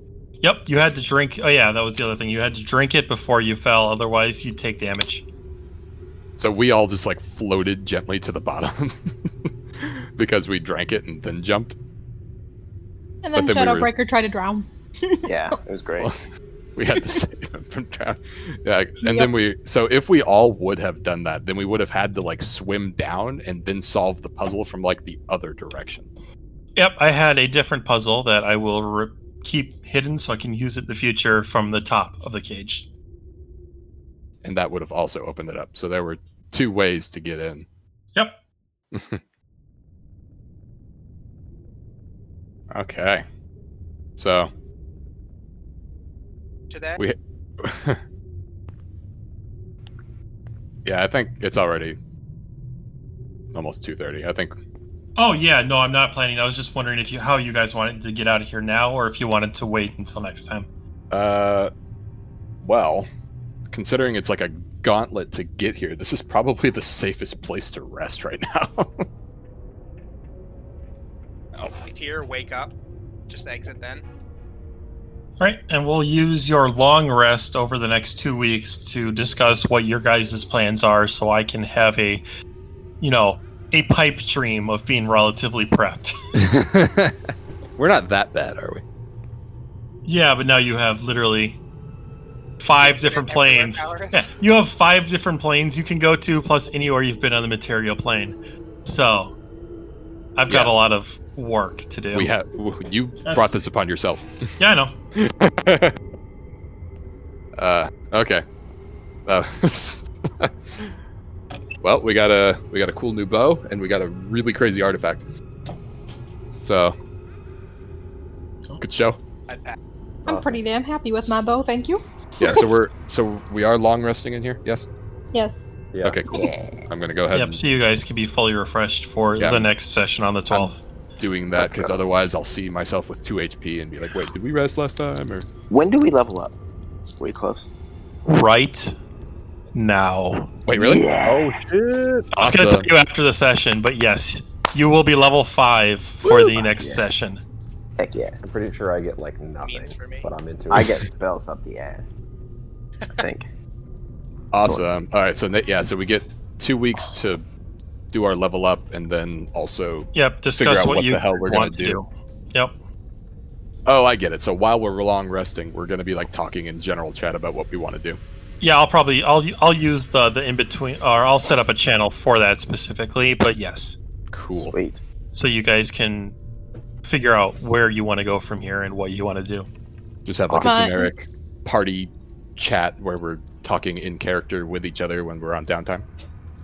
[SPEAKER 1] Yep, you had to drink. Oh yeah, that was the other thing. You had to drink it before you fell, otherwise you'd take damage.
[SPEAKER 3] So we all just like floated gently to the bottom because we drank it and then jumped.
[SPEAKER 5] And
[SPEAKER 3] But
[SPEAKER 5] then,
[SPEAKER 3] then we were-
[SPEAKER 5] Shadowbreaker tried to drown.
[SPEAKER 13] yeah, it was great.
[SPEAKER 3] Well- We had to save him from drowning. Yeah, and
[SPEAKER 5] Yep.
[SPEAKER 3] then we. So if we all would have done that, then we would have had to like swim down and then solve the puzzle from like the other direction.
[SPEAKER 1] Yep, I had a different puzzle that I will re- keep hidden so I can use it in the future from the top of the cage.
[SPEAKER 3] And that would have also opened it up. So there were two ways to get in.
[SPEAKER 1] Yep.
[SPEAKER 3] okay. So
[SPEAKER 2] today.
[SPEAKER 3] We- yeah, I think it's already almost 2:30. I think
[SPEAKER 1] Oh yeah, no, I'm not planning. I was just wondering if you how you guys wanted to get out of here now, or if you wanted to wait until next time.
[SPEAKER 3] Uh, well, considering it's like a gauntlet to get here, this is probably the safest place to rest right now.
[SPEAKER 2] Tier, wake up. Just exit then.
[SPEAKER 1] All right, and we'll use your long rest over the next two weeks to discuss what your guys' plans are, so I can have a, you know, a pipe dream of being relatively prepped.
[SPEAKER 3] We're not that bad, are we?
[SPEAKER 1] yeah, but now you have literally five different planes. Yeah, you have five different planes you can go to, plus anywhere you've been on the material plane. So, I've got
[SPEAKER 3] Yeah.
[SPEAKER 1] a lot of work to do.
[SPEAKER 3] We have. You brought
[SPEAKER 1] That's-
[SPEAKER 3] this upon yourself.
[SPEAKER 1] Yeah, I know.
[SPEAKER 3] Uh, okay. Uh, well, we got a we got a cool new bow, and we got a really crazy artifact. So,
[SPEAKER 1] Oh.
[SPEAKER 3] good show.
[SPEAKER 2] I'd pass.
[SPEAKER 5] I'm pretty damn happy with my bow, thank you.
[SPEAKER 3] Yeah. So we're so we are long resting in here. Yes.
[SPEAKER 5] Yes.
[SPEAKER 4] Yeah.
[SPEAKER 3] Okay. Cool. I'm gonna go ahead
[SPEAKER 1] Yep, so you guys can be fully refreshed for
[SPEAKER 3] Yeah. Uh,
[SPEAKER 1] the next session on the 12th.
[SPEAKER 3] and doing that because otherwise I'll see myself with two HP and be like, wait, did we rest last time? Or
[SPEAKER 13] When do we level up? Were you close?
[SPEAKER 1] Right now.
[SPEAKER 3] wait, really?
[SPEAKER 4] Oh shit!
[SPEAKER 1] I was going to
[SPEAKER 3] Awesome.
[SPEAKER 1] tell you after the session, but yes, you will be level 5 for the next session.
[SPEAKER 13] Heck yeah.
[SPEAKER 4] I'm pretty sure I get like nothing,
[SPEAKER 2] Means for me.
[SPEAKER 4] but I'm into it.
[SPEAKER 13] I get spells up the ass. I think.
[SPEAKER 3] Awesome. All right. So na- yeah. So we get two weeks to do our level up, and then also
[SPEAKER 1] Yep, discuss
[SPEAKER 3] out
[SPEAKER 1] what,
[SPEAKER 3] what
[SPEAKER 1] you
[SPEAKER 3] the hell we're gonna
[SPEAKER 1] want to
[SPEAKER 3] do.
[SPEAKER 1] do. Yep.
[SPEAKER 3] Oh, I get it. So while we're long resting, we're going to be like talking in general chat about what we want to do.
[SPEAKER 1] Yeah, I'll probably I'll I'll use the the in between or I'll set up a channel for that specifically, but yes.
[SPEAKER 3] Cool.
[SPEAKER 13] Sweet.
[SPEAKER 1] So you guys can figure out where you want to go from here and what you want to do.
[SPEAKER 3] Just have like
[SPEAKER 5] Fine.
[SPEAKER 3] a generic party chat where we're talking in character with each other when we're on downtime.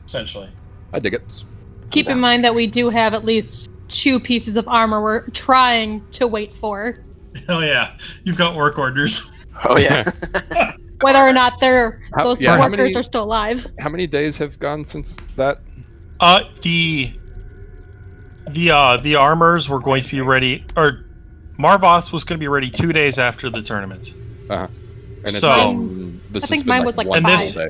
[SPEAKER 12] Essentially.
[SPEAKER 3] I dig it.
[SPEAKER 5] Keep in mind that we do have at least two pieces of armor we're trying to wait for.
[SPEAKER 12] Oh yeah, you've got work orders.
[SPEAKER 13] Oh yeah.
[SPEAKER 5] Whether or not they're
[SPEAKER 3] How-
[SPEAKER 5] those
[SPEAKER 3] yeah, how
[SPEAKER 5] workers
[SPEAKER 3] many-
[SPEAKER 5] are still alive.
[SPEAKER 3] How many days have gone since that?
[SPEAKER 1] Uh, the the uh the armors were going to be ready, or Marvos was going to be ready two days after the tournament. So-
[SPEAKER 3] been- this
[SPEAKER 5] I
[SPEAKER 3] has
[SPEAKER 5] think
[SPEAKER 3] been,
[SPEAKER 5] mine was, like,
[SPEAKER 3] one
[SPEAKER 1] five.
[SPEAKER 3] full day.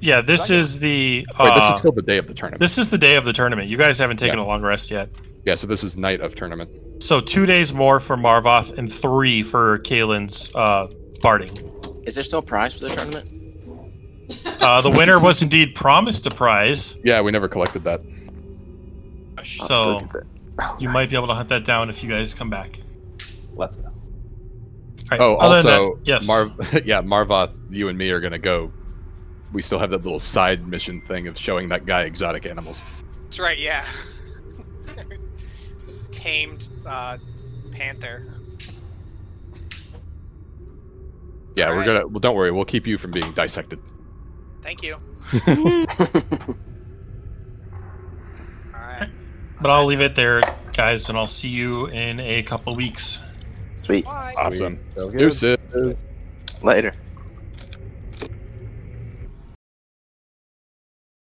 [SPEAKER 1] Yeah, this is the uh,
[SPEAKER 3] Wait, this is still the day of the tournament.
[SPEAKER 1] this is the day of the tournament. You guys haven't taken a long rest yet,
[SPEAKER 3] yeah, so this is night of tournament.
[SPEAKER 1] so two days more for Marvoth and three for Kalen's uh barding.
[SPEAKER 13] Is there still a prize for the tournament?
[SPEAKER 1] Uh, the winner was indeed promised a prize,
[SPEAKER 3] Yeah, we never collected that.
[SPEAKER 13] I'll have to
[SPEAKER 1] so
[SPEAKER 13] look at that. Oh,
[SPEAKER 1] you might
[SPEAKER 13] nice.
[SPEAKER 1] be able to hunt that down if you guys come back.
[SPEAKER 13] Let's go.
[SPEAKER 1] All right,
[SPEAKER 3] Oh,
[SPEAKER 1] other than
[SPEAKER 3] also,
[SPEAKER 1] that- yes,
[SPEAKER 3] Marv, yeah, Marvoth, you and me are going to go. We still have that little side mission thing of showing that guy exotic animals.
[SPEAKER 2] That's right. Yeah. Tamed uh, panther.
[SPEAKER 3] Yeah, we're
[SPEAKER 2] Alright.
[SPEAKER 3] gonna. Well, don't worry. We'll keep you from being dissected.
[SPEAKER 2] Thank you. All right.
[SPEAKER 1] but I'll leave it there, guys, and I'll see you in a couple weeks.
[SPEAKER 13] Sweet.
[SPEAKER 2] Bye.
[SPEAKER 3] Awesome.
[SPEAKER 4] So good.
[SPEAKER 3] Deuces.
[SPEAKER 13] Later.